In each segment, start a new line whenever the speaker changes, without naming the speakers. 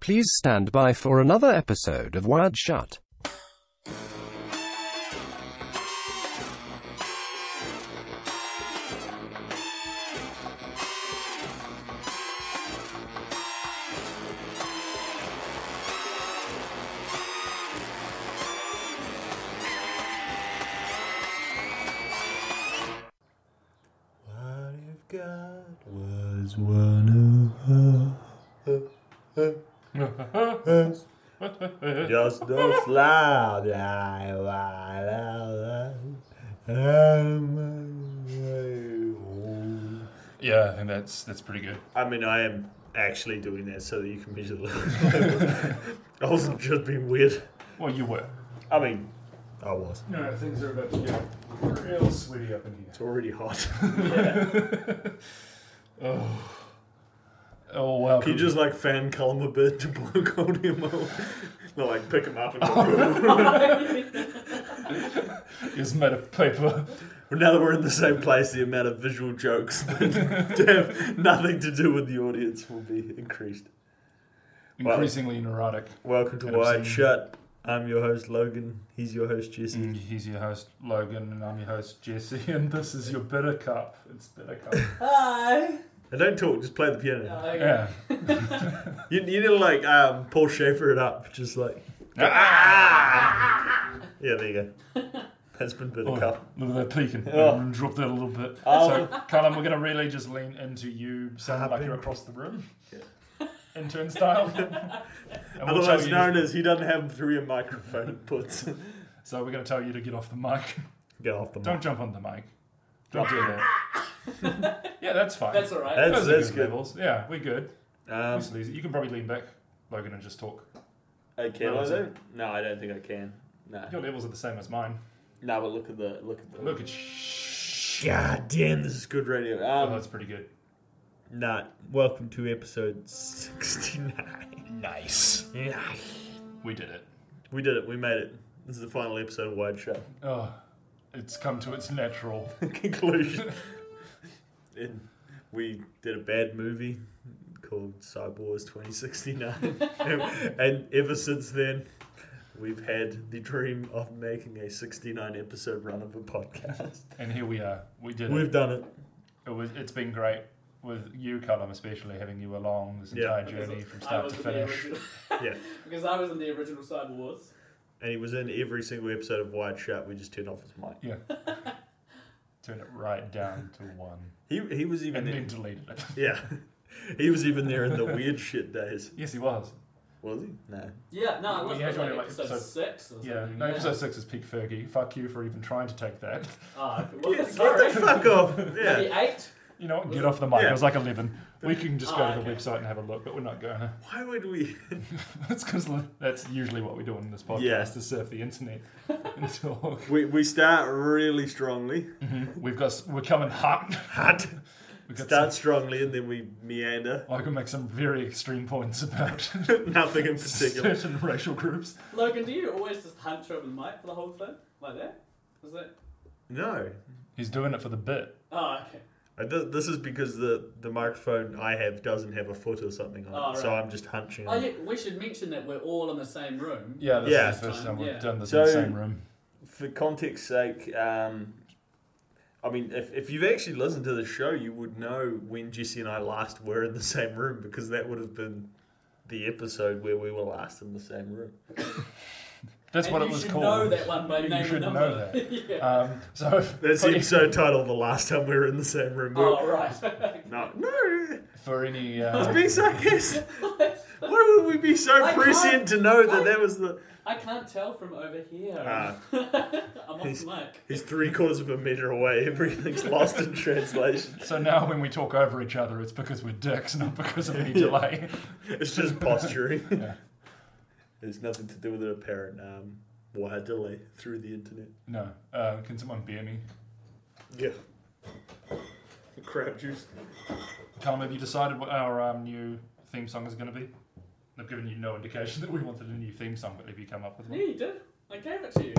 Please stand by for another episode of Wired Shut.
What if God was one of us? Just those loud I
Yeah, I think that's that's pretty good.
I mean, I am actually doing that so that you can measure the level. I wasn't just being weird.
Well, you were.
I mean, I was.
No, things are about to get real sweaty up in
It's already hot.
here. oh. Oh wow.
Can you just like fan column a bit to blow cold him out? No, like pick him up and go.
is made of paper.
Well, now that we're in the same place, the amount of visual jokes that have nothing to do with the audience will be increased. Well-
Increasingly neurotic.
Welcome to
And
Wide
obscene.
Shut. I'm your host Logan. He's your host Jesse.
And Mm, he's your host Logan, and I'm your host Jesse, and this is your bitter cup. It's bitter cup.
Hi.
And don't talk. Just play the piano.
Oh, okay.
yeah.
You, you need to like um, Paul Schaefer it up. Just like Ah! yeah, there you go. That's been bit of
Oh,
cup.
look at that peeking.
Oh.
And drop that a little bit.
Oh.
So, Callum, we're going to really just lean into you, sound like
Happen.
you're across the room. Intern style. And we'll tell
Otherwise
you-
known as he doesn't have three microphone inputs.
So, we're going to tell you to get off the mic.
Get off the mic.
Don't jump on the mic. Don't do that. yeah, that's fine.
That's all right.
That's-
Those are
good.
levels. Yeah, we're good.
Um,
This is easy. You can probably lean back, Logan, and just talk.
I can
No,
I
it's-
though? No, I don't think I can. No,
Your levels are the same as mine.
no, but look at the look at the
Look at shh.
God damn, this is good radio.
Oh,
Um,
that's pretty good.
Nah, welcome to episode 69.
Nice.
Nah.
We did it.
We did it, we made it. This is the final episode of Wide Shut.
Oh, it's come to its natural.
Conclusion. and we did a bad movie called Cyborgs 2069. and, and ever since then, we've had the dream of making a 69 episode run of a podcast.
And here we are. We did
We've
it.
done it.
it was, it's been great with you, Callum, especially having you along this
Yeah.
entire journey from
I
start
was
to
in the
finish.
original.
Yeah.
because I was in the original Cyber Wars.
And he was in every single episode of Wide Shut. We just turned off his mic.
Yeah. Turn it right down to one.
He, he was even
And
there.
then deleted it.
Yeah. He was even there in the weird shit days.
Yes, he was.
Was he? No.
Yeah, no,
Well,
it was,
yeah,
it was
sorry,
like
like
episode,
episode-
six or
Yeah,
something.
no, episode six is Peak Fergie. Fuck you for even trying to take that.
Ah, okay. well,
Get,
sorry.
the fuck off.
Maybe
Yeah.
eight?
You know what?
Was
Get
it-
off the mic.
Yeah.
It was like 11. We can just go
Ah,
to the
okay.
website and have a look, but we're not going to.
Why would we?
That's because that's usually what we do in this podcast
Yeah.
to surf the internet and talk.
We, we start really strongly.
We've got, s- we're coming hot.
Hot.
We've got
Start strongly and then we meander.
some- I can make some very extreme points about
Nothing in particular.
certain racial groups.
Logan, do you always just hunch over the mic for the whole thing? Like that? Is that?
No.
He's doing it for the bit.
Oh, okay.
I, th- this is because the, the microphone I have doesn't have a foot or something on it.
Oh, right.
So I'm just hunching.
Oh,
on
yeah,
it.
we should mention that we're all in the same room.
Yeah, this
Yeah.
is the first time we've
Yeah.
done this
So-
in the same room.
For context's sake, um, I mean, if, if you've actually listened to the show, you would know when Jesse and I last were in the same room because that would have been the episode where we were last in the same room.
That's
And
what
you
it was
should
called.
know that one by
You
name
should
and
know
number.
that.
yeah.
Um, so
That's
for
the episode title the last time we were in the same room. We were-
oh, right.
No, no,
for any
I was
uh,
being sarcastic. Why would we be so
I
prescient
can't-
to know that
I-
that was the.
I can't tell from over here.
Ah.
I'm off
He's-
the mic.
He's three quarters of a meter away. Everything's lost in translation.
so now when we talk over each other it's because we're dicks not because of any delay
It's just posturing.
Yeah.
It's nothing to do with an apparent um, wire delay through the internet.
no uh, can someone bear me
Yeah. Crap juice.
Callum have you decided what our um, new theme song is going to be I've given you no indication that we wanted a new theme song but have you come up with
Yeah,
one
you did. I gave it to you.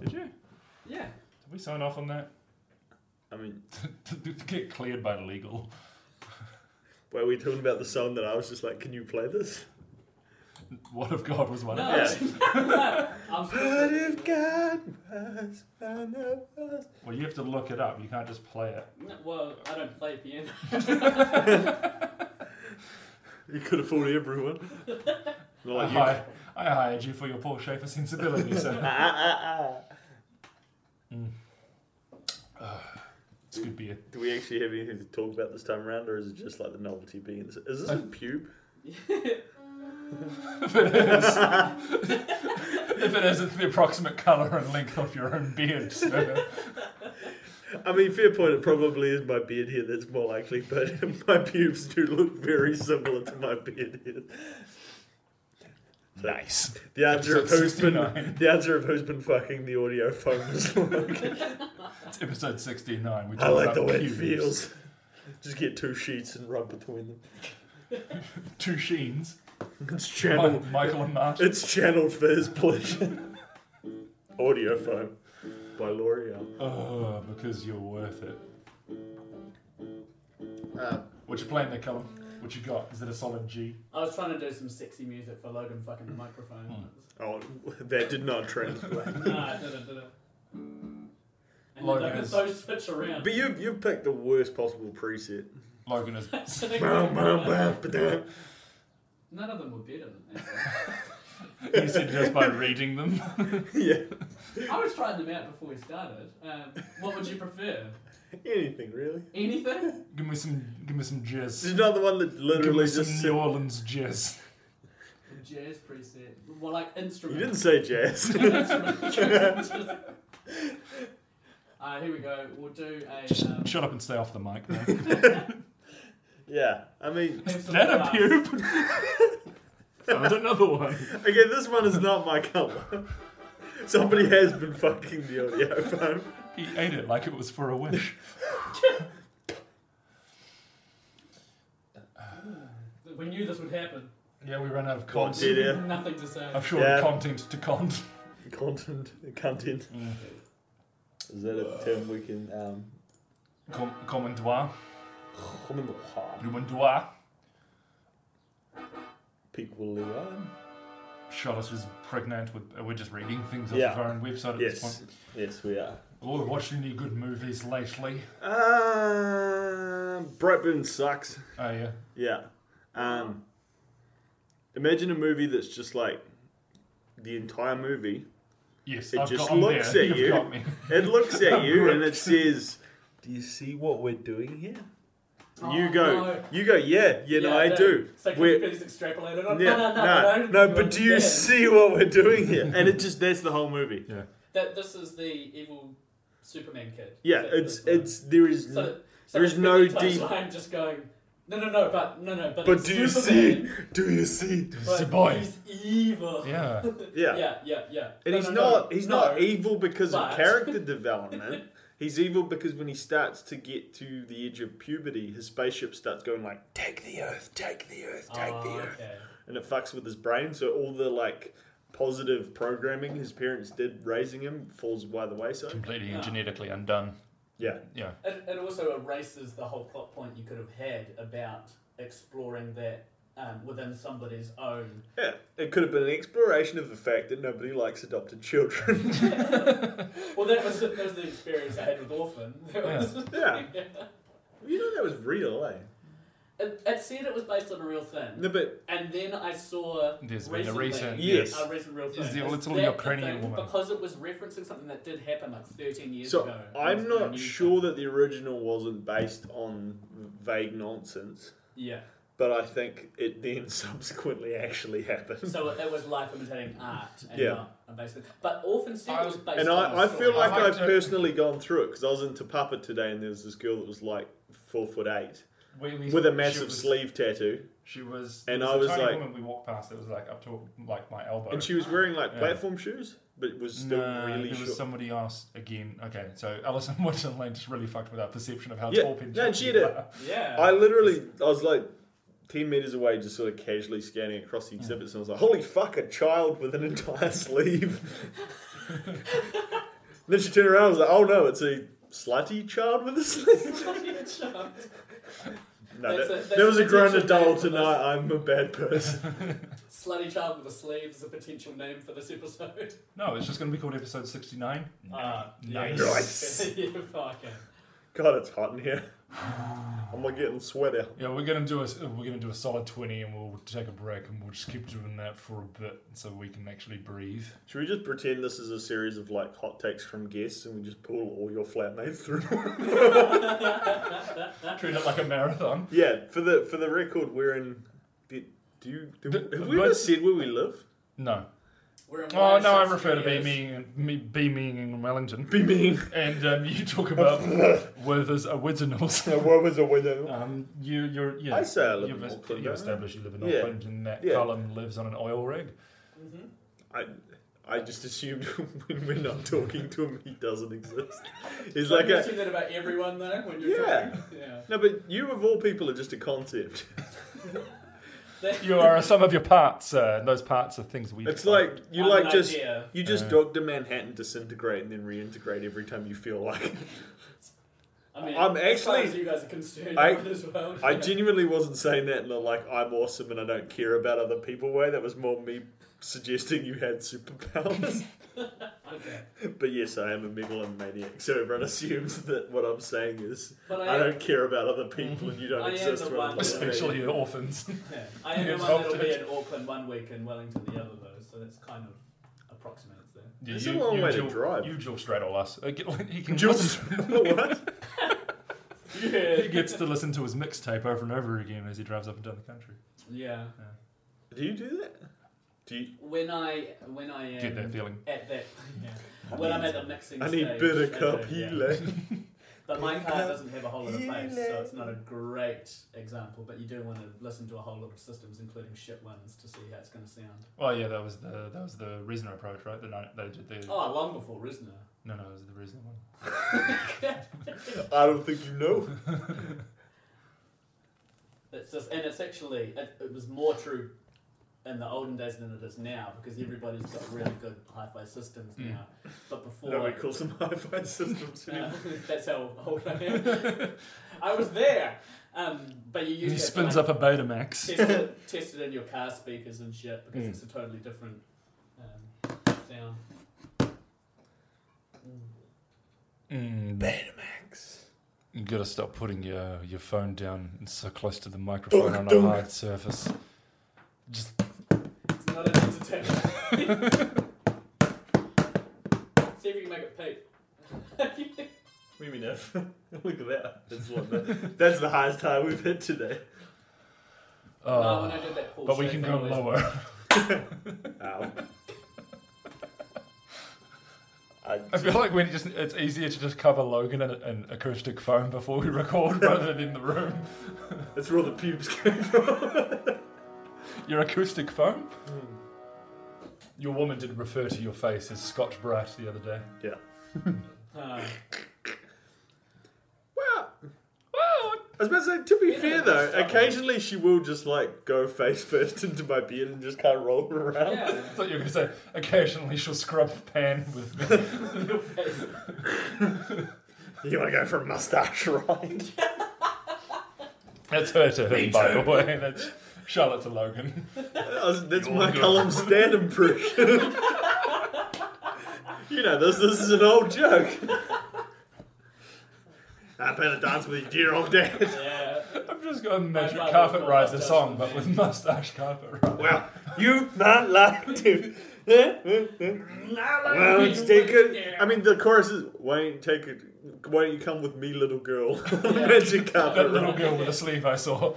did you did
Yeah.
we sign off on that
I mean,
to, to get cleared by legal
wait, we're talking about the song that I was just like, can you play this?
What if God was one of
No,
us?
I'm
What
supposed
if God was one of us?
Well, you have to look it up. You can't just play it.
to, well, I don't play piano.
You could have fooled everyone.
I,
Like you-
hi- I hired you for your Paul Schaefer sensibility, so Mm.
Ah, ah, ah.
it's good beer.
Do we actually have anything to talk about this time around, or is it just like the novelty being? Is this a pube?
if it is, if it is, it's the approximate colour and length of your own beard. So.
I mean, fair point. It probably is my beard hair that's more likely, but my pubes do look very similar to my beard hair.
Nice.
The answer of
Episode
who's been
69.
the answer of who's been fucking the audio phone is like,
It's episode 69. We
I
talk
like
about
the way it
pubes.
feels. Just get two sheets and rub between them.
Two Sheens.
It's
Mi-
channeled.
Michael and Martin.
It's channeled for his pleasure. audio phone by L'Oreal.
Oh, because you're worth it.
Uh,
What you playing there, Colin? What you got? Is it a solid G?
I was trying to do some sexy music for Logan fucking the microphone.
Hmm.
oh, that did not translate.
no, I didn't, did it? And then
Logan
they could
is-
so switch around.
But you you picked the worst possible preset.
Logan is.
So they
Bam,
could-
bam, bam, ba-dam.
None of them were better than
You said just by reading them.
yeah,
that. I was trying them out before we started. Um, what would you prefer?
anything really.
Anything?
Give me some. Give me some
There's
jizz.
another one that
Give me
literally
some
just
New
said,
Orleans jizz.
Jazz preset. Well, like
you
instrument.
didn't say jazz.
uh, here we go. We'll do a. Um,
Shut up and stay off the mic. Man.
yeah, I mean,
have some
Is that a
glass.
pube? Found another one.
okay, this one is not my color. Somebody has been fucking the audio phone.
He ate it like it was for a wish.
We knew this would happen.
Yeah, we ran out of
What
content.
did it?
Nothing to say.
I've short
Yeah.
content to cont.
Content, content. Is that a term we can um?
Com- Commentoire.
comment-
Lumendoir.
People learn.
Charlotte is pregnant with. uh, We're just reading things off
Yeah.
of our own website at this
Yes,
point.
yes, we are.
Oh, watched any good movies lately?
Um, Brightburn sucks.
Oh yeah.
Yeah. Um, imagine a movie that's just like the entire movie.
Yes,
It
I've
just
got, I'm
looks
there.
at
You've
you.
got me.
It looks at you and it
Correct.
says, "Do you see what we're doing here?"
Oh,
you go,
no.
you go. Yeah, you know I do.
So can
We're-
you please extrapolate it? on-
yeah,
no, no, no,
no,
no,
no, but do you
understand.
see what we're doing here? And it just that's the whole movie.
Yeah.
that this is the evil Superman kid?
Yeah,
Is that
it's
this one?
it's there is n-
So, so
there is no deep-
I'm just going. No, no, no, but no, no, but.
But
it's
do you see?
Superman,
Do you see?
It's
But
a boy.
He's evil.
Yeah.
Yeah.
yeah, yeah, yeah.
And
No,
he's
no, no,
not he's
no.
not evil because
but-
of character development. He's evil because when he starts to get to the edge of puberty, his spaceship starts going like, Take the earth, take the earth, take
Oh,
the earth
okay.
and it fucks with his brain, so all the like positive programming his parents did raising him falls by the wayside.
Completely
Yeah.
genetically undone.
Yeah.
Yeah.
It, it also erases the whole plot point you could have had about exploring that um, within somebody's own.
Yeah. It could have been an exploration of the fact that nobody likes adopted children.
Well, that was, that was the experience I had with Orphan. That was-
yeah. You know that was real, eh?
It, it said it was based on a real thing,
No, but
and then I saw
There's been a
recently,
recent.
Yes.
a recent real thing.
Is the
Is
little
that the
Ukrainian
thing?
woman.
because it was referencing something that did happen like 13 years
so
ago.
I'm not sure that the original wasn't based on vague nonsense.
Yeah,
But I think it then subsequently actually happened.
so it, it was life imitating art, and
Yeah.
not a based. But Orphan said it was
I-
based
And
on. a
I, I
story.
feel like
I
I've
don't-
personally gone through it because I was into Puppet today and there was this girl that was like four foot eight
We, we,
with a
she
massive
was-
sleeve tattoo
She was.
And
there
I
a
was
tiny
like-
woman we walked past. It was like up to like my elbow.
and she was wearing like
Yeah.
platform shoes but was still
Nah,
really
there
short.
was somebody asked again. Okay, so Alison Watson Lane just really fucked with our perception of how
Yeah,
tall people
no, she
people
did.
are.
Yeah.
I literally, I was like 10 meters away just sort of casually scanning across the exhibits and I was like, holy fuck, a child with an entire sleeve. then she turned around and was like, oh no, it's a slutty child with a sleeve. No,
That's
that,
a- that's
there was
a
a grown
potential name
adult
for
and
this.
I, I'm a bad person.
Slutty Child with a Sleeve is a potential name for this episode.
No, it's just going to be called episode 69.
Ah,
Nice.
Nice.
yeah, fucking.
God, it's hot in here. I'm not getting sweaty.
Yeah, we're gonna do a we're gonna do a solid twenty, and we'll take a break, and we'll just keep doing that for a bit, so we can actually breathe.
Should we just pretend this is a series of like hot takes from guests and we just pull all your flatmates through?
Treat it like a marathon.
yeah, for the for the record, we're in. Do do you do,
The-
have we ever
but-
said where we live?
No.
We're in
Oh
Wise
no, I
Shots
refer to E.
Studios.
beaming me beaming in Wellington,
Be mean.
and um, you talk about Werther's originals.
what was a window?
Um, you you're yeah.
I say I live
you've,
in
es-
Auckland,
you've
don't I?
established you live in
Yeah.
Auckland, and that
Yeah.
column lives on an oil rig.
I I just assumed when we're not talking to him, he doesn't exist. He's like
you
a
say that about everyone though when you're
Yeah.
talking? Yeah.
no, but you of all people are just a concept.
That-
You are some of your parts, uh, and those parts are things we.
It's like you
I'm
like
an
just
idea.
you just
Uh.
Doctor Manhattan disintegrate and then reintegrate every time you feel like. it.
I mean,
I'm
as far
actually-
as you guys are concerned
I-
with it as well.
I
yeah.
genuinely wasn't saying that in the like I'm awesome and I don't care about other people way. That was more me suggesting you had superpowers.
Okay.
but yes, I am a megalomaniac, so everyone assumes that what I'm saying is
But
I,
I,
don't care about other people and you don't
I am
exist.
the
when
one
I'm
that-
doing it.
especially the orphans.
yeah, I am the
It's
one that'll
often-
be in Auckland one week and Wellington the other though, so that's kind of approximates there.
Yeah,
It's a long way to
dual-
drive.
You dual straddle us. Uh, get- He can
Dual
listen-
what?
Yeah.
he gets to listen to his mixtape over and over again as he drives up and down the country.
Yeah.
Do you do that? Do you?
When I when I am
Get that feeling.
at that yeah. when I'm at the mixing
I need
stage,
bitter
at
cup
the- yeah.
healing.
But my
Bitter
car
cup
doesn't have a whole lot of bass, so
healing.
it's not a great example. But you do want to listen to a whole lot of systems, including shit ones, to see how it's going to sound.
Well, Oh, yeah, that was the that was the Reasoner approach, right? The night they did the
Oh, long before Risner.
no, no, it was the Reasoner one.
I don't think you know.
It's just, and it's actually, it, it was more true in the olden days than it is now because everybody's got really good hi-fi systems
Mm.
now. But before,
Nobody calls them hi-fi systems anymore.
Uh, that's how old I am. I was there. Um, but you used
He
to have to,
spins
like,
up a Betamax.
test it, test it in your car speakers and shit because
Mm.
it's a totally different um, sound.
Mm, you gotta stop putting your your phone down it's so close to the microphone on a
Dunk,
hard surface. Just
It's not an entertainment. See if you can make it peep.
What do you mean if? Look at that. That's, what the, that's the highest high we've hit today.
no, when
oh,
I did that Paul
but we
Schaefer
can go
noise-
lower.
Ow. I,
I feel like we just it's easier to just cover Logan and an acoustic phone before we record rather than in the room.
that's where all the pubes came from.
Your acoustic phone?
Hmm.
Your woman did refer to your face as Scotch Bright the other day.
Uh,
well, I was about to say, to be
Yeah,
fair
that's
though,
fine.
occasionally she will just like go face first into my beard and just kind of roll around.
yeah.
I thought you were going to say, occasionally she'll scrub the pan with me.
You want to go for a mustache ride?
That's her to him,
Me
by
too.
the way. That's Charlotte to Logan.
That was- that's
You're
my
good.
Callum Stan impression. you know this. This is an old joke. I better dance with your dear old dad.
yeah.
I've just got a magic
father
carpet
was
ride the
mustache
song,
man.
but with mustache carpet ride.
Well, you not like to. Won't take it. I mean, the chorus is "Why don't you take it? Why don't you come with me, little girl?" Magic carpet
That
ride.
little girl with a sleeve I saw.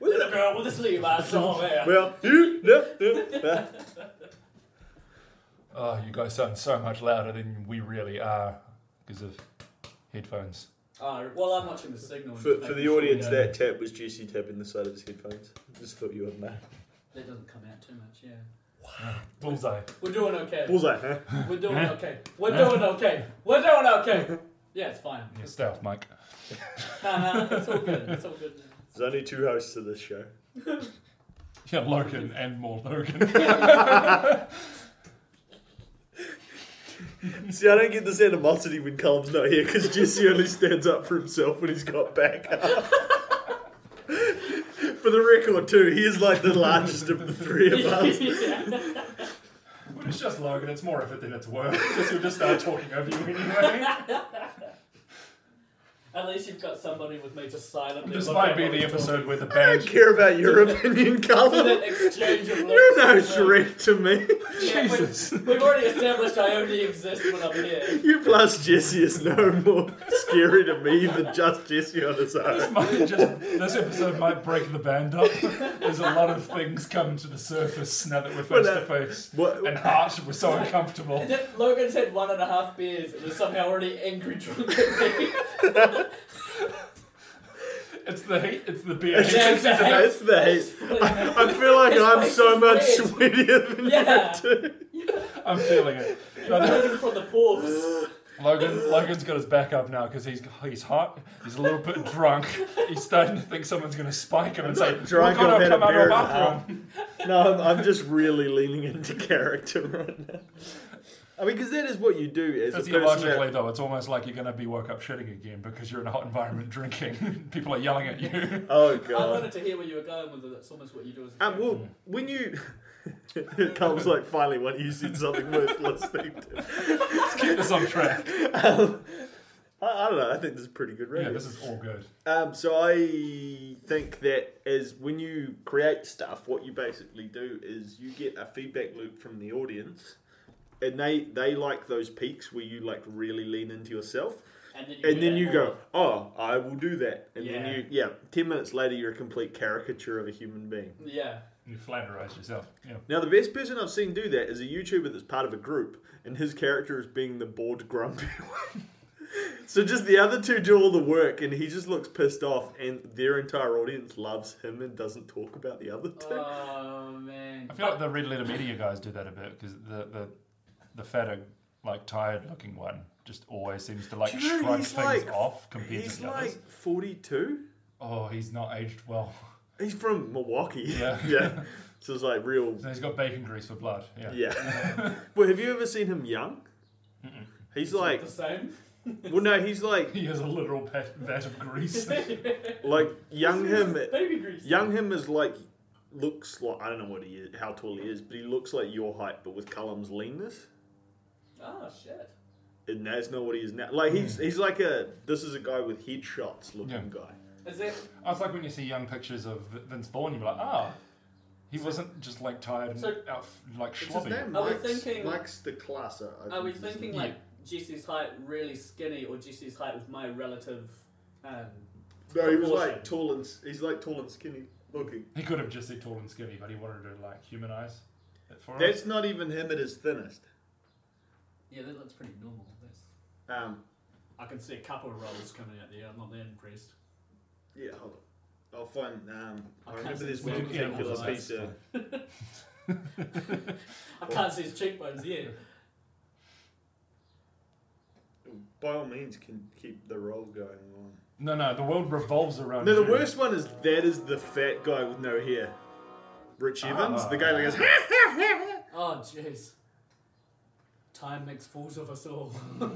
Little girl with a sleeve, I saw there.
Well, you not like-
Oh, you guys sound so much louder than we really are because of headphones.
Oh, well, I'm watching the signal. and
for,
just
for
making
the
sure
audience,
that,
that tap was Juicy tapping the side of his headphones. Just thought you would know.
that doesn't come out too much. Yeah,
Bullseye.
we're doing okay.
Bullseye, huh?
We're doing
Huh?
okay. We're doing okay. We're doing okay. Yeah, it's fine.
Yeah, stay off, Mike.
Nah, nah, it's all good. It's all good.
There's only two hosts to this show.
Yeah, Logan and more Logan.
See, I don't get this animosity when Colm's not here because Jesse only stands up for himself when he's got back up. For the record, too, he is like the largest of the three of us.
Yeah.
But it's just Logan. It's more effort than it's worth. Just we'll just start talking over you anyway.
At least you've got somebody with me to silently.
This
look
might
at
be
what
the
we're
episode where the
I
band.
don't care about your opinion,
talking-
Colin.
That exchange of
You're no
looks.
threat to me.
Yeah, we-
Jesus.
We've already established I only exist when I'm here.
You plus Jesse is no more scary to me than just Jesse on his
This
own.
might just this episode might break the band up. There's a lot of things come to the surface now that we're
Well,
face to
uh,
face.
What,
And harsh, we're so uncomfortable.
And yet Logan's had one and a half beers and is somehow already angry drunk at me.
It's the heat, it's the beer.
it's, it's, it's the hate. I, I feel like
His
I'm
face
so
is
much
red.
sweeter than
Yeah.
you too.
I'm feeling it. uh, No, no,
Logan from the pores.
Logan, Logan's got his back up now because he's he's hot. He's a little bit drunk. He's starting to think someone's going to spike him and say,
drunk,
"We're
I've
going to
had a
come out of
beer
the
and a half."
bathroom."
No, I'm, I'm just really leaning into character right now. I mean, because that is what you do as a person. that-
Physiologically, though, it's almost like you're going to be woke up shitting again because you're in a hot environment drinking. People are yelling at you.
Oh
I
god.
wanted to hear where you were going with it. That's almost what you do as a
Um, well, when you. Comes like finally when you said something worth listening to.
Let's keep this on track.
Um, I, I don't know. I think this is pretty good radio.
Yeah, this is all good.
Um, so I think that is when you create stuff, what you basically do is you get a feedback loop from the audience, and they they like those peaks where you like really lean into yourself,
And then you,
and
do
then
that
you
more.
go, oh, I will do that, and then
Yeah.
you yeah, ten minutes later you're a complete caricature of a human being.
Yeah.
You flanderized yourself. Yeah.
Now the best person I've seen do that is a YouTuber that's part of a group, and his character is being the bored grumpy one. so just the other two do all the work, and he just looks pissed off, and their entire audience loves him and doesn't talk about the other two.
Oh man.
I feel like the red letter media guys do that a bit because the, the the fatter, like tired looking one just always seems to like
Do you know,
shrug
he's
things
like-
off compared
He's
to the others.
like forty-two.
Oh, he's not aged well.
He's from Milwaukee.
Yeah.
yeah. So it's like real.
So he's got bacon grease for blood. Yeah.
Yeah. well, have you ever seen him young? He's like,
the same.
well, no, he's like,
He has a literal pat, vat of grease.
like young him.
Baby grease.
Young him is like looks like I don't know what he is, how tall he is, but he looks like your height, but with Cullum's leanness.
Oh shit.
And that's not what he is now. Like he's he's like a this is a guy with headshots looking
Yeah.
guy.
Is it?
Oh, it's like when you see young pictures of V- Vince Vaughn, you're like, ah, he wasn't just like tired and
So-
out, like sloppy.
Are we Mike's- thinking-
Mike's the classer?
Are we thinking
Yeah.
like Jesse's height really skinny or Jesse's height with my relative? Um,
No, he was
proportion?
like tall and s- he's like tall and skinny looking.
He could have just said tall and skinny, but he wanted to like humanize it for us.
That's not even him at his thinnest.
Yeah, that looks pretty normal. That's...
Um,
I can see a couple of rolls coming out there. I'm not that impressed.
yeah, hold on. I'll find. Um,
I
I,
can't
remember
see
this
the
one
same examples
particular
of that.
piece of.
I can't see his cheekbones yet.
By all means, can keep the roll going on.
No, no, the world revolves around.
No, the
you.
worst one is that is the fat guy with no hair, Rich Evans, the guy that goes.
Oh jeez. Time makes fools of us all.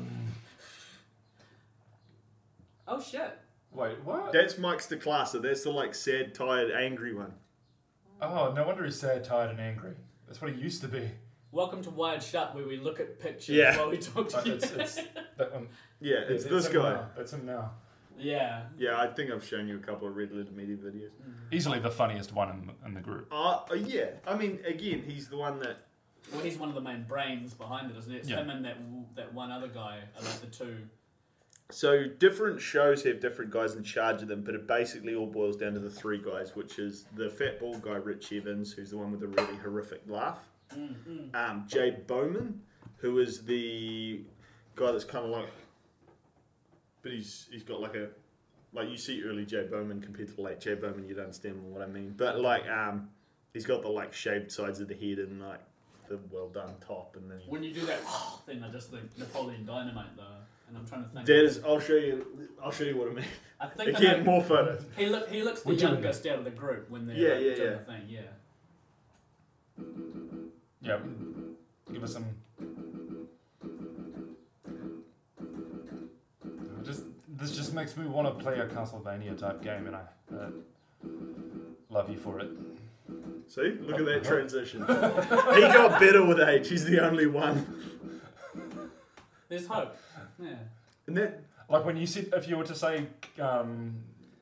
oh shit.
Wait, what?
That's Mike's the classer. That's the like sad, tired, angry one.
Oh, no wonder he's sad, tired, and angry. That's what he used to be.
Welcome to Wired Shut, where we look at pictures
Yeah.
while we talk to
But
you.
it's, it's that one.
Yeah, it's this
him
guy.
Now. That's him now.
yeah.
Yeah, I think I've shown you a couple of Red Letter Media videos.
Easily the funniest one in, the- in the group.
Uh, uh, yeah, I mean, again, he's the one that.
Well, he's one of the main brains behind it, isn't it? It's
Yeah.
him and that w- that one other guy are like the two.
So different shows have different guys in charge of them, but it basically all boils down to the three guys, which is the fat bald guy Rich Evans, who's the one with the really horrific laugh. Um, Jay Bowman, who is the guy that's kind of like, but he's he's got like a like you see early Jay Bowman compared to late Jay Bowman, you'd understand what I mean. But like, um, he's got the like shaved sides of the head and like the well done top, and then he
When you do that thing, I just think Napoleon Dynamite though, and I'm trying to think.
There's, I'll show you. I'll show you what I mean.
I think I
Again,
know-
more photos.
he look he looks the
We're doing
youngest out of the group when they're
Yeah,
like,
yeah,
doing
yeah.
the thing. Yeah.
Yeah. Give us some. Just this just makes me want to play a Castlevania type game, and I. Uh, Love you for it.
See, look at that transition. he got better with age. He's the only one.
There's hope. Yeah.
And that
Like when you said, if you were to say, um,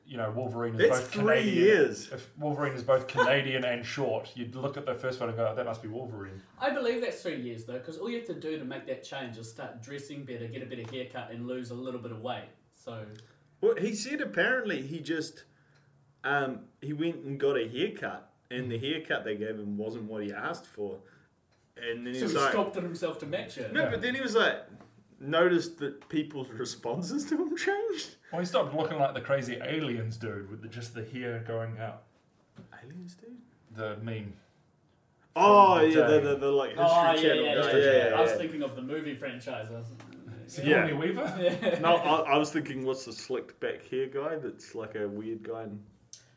you know, Wolverine is
that's
both
three
Canadian.
years.
If Wolverine is both Canadian and short, you'd look at the first one and go, "Oh, that must be Wolverine.
I believe that's three years though, because all you have to do to make that change is start dressing better, get a better haircut, and lose a little bit of weight. So
Well, he said apparently he just um, he went and got a haircut, and the haircut they gave him wasn't what he asked for. And then he
so
was
he
like,
sculpted himself to match it.
no, but then he was like, noticed that people's responses to him changed.
Well, he stopped looking like the crazy aliens dude with the, just the hair going out.
Aliens, dude.
The meme.
Oh
the
yeah, the,
day.
the, the like history
Oh yeah, yeah,
channel.
yeah,
guy.
yeah,
yeah,
I was
yeah.
thinking of the movie franchise. I was,
Sigourney
Yeah.
Weaver?
yeah.
No, I, I was thinking, what's the slicked back hair guy that's like a weird guy in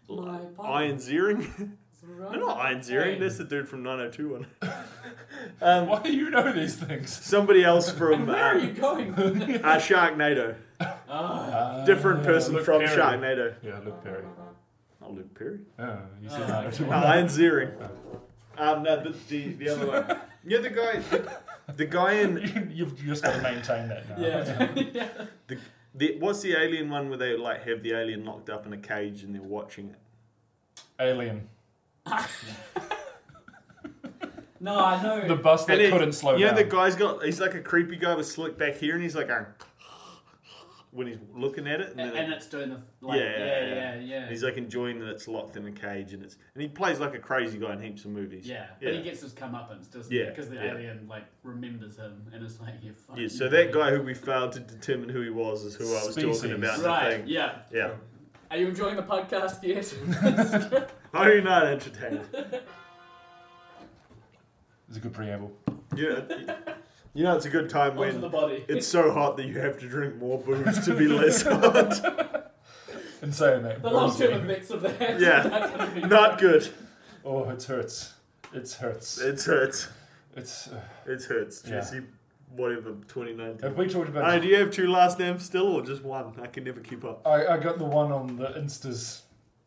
My
Iron Zeering?
No,
No, not Iron Zeering. That's the dude from 90210. um,
Why do you know these things?
somebody else from
Where are you
um,
going?
uh, Sharknado.
Ah.
Different
Ah,
person
Luke
from
Perry.
Sharknado.
Yeah, Luke Perry.
Oh, Luke Perry.
Oh, you said
Ah.
that.
Iron Zeering. Um, no, the, the, the other one. Yeah, the guy. The, the guy in.
You- You've just got to maintain that now.
yeah. yeah.
The, what's the alien one where they like have the alien locked up in a cage and they're watching it?
Alien.
No, I know.
The bus that
And it-
couldn't slow
You know,
down.
the guy's got. He's like a creepy guy with slick back hair and he's like going. When he's looking at it, and,
and,
then it-
and it's doing the like,
Yeah,
yeah,
yeah,
yeah,
yeah.
yeah, yeah,
And he's like enjoying that it's locked in a cage and it's and he plays like a crazy guy in heaps of movies.
But
yeah.
he gets his comeuppance, doesn't
Yeah,
he? Because the
yeah.
alien like remembers him and is like, yeah, fuck
Yeah,
you,
so that
dude."
guy who we failed to determine who he was is who I was talking
Species.
about in
Right.
the thing.
Yeah.
Yeah.
Are you enjoying the podcast yet?
How are you not entertained?
It's a good preamble.
Yeah. You know it's a good time
Onto the
when
body.
it's so hot that you have to drink more booze to be less hot.
And saying that.
the long term effects of that.
Yeah. Not good.
Oh, it hurts. It hurts.
It hurts.
It's.
It hurts.
Yeah.
Jesse, whatever, 2019.
Have we talked about?
Hey, do you have two last names still or just one? I can never keep up.
I, I got the one on the Instas.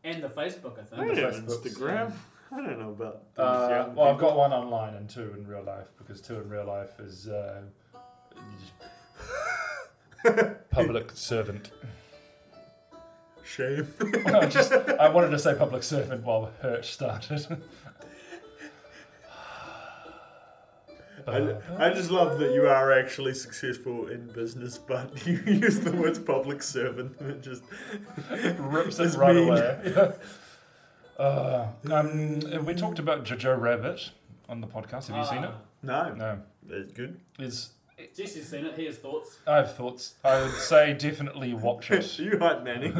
And the Facebook, I
I don't
think.
have
Facebooks,
Instagram. I don't know about these
Uh,
young
well, I've
people.
got one online and two in real life because two in real life is uh, public servant.
shame.
I just I wanted to say public servant while Hurt started.
I,
Uh,
I just love that you are actually successful in business, but you use the words public servant and it just
Uh, rips it
It's
right
mean.
away. Uh, um, we talked about Jojo Rabbit on the podcast. Have you seen it?
Ah.
no.
No.
That's good.
It's
Jesse's seen it. He Uh, has thoughts.
I have thoughts. I would say definitely watch it.
you hype Manny.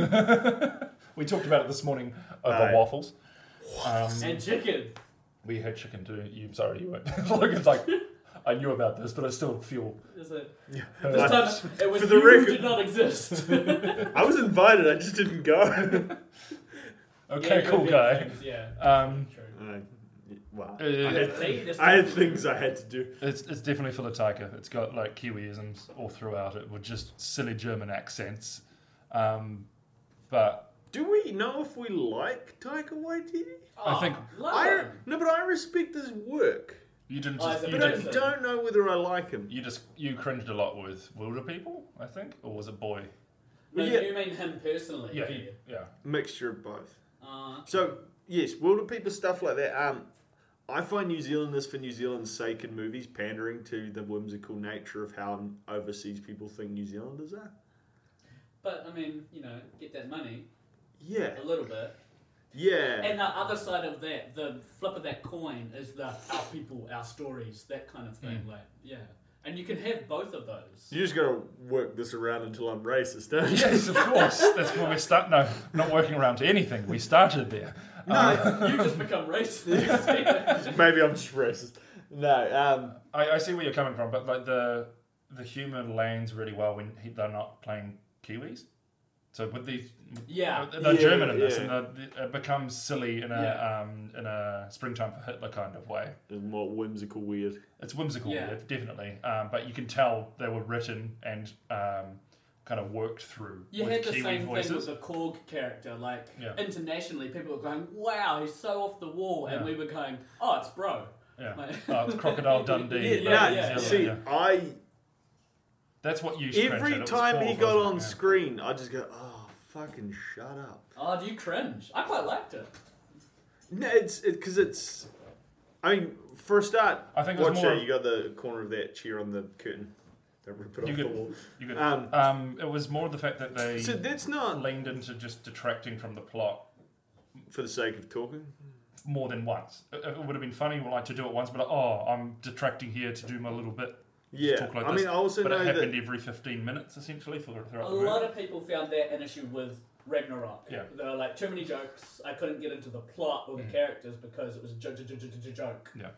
we talked about it this morning over
Aye.
waffles. Um,
And chicken.
we had chicken too. You sorry, you weren't. Logan's like, I knew about this, but I still feel.
Is it?
hurt.
This time it was
For the
you who
record-
did not exist.
I was invited, I just didn't go.
okay,
Yeah,
cool
yeah,
guy.
thanks, Yeah.
Um,
True.
I, wow.
Uh,
I had,
See,
I had things I had to do.
it's it's definitely for the tiger. It's got like Kiwiisms all throughout it with just silly German accents. Um, but
Do we know if we like Taika Waititi?
Oh.
I think-
I, no, but I respect his work.
you didn't.
Oh,
Just,
it's a
you,
But
bit
I
of-
just,
Interesting.
don't know whether I like him.
you just you cringed a lot with Wilder people, I think, or was it boy?
No,
Yeah.
You mean him personally?
Yeah,
do
he-
you?
yeah.
Mixture of both.
Uh,
So yes, wilder people stuff like that. Um, I find New Zealanders for New Zealand's sake in movies pandering to the whimsical nature of how overseas people think New Zealanders are.
but I mean, you know, get that money
Yeah,
a little bit.
yeah.
And the other side of that, the flip of that coin is the our people, our stories, that kind of thing.
Mm.
Like, yeah. And you can have both of those.
You just gotta work this around until I'm racist, don't you?
Yes, of course. That's where we start. No, not working around to anything. We started there.
No,
You just become racist.
Uh, maybe I'm just racist. No, um,
I, I see where you're coming from, but like the the humor lands really well when he, they're not playing Kiwis. So with these,
yeah.
they're
Yeah,
German in this,
yeah.
and they're- it becomes silly in a
Yeah.
um, in a springtime for Hitler kind of way.
it's more whimsical, weird.
It's whimsical,
Yeah.
definitely, um, but you can tell they were written and um, kind of worked through
You
with
had the
Kiwi
same thing with
voices.
the Korg character. Like
Yeah.
internationally, people were going, "Wow, he's so off the wall," and
Yeah.
we were going, "Oh, it's bro."
yeah.
Like-
Oh, it's Crocodile Dundee.
Yeah,
but-
yeah, yeah.
See, I
That's what you.
every time he got on screen, I just go, oh, fucking shut up.
Oh, do you cringe? I quite liked it.
No, it's because it's. I mean, for a start,
I think it was
watch
more
it.
of-
You got the corner of that chair on the curtain. Don't rip it
You
off the
could-
wall.
You could,
Um,
um, it was more the fact that they
So that's not
leaned into just detracting from the plot
for the sake of talking.
more than once. It, it would have been funny, like to do it once, but like, oh, I'm detracting here to do my little bit.
Yeah,
talk like
I
this,
mean, I also
But
know
it happened
that.
every 15 minutes essentially for throughout
A
the movie.
lot of people found that an issue with Ragnarok.
Yeah. Mm.
They were like, too many jokes. I couldn't get into the plot or the characters because it was a jo- jo- jo- jo- jo- joke.
yeah,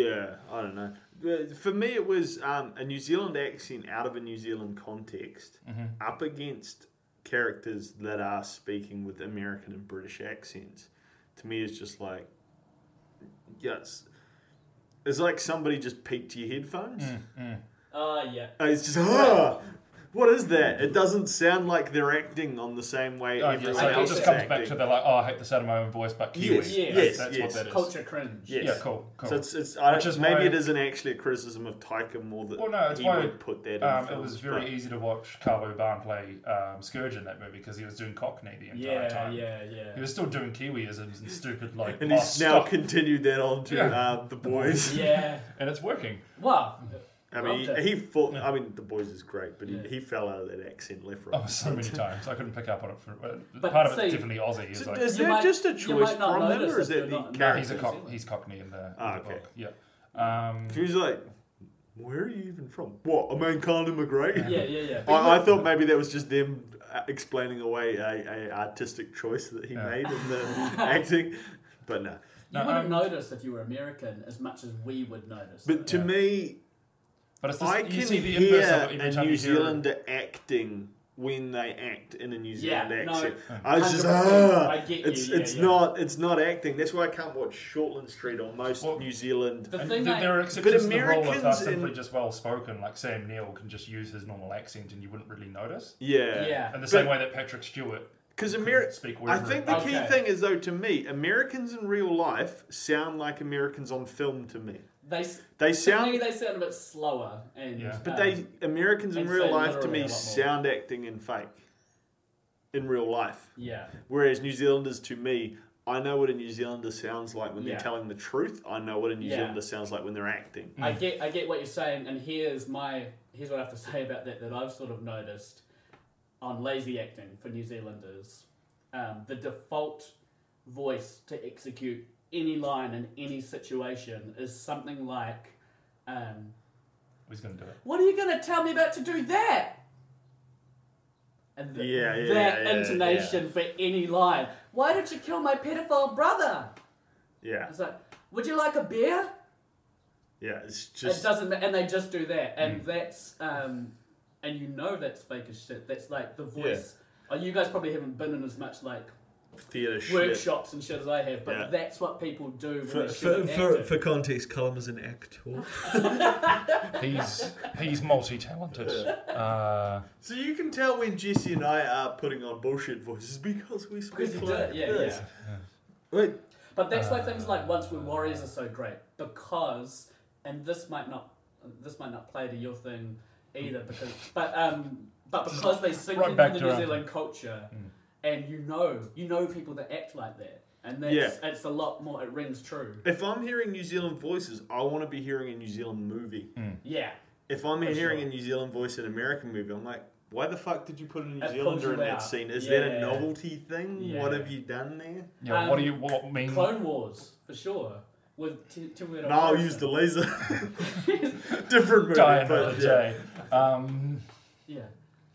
Yeah, I don't know. But For me, it was um, a New Zealand accent out of a New Zealand context,
Mm-hmm.
up against characters that are speaking with American and British accents. To me, it's just like, yeah, it's, it's like somebody just peeked your headphones.
Mm.
Ah, yeah.
Uh, It's just, ah, what is that? It doesn't sound like they're acting on the same way
Oh, yeah,
everyone
so it
else
just
is
comes
acting.
back to they're like, oh, I hate the sound of my own voice, but Kiwi.
Yes,
yes,
That's- that's
yes.
what that is.
Culture cringe.
Yes.
Yeah, cool, cool.
So it's, it's I,
Which is
maybe
why-
it isn't actually a criticism of Taika more that
Well, no, it's
he
why
would put that. In
um, it
films,
was very
but-
easy to watch Carlo Barn play um, Scourge in that movie because he was doing Cockney the entire
Yeah,
time.
yeah,
He
yeah.
was still doing Kiwiisms and stupid like.
And
"Oh,
he's now
stop."
continued that on to
Yeah.
uh, the boys.
Yeah.
and it's working.
Wow.
I mean,
Loved it.
he, he full, I mean, the boys is great, but
Yeah.
he, he fell out of that accent left, right.
Oh, so many times I couldn't pick up on it. For, uh,
But
part of
see-
it's definitely Aussie. It's
So
like,
is
You
that
might-
just a
you
choice
might not
from them,
notice
or is
if
that
they're
the
not- no,
character?
he's a
New
cock,
Zealand.
he's Cockney in the, in
Ah,
the
okay.
book. Yeah. Um,
He was like, "Where are you even from? What? I'm in Carlin McRae."
Yeah, yeah, yeah.
I, I thought maybe that was just them uh, explaining away a, a artistic choice that he
Yeah.
made in the acting, but no.
You
No,
wouldn't
um,
notice if you were American as much as we would notice.
But to
Yeah.
me,
but it's this,
I
you
can
see the
hear
inverse of it every
a
time
New
you hear it.
Zealander acting when they act in a New
Yeah,
Zealand
no,
accent. I was just
100%,
ah,
I get you,
it's
yeah,
it's
yeah.
not it's not acting. That's why I can't watch Shortland Street or most
Well-
New Zealand.
the
And
thing
th-
I-
there are exceptions to the rule if they're
Americans
simply
in-
just well spoken, like Sam Neill can just use his normal accent and you wouldn't really notice.
yeah,
Yeah.
And the same way that Patrick Stewart
Because
could
America,
speak
I
wherever.
think
he-
the key
Okay.
thing is though to me, Americans in real life sound like Americans on film to me.
they s-
They
to me,
sound,
they sound a bit slower and
Yeah.
but
um,
they Americans in
and
real
say
life to
literally a
me
lot more.
sound acting and fake. In real life.
yeah
Whereas New Zealanders, to me, I know what a New Zealander sounds like when
Yeah.
they're telling the truth. I know what a New
Yeah.
Zealander sounds like when they're acting.
I get I get what you're saying, and here's my here's what I have to say about that that I've sort of noticed on lazy acting for New Zealanders. Um, the default voice to execute any line in any situation is something like, um,
he's going to do it.
"What are you going to tell me about to do that?" And th-
Yeah, yeah,
that
yeah, yeah,
intonation for any line. Why did you kill my pedophile brother? I
Yeah,
was like, "Would you like a beer?"
yeah, it's
it
just Hmm.
doesn't ma- and they just do that and that's um and you know that's fake as shit that's like the voice oh, you guys probably haven't been in as much like
theatre shit.
workshops and shit as i have but
Yeah.
that's what people do when
For,
they're
for,
shooting
for,
acting.
for context, Cullum is an actor.
He's he's multi-talented. Uh,
so you can tell when Jesse and I are putting on bullshit voices because we
because
speak
you do
like
it yeah
this.
yeah
Wait,
but that's why things like once we're warriors are so great because and this might not this might not play to your thing either because but um but because they sink
Right back
into
to
the new
our-
zealand culture and you know you know people that act like that and that's it's a lot more it rings true
if I'm hearing New Zealand voices, I want to be hearing a New Zealand movie.
yeah
If I'm
For
hearing
sure.
a New Zealand voice in an American movie, I'm like, why the fuck did you put a New
That pulls
Zealander
you
in that
out.
scene? Is that
Yeah.
a novelty thing?
Yeah.
What have you done there?
yeah, what
Um,
do you what mean?
Clone Wars, for sure. With T- Tim Weir.
No, I'll use the laser. Different movie,
Die another
but
day. Um,
Yeah.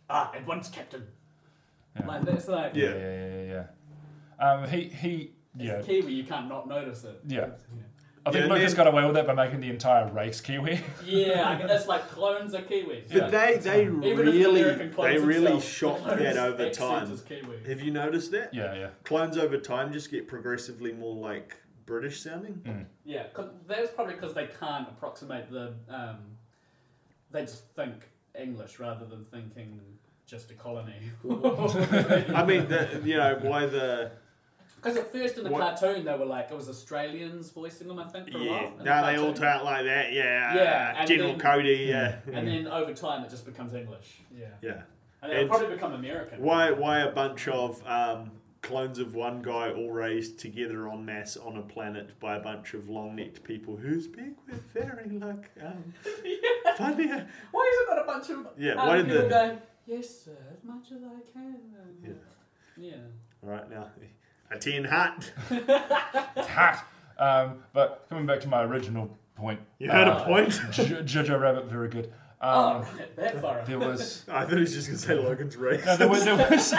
Ah, and once Captain.
Yeah.
Like, that's like.
Yeah.
yeah, yeah, yeah, yeah. yeah. Um, he he. Yeah,
It's Kiwi, you can't not notice it.
yeah. I think
Yeah,
Lucas
then-
got away with that by making the entire race Kiwi.
Yeah, I mean, that's like clones are Kiwis.
But they they
Even if the
really
American clones
they really
themselves,
shot
the
that
clones'
over
accent
time.
Is Kiwi.
Have you noticed that?
yeah, yeah.
Clones over time just get progressively more like British sounding.
Yeah, 'cause that was probably because they can't approximate the. Um, they just think English rather than thinking just a colony. Mm.
I mean, the, you know, why the
Because at first in the
What-
cartoon they were like it was Australians voicing them, I think. For a
yeah?
while, in the
No, they all
cartoon.
turn out like that. Yeah,
Yeah,
uh,
and
General
then- Mm.
Cody. Yeah,
And then over time it just becomes English. Yeah.
yeah.
And it'll
And-
probably become American.
Why why a bunch of um, clones of one guy all raised together en masse on a planet by a bunch of long necked people who speak with very like um, funny?
Why is it not a bunch of
Yeah,
um,
why did
people
the
go, Yes sir, as much as I can
yeah.
Yeah.
All right now a tin hat.
It's hot. Um, but coming back to my original point,
You heard
uh,
a point.
J- Jojo Rabbit, very good.
Oh,
Um,
right, that far out.
There was
I thought he was just gonna say Logan's race.
No, there was there was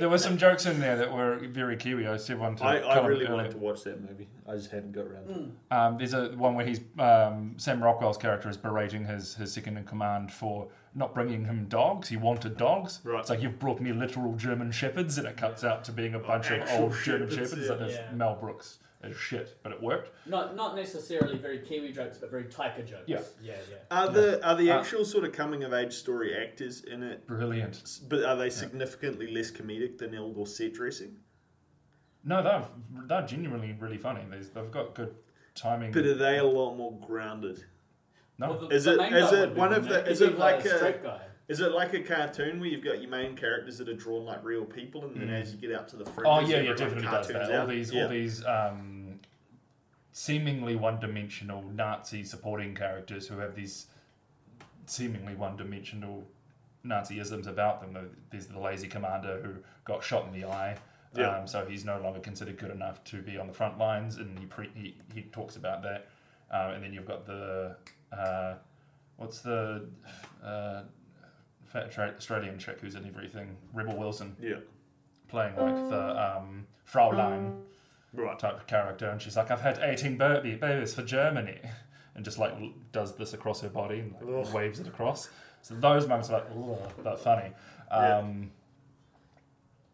there were some jokes in there that were very Kiwi. I said one to
I, I
Colin
really
earlier.
wanted to watch that movie. I just haven't got around to it.
Um, there's a one where he's um, Sam Rockwell's character is berating his his second in command for not bringing him dogs. He wanted dogs.
Right.
It's like you've brought me literal German shepherds, and it cuts out to being a bunch of
Oh, actual
old German
shepherds,
shepherds.
yeah.
That is
Yeah.
Mel Brooks as shit, but it worked.
Not not necessarily very Kiwi jokes, but very Taika jokes.
Yeah.
Yeah, yeah.
Are the are the
Uh,
actual sort of coming of age story actors in it?
Brilliant.
s- But are they significantly less comedic than all the set dressing?
No, they're they're genuinely really funny. They they've got good timing.
But are they a lot more grounded?
no,
Well, the-
Is
the
it-
main
is
guy
it
would be,
one of
wouldn't
the-
it? uh,
is it
He'd be
like a-
straight guy?
Is it like a cartoon where you've got your main characters that are drawn like real people, and then as you get out to the fringes,
Mm. Oh yeah, yeah,
everyone
definitely does
cartoons
that. All
out?
these,
Yeah.
all these um, seemingly one-dimensional Nazi supporting characters who have these seemingly one-dimensional Nazisms about them. There's the lazy commander who got shot in the eye.
Yeah.
Um, so he's no longer considered good enough to be on the front lines, and he pre- he, he talks about that. Um, and then you've got the uh, what's the uh, fat tra- Australian chick who's in everything, Rebel Wilson
yeah,
playing like the um, Fraulein
right.
type of character, and she's like, "I've had eighteen baby babies for Germany," and just like l- does this across her body and like,
Ugh.
waves it across. So those moments are like, "Ugh," but funny. Um,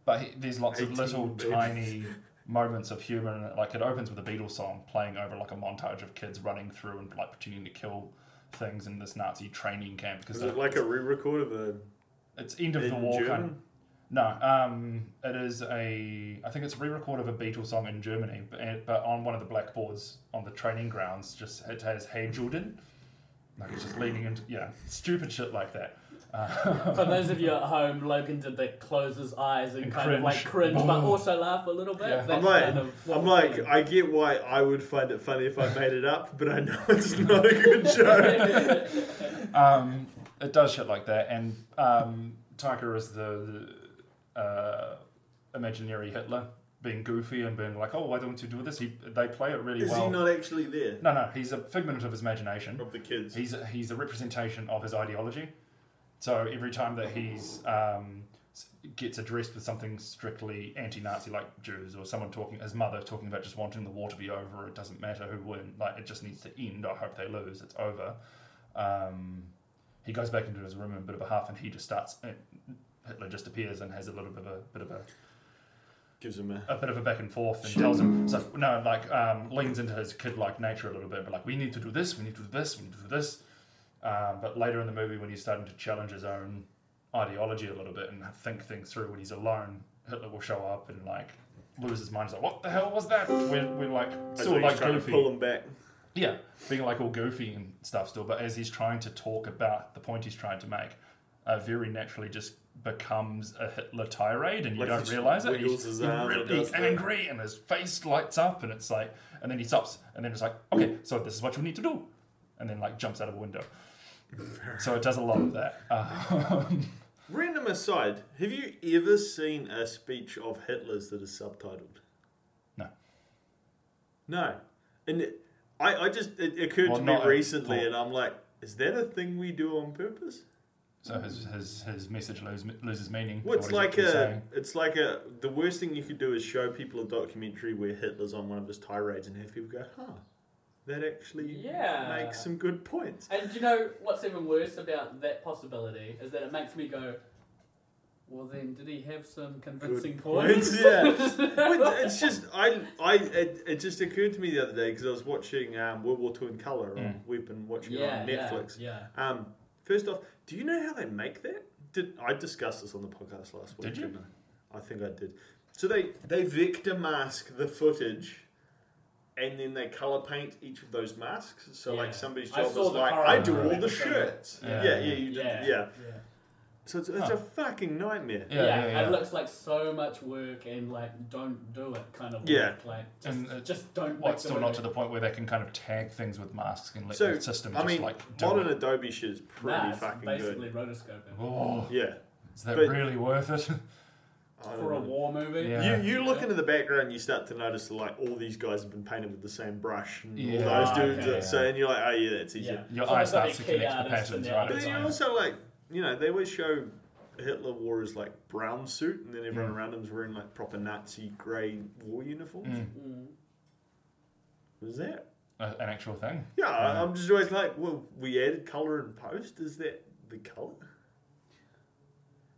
But he, there's lots of
18
little
babies.
tiny moments of humor, and like it opens with a Beatles song playing over like a montage of kids running through and like pretending to kill things in this Nazi training camp because
Is it like a re-record of a
it's end of
in
the war kind of
German?
no, um, it is a. I think it's a re-record of a Beatles song in Germany, but, but on one of the blackboards on the training grounds, just it has "Hey Jordan," like it's just leaning into yeah, stupid shit like that. Uh,
For those of you at home, Logan did the close his eyes and,
And
kind of like
cringe.
cringe, but
Oh.
also laugh a little bit.
Yeah.
I'm
That's
like,
kind of what
I'm
we're
like,
doing.
I get why I would find it funny if I made it up, but I know it's not a good joke.
Um, it does shit like that, and um, Tyker is the, the uh, imaginary Hitler, being goofy and being like, "Oh, why don't you do this?" He, they play it really
Is
well.
he not actually there?
no, no, he's a figment of his imagination.
Of the kids.
He's a, he's a representation of his ideology. So every time that he's um, s- gets addressed with something strictly anti-Nazi, like Jews or someone talking, his mother talking about just wanting the war to be over, it doesn't matter who wins, like it just needs to end. I hope they lose. It's over. Um, he goes back into his room in a bit of a huff, and he just starts. and Hitler just appears and has a little bit of a bit of a
Gives him a
a bit of a back and forth and tells him so no like um, leans into his kid like nature a little bit but like we need to do this we need to do this we need to do this um, but later in the movie when he's starting to challenge his own ideology a little bit and think things through when he's alone Hitler will show up and like lose his mind he's like what the hell was that we're, we're like
So
still
he's
like
trying
goofy
to pull him back.
yeah, being like all goofy and stuff still, but as he's trying to talk about the point he's trying to make, uh, very naturally just becomes a Hitler tirade, and you
Like he
don't
just
realize it.
wiggles
He's,
his
he's
arm and
really
does that.
angry, and his face lights up, and it's like, and then he stops, and then it's like, okay, so this is what you need to do, and then like jumps out of a window. So it does a lot of that. Um,
Random aside, have you ever seen a speech of Hitler's that is subtitled?
No.
No. And it, I, I just, it occurred
Well,
to
not
me
a-
recently,
well-
and I'm like, is that a thing we do on purpose?
so his his, his message lose, loses meaning. for
Well, it's
what he's
like
actually
a,
saying.
it's like a, the worst thing you could do is show people a documentary where Hitler's on one of his tirades and have people go, huh, that actually
Yeah.
makes some good points.
And you know what's even worse about that possibility is that it makes me go, well then, did he have some convincing
Good
points?
points, yeah. But it's just I I it, it just occurred to me the other day because I was watching um, World War Two in color. Or
Mm.
we've been watching it
yeah,
on Netflix.
Yeah,
Um, first off, do you know how they make that? did I discussed this on the podcast last week?
Did you?
not I? I think I did. So they they vector mask the footage, and then they color paint each of those masks. So
Yeah.
like somebody's
I
job is
saw the
like
horror
I do
movie
all the
with somebody.
shirts.
Yeah.
Yeah, yeah, you did,
Yeah.
yeah.
Yeah.
So it's, it's
Huh.
a fucking nightmare.
Yeah, yeah, yeah.
it looks like so much work and like don't do it kind of
Yeah.
work. Like just,
And, uh,
just don't.
Well,
make
it's
the
still not
movie.
to the point where they can kind of tag things with masks and let
So
the system
I
just
mean,
like do
modern
it.
Adobe shit is pretty
Nah, it's
fucking
basically
good.
rotoscoping
Oh,
Yeah.
is that
but-
really worth it?
I don't
for
know.
a war movie.
Yeah.
You you look
Yeah.
into the background, you start to notice like all these guys have been painted with the same brush, and
Yeah.
all those dudes.
Okay.
are- so and you're like, oh yeah, that's easier.
Yeah.
Your
So
eye
it's like
starts
a
to
key
connect the
artist and
patterns
the
right
other
But
at
then
time.
you also like, you know, they always show Hitler wore his like brown suit, and then
Mm.
everyone around him's wearing like proper Nazi grey war uniforms.
Mm.
Mm.
Was that?
A- an actual thing.
Yeah, I I'm just always like, well, we added color in post. Is that the color?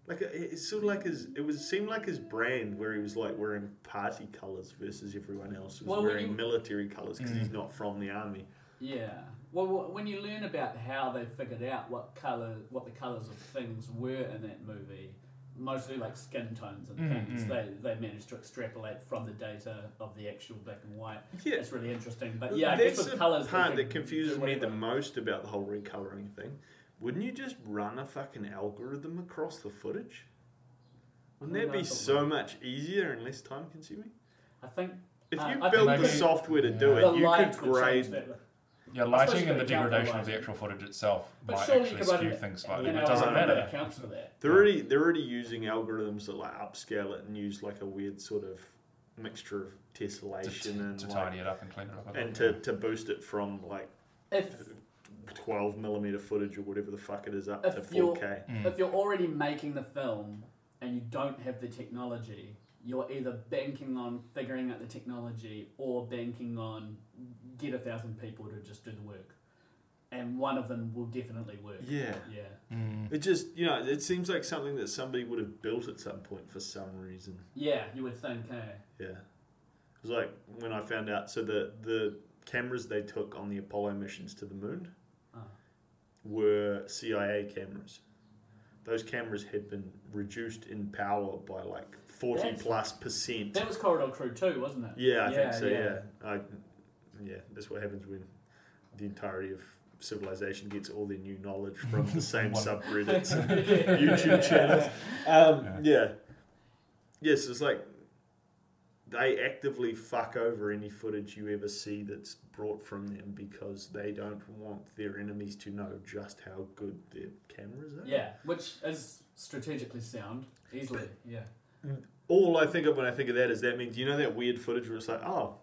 Like it- it's sort of like his. It was seemed like his brand where he was like wearing party colors versus everyone else was
Well, when
wearing
you-
military colors because he's not from the army.
Yeah. Well, wh- when you learn about how they figured out what color, what the colors of things were in that movie, mostly like skin tones and
Mm,
things, they they managed to extrapolate from the data of the actual black and white.
Yeah.
It's really interesting. But yeah, I guess
that's
with
the
colors,
part that confuses me the most about the whole recoloring thing. Wouldn't you just run a fucking algorithm across the footage? Wouldn't
Well,
that be
that's a
so
way.
much easier and less time consuming?
I think
If
Uh, I
you
think
build
maybe-
the software to do
Yeah.
the
it, you
light
could
would change
grade.
that.
Yeah, lighting and
supposed
the
to account for
degradation of the
lighting.
actual footage itself
But
might
surely you
actually
could run
skew
an-
things
an
slightly. But it
algorithm
doesn't
that
matter.
Accounts for that.
They're already they're already using algorithms that like upscale it and use like a weird sort of mixture of
To,
tessellation
to,
and
to
like-
tidy it up and clean it up. a bit.
and to, to boost it from like
If
12 millimeter footage or whatever the fuck it is up
If
to
you're-
4K.
Mm.
If you're already making the film and you don't have the technology, you're either banking on figuring out the technology or banking on get a thousand people to just do the work. And one of them will definitely work.
Yeah.
Yeah.
Mm.
It just, you know, it seems like something that somebody would have built at some point for some reason.
Yeah, you would think, eh? hey.
Yeah. It was like when I found out, so the, the cameras they took on the Apollo missions to the moon
Oh.
were CIA cameras. Those cameras had been reduced in power by like 40
That's-
plus percent.
That was Corridor Crew too, wasn't it?
Yeah, I think so. Yeah, I, yeah, that's what happens when the entirety of civilization gets all their new knowledge from the same
One-
subreddits, and YouTube channels. Um, yeah. Yes, it's like they actively fuck over any footage you ever see that's brought from them because they don't want their enemies to know just how good their cameras are.
Yeah, which is strategically sound, easily. yeah.
all I think of when I think of that is that means you know that weird footage where it's like, oh,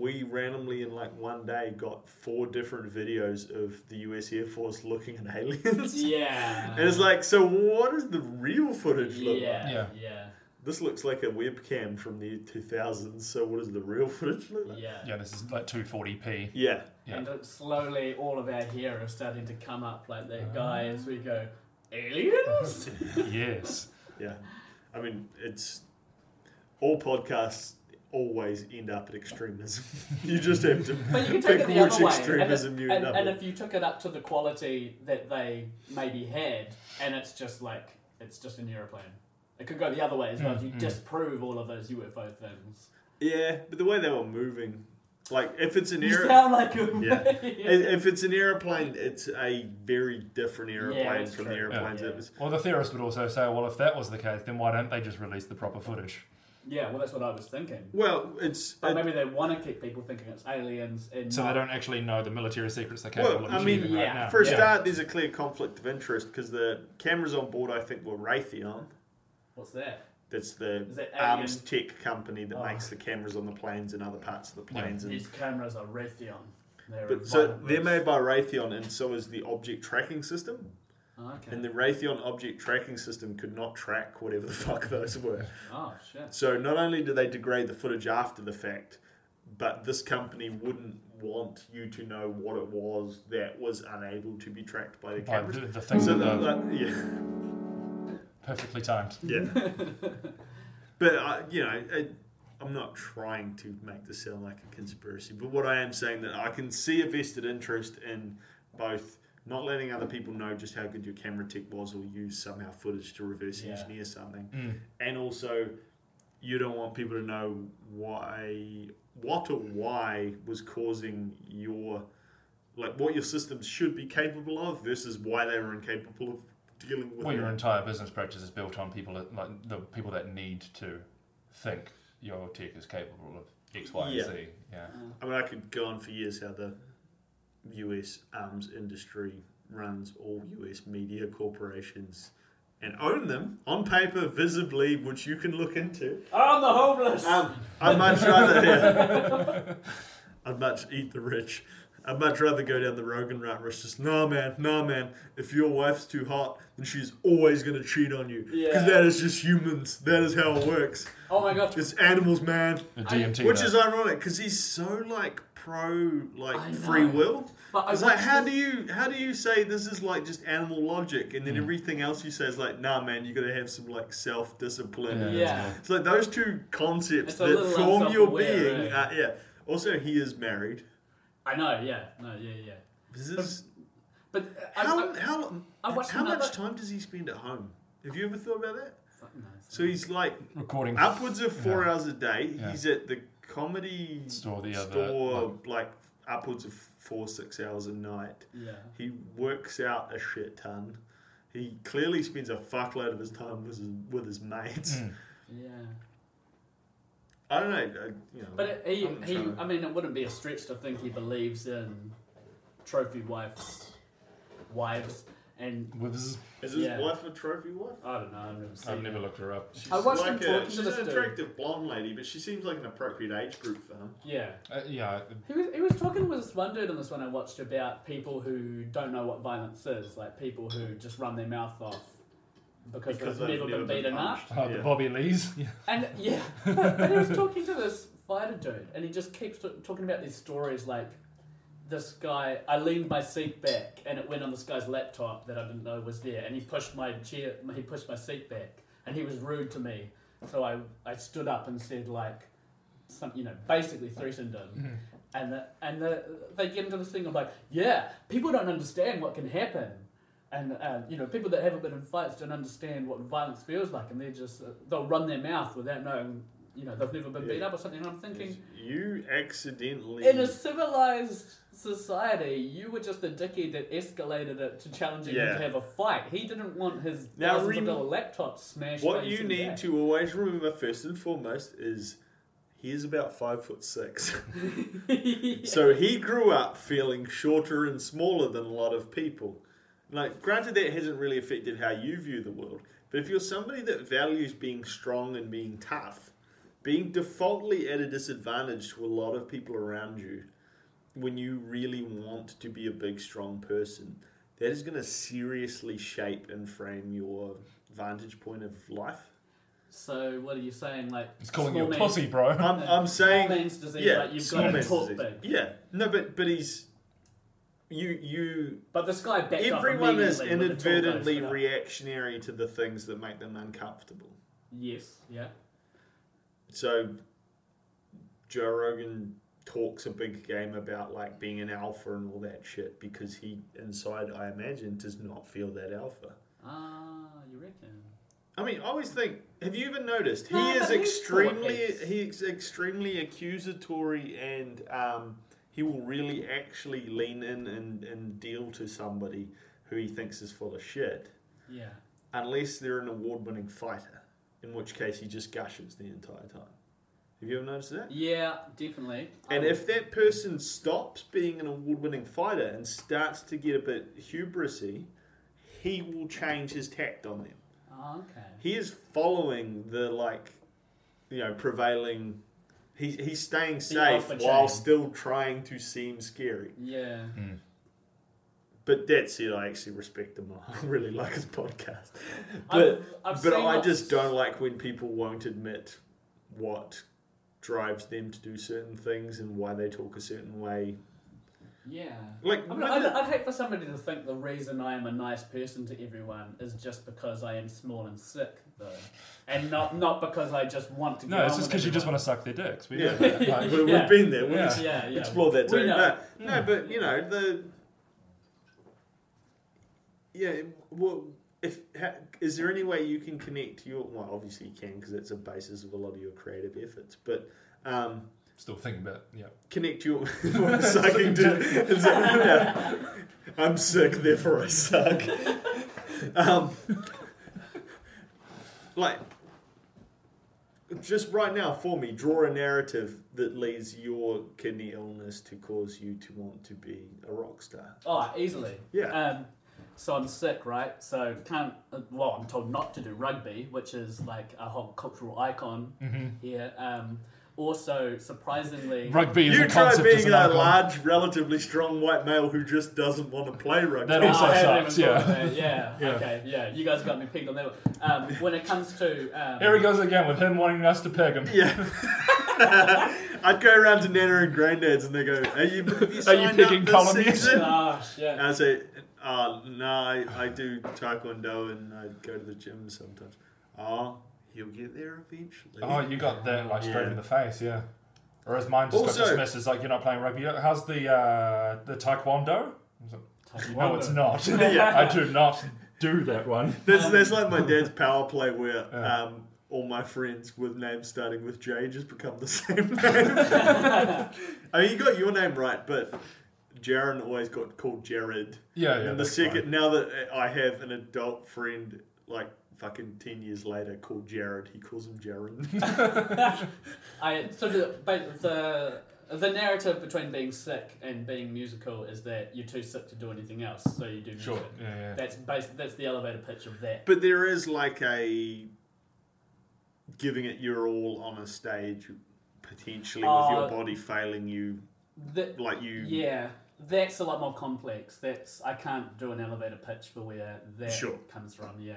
we randomly in like one day got four different videos of the US Air Force looking at aliens.
Yeah.
And it's like, so what does the real footage look like?
yeah, yeah.
Yeah.
Yeah.
This looks like a webcam from the 2000s, so what does the real footage look like?
Yeah, this is like 240p.
Yeah.
Yeah.
And it- slowly, all of our hair are starting to come up like
Ah.
that guy as we go, aliens?
yes.
Yeah. I mean, it's all podcasts always end up at extremism. you just have to
but you can take
pick
it the
which
other way. And, if-
extremism you end
and,
up
and
with.
if you took it up to the quality that they maybe had, and it's just like, it's just an aeroplane. It could go the other way as
Mm,
well if you disprove all of those UFO things.
Yeah, but the way they were moving, like if it's an
You
air,
sound like a.
Yeah. if if it's an airplane, it's a very different airplane
that's
from the
true. Yeah.
airplanes.
Yeah.
It was,
Well, the theorist would also say, well, if that was the case, then why don't they just release the proper footage?
Yeah, well, that's what I was thinking.
well, it's
But
it-
maybe they want to keep people thinking it's aliens and.
So they don't actually know the military secrets they're capable
well.
of
I mean,
achieving right now.
for a
Yeah.
start, there's a clear conflict of interest because the cameras on board, I think, were Raytheon.
What's that?
That's the
Is that
arms tech company that
Oh.
makes the cameras on the planes and other parts of the planes. And,
These cameras are Raytheon. They're
but so
environment-
they're made by Raytheon, and so is the object tracking system.
Okay.
And the Raytheon object tracking system could not track whatever the fuck those were.
Oh shit.
So not only do they degrade the footage after the fact, but this company wouldn't want you to know what it was that was unable to be tracked by the
Like,
cameras.
the, the things
So
that
that,
are
that- yeah,
perfectly timed.
yeah. but I, you know, it, I'm not trying to make this sound like a conspiracy. But what I am saying that I can see a vested interest in both not letting other people know just how good your camera tech was or use somehow footage to reverse
Yeah.
engineer something.
Mm.
And also, you don't want people to know why, what or why was causing your, like what your systems should be capable of versus why they were incapable of dealing with
Well,
it.
your entire business practice is built on people that, like the people that need to think your tech is capable of X, Y,
Yeah.
and Z. Yeah.
I mean, I could go on for years how the US arms industry runs all US media corporations and own them on paper, visibly, which you can look into.
I'm the homeless.
Um, I'd much rather, yeah. I'd much eat the rich. I'd much rather go down the Rogan route where it's just, nah, man, nah, man, if your wife's too hot, then she's always going to cheat on you. Because
Yeah.
that is just humans. That is how it works.
oh my god.
It's animals, man.
The
I-
DMT.
Which
though.
is ironic because he's so like pro
I
like free
know.
will.
But I
It's like
watched
how
this-
do you how do you say this is like just animal logic and then everything else you say is like nah man you gotta have some like self discipline.
Yeah.
Yeah.
It's like those two concepts
It's a
that
little
form your
unself-aware,
being.
right?
Uh, yeah. Also, he is married.
I know. Yeah. No. Yeah. Yeah.
This is
But uh,
how
I, I,
how
I watched
how
another-
much time does he spend at home? Have you ever thought about that?
fuck, no, it's-
So he's like
recording
upwards of four
Yeah.
hours a day.
Yeah.
He's at the comedy
Store the other-
store, like upwards of four six hours a night.
yeah.
He works out a shit ton. He clearly spends a fuckload of his time with his, with his mates.
Mm.
Yeah.
I don't know. I, you know
But it, he,
I'm
he,
trying to-
I mean, it wouldn't be a stretch to think he believes in trophy wives, wives, and
with. um,
is his
yeah.
wife a trophy wife?
I don't know. I've never seen.
I've
it.
never looked her up.
She's
I watched him
like a-
talking to
She's
this
an
dude.
attractive blonde lady, but she seems like an appropriate age group for him.
Yeah,
Uh, yeah,
he was he was talking with this one dude in this one I watched about people who don't know what violence is, like people who just run their mouth off because, they've, never, been beaten up.
punched.
oh, the
Yeah.
Bobby Lees. Yeah.
And yeah, but he was talking to this fighter dude, and he just keeps t- talking about these stories like this guy. I leaned my seat back, and it went on this guy's laptop that I didn't know was there, and he pushed my chair. He pushed my seat back, and he was rude to me. So I I stood up and said like some you know basically threatened him. And, the, and the, they get into this thing of like, yeah, people don't understand what can happen. And, uh, you know, people that haven't been in fights don't understand what violence feels like. And they're just, uh, they'll run their mouth without knowing, you know, they've never been beat
Yeah.
up or something. And I'm thinking,
You accidentally.
in a civilized society, you were just the dickhead that escalated it to challenging him
Yeah.
to have a fight. He didn't want his
Now,
thousands of
rem-
dollar laptop smashed.
What
face
you
in the
need
back.
to always remember first and foremost is he is about five foot six. So he grew up feeling shorter and smaller than a lot of people. Like, granted, that hasn't really affected how you view the world, but if you're somebody that values being strong and being tough, being defaultly at a disadvantage to a lot of people around you when you really want to be a big, strong person, that is going to seriously shape and frame your vantage point of life.
So what are you saying? Like
He's calling you
small
a
man-
pussy, bro.
I'm, I'm
small
saying.
man's disease.
Yeah,
like you've
small
got to
man's
talk
disease.
big.
Yeah, no, but but he's you you
But this guy backed up
Everyone is
immediately when the tool
inadvertently
goes up.
reactionary to the things that make them uncomfortable.
Yes. Yeah.
So Joe Rogan talks a big game about like being an alpha and all that shit because he inside I imagine does not feel that alpha.
Ah, you reckon?
I mean, I always think have you even noticed he
No,
is
but he's
extremely
taught it.
he's extremely accusatory and um, he will really actually lean in and, and deal to somebody who he thinks is full of shit.
Yeah.
unless they're an award-winning fighter, in which case he just gushes the entire time. Have you ever noticed that?
Yeah, definitely.
And
I-
if that person stops being an award-winning fighter and starts to get a bit hubrisy, he will change his tact on them.
Ah, okay.
He is following the like, you know, prevailing. He, he's staying safe
alpha
while
chain.
still trying to seem scary.
Yeah.
But that said, I actually respect him. I really like his podcast. But
I've- I've
but
seen
I
lots-
just don't like when people won't admit what drives them to do certain things and why they talk a certain way.
Yeah.
Like,
I mean,
when
I'd,
the-
I'd hate for somebody to think the reason I am a nice person to everyone is just because I am small and sick, though, and not not because I just want to.
No,
get
it's
on
just
with
because you just
everyone.
want to suck their dicks. We
Yeah.
know that. Like,
we-
Yeah.
We've been there. We
Yeah.
ex-
Yeah, yeah.
explored that
We
too.
know.
No, no, but you know the yeah. Well, if ha, is there any way you can connect your? Well, obviously you can because it's a basis of a lot of your creative efforts. But um,
Still thinking about yeah.
connect your what a sucking dick. Is that- yeah. I'm sick, therefore I suck. Um, like, just right now for me, draw a narrative that leads your kidney illness to cause you to want to be a rock star.
Oh, easily.
Yeah.
Um, so I'm sick, right? So can't. uh, Well, I'm told not to do rugby, which is like a whole cultural icon
Mm-hmm.
here. Um, also, surprisingly,
Rugby is
You
a
try
concept
being
as
a
an icon.
large, relatively strong white male who just doesn't want to play rugby.
That
Oh,
also
I haven't
sucks,
even thought
yeah.
of that. yeah.
Yeah.
Okay. Yeah. You guys got me pegged on that one. Um, when it comes to um,
Here he goes again with him wanting us to peg him.
Yeah. I'd go around to Nana and Grandad's and they go, "Are you have you signed
picking
up
column
this
yet?"
season?"
Ah, shit.
And I say, uh, no, I, I do taekwondo and I go to the gym sometimes. Oh, he'll get there eventually.
Oh, you got that like straight
Yeah.
in the face, yeah. Or as mine just
Also-
got dismissed as like you're not playing rugby. How's the uh, the taekwondo? I was like,
Oh,
No, it's not.
Yeah.
I do not do that one.
That's, that's like my dad's power play where
Yeah.
um, all my friends with names starting with J just become the same name. I mean, you got your name right, but Jaron always got called Jared.
Yeah, yeah.
and the
that's
second,
fine.
now that I have an adult friend, like fucking 10 years later, called Jared, he calls him Jaron.
I so the but the the narrative between being sick and being musical is that you're too sick to do anything else, so you do music.
Sure. Yeah, yeah.
That's bas That's the elevator pitch of that.
But there is like a giving it your all on a stage, potentially with your
Uh,
body failing you,
That
like you.
yeah, that's a lot more complex. That's I can't do an elevator pitch for where that
Sure.
comes from. Yeah,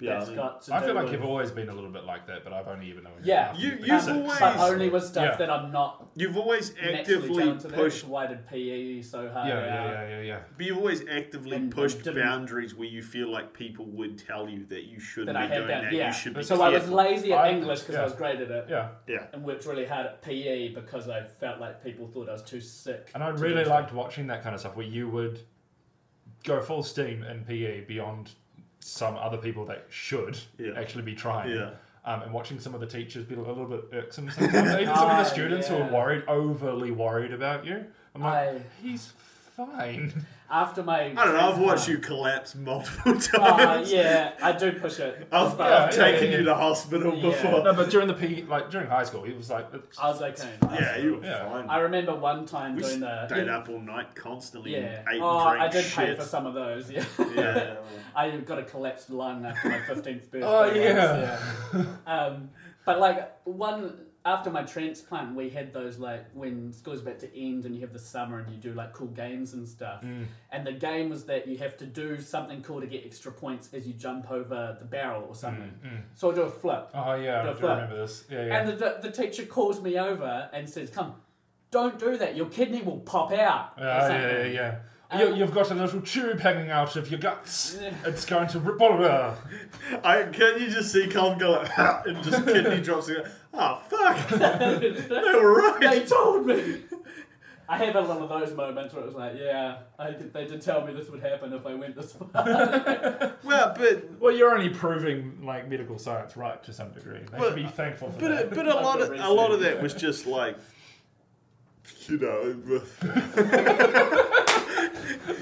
Yeah,
that's
I mean-
got to
I
do
feel like
with,
you've always been a little bit like that, but I've only even known.
Yeah.
after
You-
you've been
you've
sick.
always-
but only with stuff
Yeah.
that I'm not
You've always
naturally
actively
talented. at, which
pushed,
is Why did PE so
Yeah,
hard?
yeah, yeah, yeah, yeah.
but you've always actively
And- and
pushed
didn't-
boundaries where you feel like people would tell you that you shouldn't
That I
be
had
doing
done,
that.
yeah.
You should be
So I was
careful.
lazy at
I-
English because
yeah.
I was great at it.
Yeah.
yeah,
and worked really hard at PE because I felt like people thought I was too sick.
And I
to
really
do
liked watching that kind of stuff where you would go full steam in PE beyond some other people that should
Yeah.
actually be trying.
Yeah.
Um, and watching some of the teachers be a little bit irksome sometimes. Even some of the
Oh,
students who
yeah.
are worried, overly worried about you. I'm like,
I-
he's fine.
After my,
I don't know. I've watched you collapse multiple times.
Uh, yeah, I do push it.
I've,
But uh,
I've
yeah,
taken
yeah,
you
yeah.
to hospital
Yeah.
before.
No, but during the PE, like during high school, he was like, it's-
I was okay.
Yeah, you were
Yeah.
fine.
I remember one time
we
doing the
stayed up all night constantly
Yeah.
and ate
Oh,
and drank
I did
shit.
pay for some of those. Yeah.
yeah.
I got a collapsed lung after my fifteenth birthday.
oh
once,
yeah.
Um, but like one after my transplant, we had those like when school's about to end and you have the summer and you do like cool games and stuff.
Mm.
And the game was that you have to do something cool to get extra points as you jump over the barrel or something. So I do a flip,
Mm, Oh yeah, I
Go
do
for it.
remember this. Yeah, yeah.
and the, the teacher calls me over and says, "Come, don't do that. Your kidney will pop out."
Oh,
or
Yeah, yeah, yeah,
something.
yeah.
Um,
you, you've got a little tube hanging out of your guts.
Yeah.
It's going to rip. Blah, blah, blah.
I can you just see Colin go like and just kidney drops and go, oh fuck, they were
they
right.
told me. I had a lot of those moments where it was like, yeah, I, they did tell me this would happen if I went this far.
Well, but
Well, you're only proving like medical science right to some degree. They
But-
should be thankful for
but
that.
but a lot of a lot of that was just like. You know,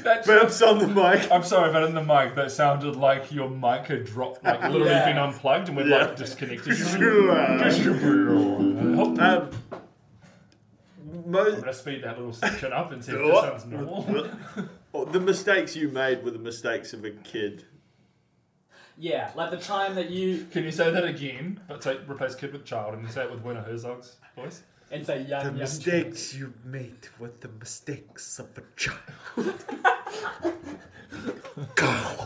That's-
Burps on the mic.
I'm sorry, but in the mic, that sounded like your mic had dropped, like literally
Yeah.
been unplugged, and we've
Yeah.
like disconnected. you.
um,
Help. I'm
mo-
gonna speed that little section up and see if this
Oh.
sounds normal.
oh, the mistakes you made were the mistakes of a kid.
Yeah, like the time that you
Can you say that again? But say replace kid with child, and you say it with Werner Herzog's voice.
and say young, young
you made were the mistakes of a child.
children.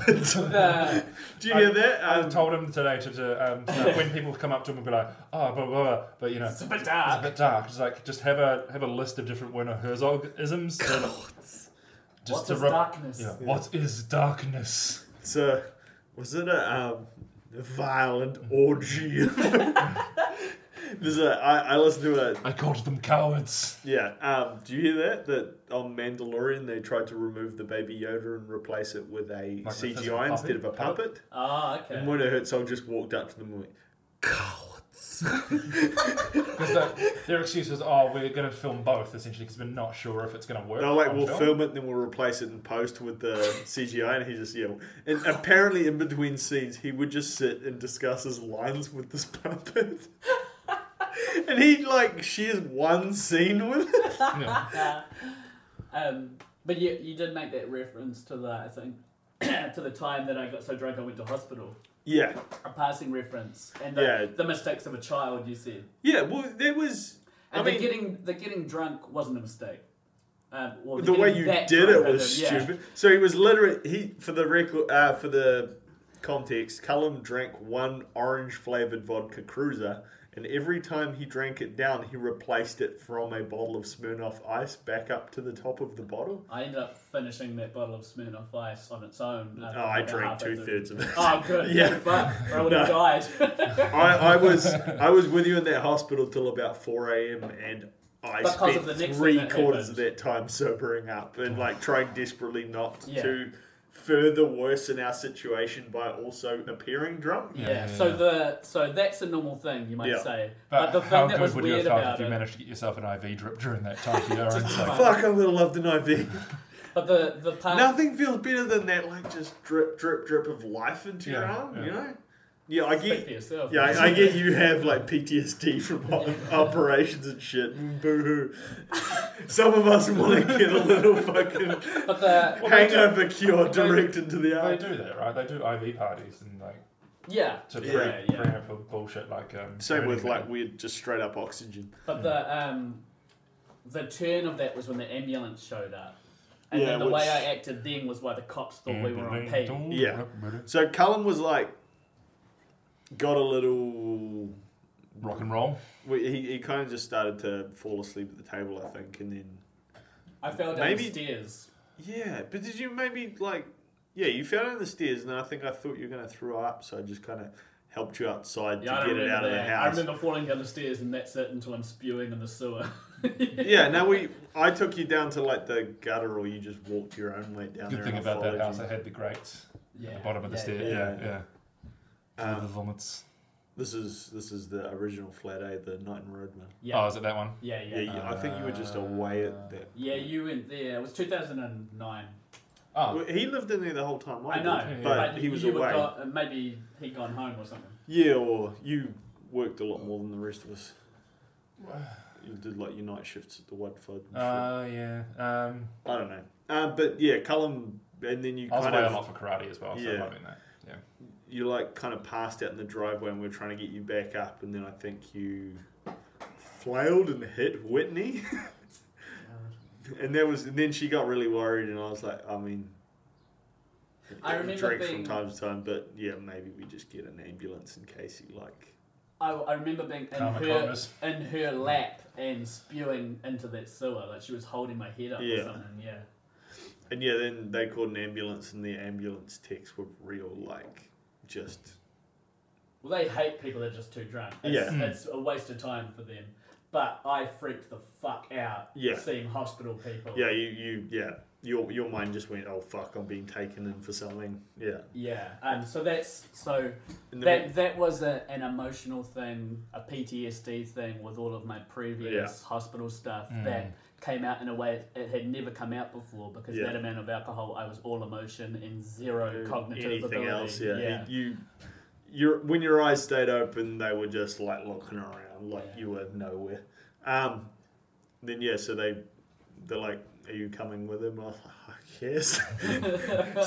The-
Do you hear that?
I
Um,
told him today to, to um, so when people come up to him and be like, oh, blah, blah, blah, but you know,
it's a bit
uh,
It's a
dark.
bit dark. Just like just have a have a list of different Werner Herzog isms.
What is darkness?
Yeah. What is darkness?
So, was it a um, violent orgy? There's a I, I listened to a
I called them cowards.
yeah. Um, do you hear that? That on Mandalorian they tried to remove the baby Yoda and replace it with a
Like a physical
CGI instead of
puppet?
a puppet.
Ah,
And
okay.
Werner Herzog just walked up to them and went, "Cowards."
Because their- their excuse was, "Oh, we're going to film both essentially because we're not sure if it's going to work."
They're like,
on
we'll film it and then we'll replace it in post with the CGI, and he just yelled. And apparently, in between scenes, he would just sit and discuss his lines with this puppet. and he like shares one scene with it.
Yeah.
Um, but you, you did make that reference to the I think to the time that I got so drunk I went to hospital.
Yeah,
A passing reference and the,
Yeah.
the mistakes of a child. You said,
yeah. Well, there was.
and
I
the
mean,
getting the getting drunk wasn't a mistake. Um, well,
the way
getting
you
that
did it
drunk
was
yeah.
stupid. So he was literally he for the record uh, for the context. Cullum drank one orange flavored vodka cruiser, and every time he drank it down, he replaced it from a bottle of Smirnoff Ice back up to the top of the bottle.
I ended up finishing that bottle of Smirnoff Ice on its own. uh,
Oh, I
about
drank
halfway
two
through.
thirds of it.
Oh, good.
Yeah.
Yeah. Fuck, or I would have
No.
died.
I, I was I was with you in that hospital till about four a.m. and. I
Because of the next thing
spent three
that
quarters of
happened.
that time sobering up and like trying desperately not
Yeah.
to further worsen our situation by also appearing drunk.
Yeah,
Yeah,
so
yeah.
the so that's a normal thing you might
Yeah.
say.
But,
But, the
how
thing that
good
was
would you have
weird
felt if
about
you
it,
managed to get yourself an IV drip during that time for your own sake?
Fuck, I'm gonna love the IV.
but the the part
Nothing feels better than that, like just drip, drip, drip of life into your
Yeah,
arm.
yeah.
You know? Yeah, I
speak for
get.
yourself.
Yeah, I, I get you have like PTSD from o- operations and shit. Mm, Boo hoo. Some of us want to get a little fucking
But the
Well, they do-
hangover cure
they-
direct into the
They
arm.
do that, right? They do IV parties and like
yeah,
to pre-
Yeah,
yeah.
preamble bullshit like um.
Same with
burning
like weird, just straight up oxygen.
but the um the turn of that was when the ambulance showed up, and
Yeah,
then the
which-
way I acted then was why the cops thought we were on pee.
Yeah. So Cullen was like, got a little
Rock and roll.
Well, he, he kind of just started to fall asleep at the table, I think, and then
I fell down
Maybe-
the stairs.
yeah. But did you maybe like yeah? You fell down the stairs, and I think I thought you were gonna throw up, so I just kind of helped you outside
Yeah, I
to get
remember
it out of
that.
the
I
house.
remember falling down the stairs, and that's it until I'm spewing in the sewer.
Yeah. Now we I took you down to like the gutter, or you just walked your own way down
Good
there.
thing
and I
about that
followed
house,
you.
it had the grates at
Yeah,
the bottom of the
yeah,
stair.
yeah.
Yeah, yeah. All the vomits.
Um, This is this is the original flat A, the Knight and Road one.
Yeah,
Oh, is it that one?
yeah, yeah.
Yeah,
yeah.
you- I think you were just away at that.
you went there. It was 2009.
Oh,
Well, he lived in there the whole time.
I
did,
know,
Yeah, yeah.
but he was
you were
away.
Got, uh, maybe he gone home or something.
Yeah, or you worked a lot more than the rest of us. You did like your night shifts at the Watford. And shit.
uh, yeah. Um,
I don't know. Uh, but yeah, Cullum, and then you
I was
kind
away a
of
lot for karate as well, so
Yeah.
it might be that. Yeah.
you like kind of passed out in the driveway, and we are trying to get you back up, and then I think you flailed and hit Whitney, and that was and then she got really worried, and I was like, I mean.
I
you
remember
drink
being-
from time to time, but yeah, maybe we just get an ambulance in case you like.
I, I remember being in
Karma
her,
kindness.
in her lap and spewing into that sewer, like she was holding my head up
Yeah.
or something. Yeah.
And yeah, then they called an ambulance, and the ambulance texts were real, like, just
Well, they hate people that are just too drunk. It's,
Yeah.
it's a waste of time for them. But I freaked the fuck out
Yeah.
seeing hospital people.
Yeah, you, you yeah. Your your mind just went, oh fuck, I'm being taken in for something. Yeah.
Yeah. Um, so that's so
And then
that that was a, an emotional thing, a PTSD thing with all of my previous hospital stuff that came out in a way it, it had never come out before because
Yeah.
that amount of alcohol, I was all emotion and zero cognitive
anything
ability.
else, yeah. You, you your when your eyes stayed open, they were just like looking around, like
Yeah.
you were nowhere. Um, then yeah, so they they're like, are you coming with him? I was like, yes.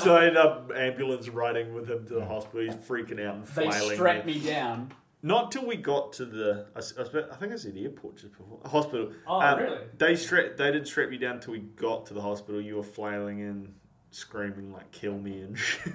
so I ended up ambulance riding with him to the hospital. He's freaking out and
They
flailing.
strapped me down.
Not till we got to the, I, s- I spe- I think I said airport just before hospital. Um,
Oh, really?
They strap, they did strap you down till we got to the hospital. You were flailing in, screaming like "kill me" and shit.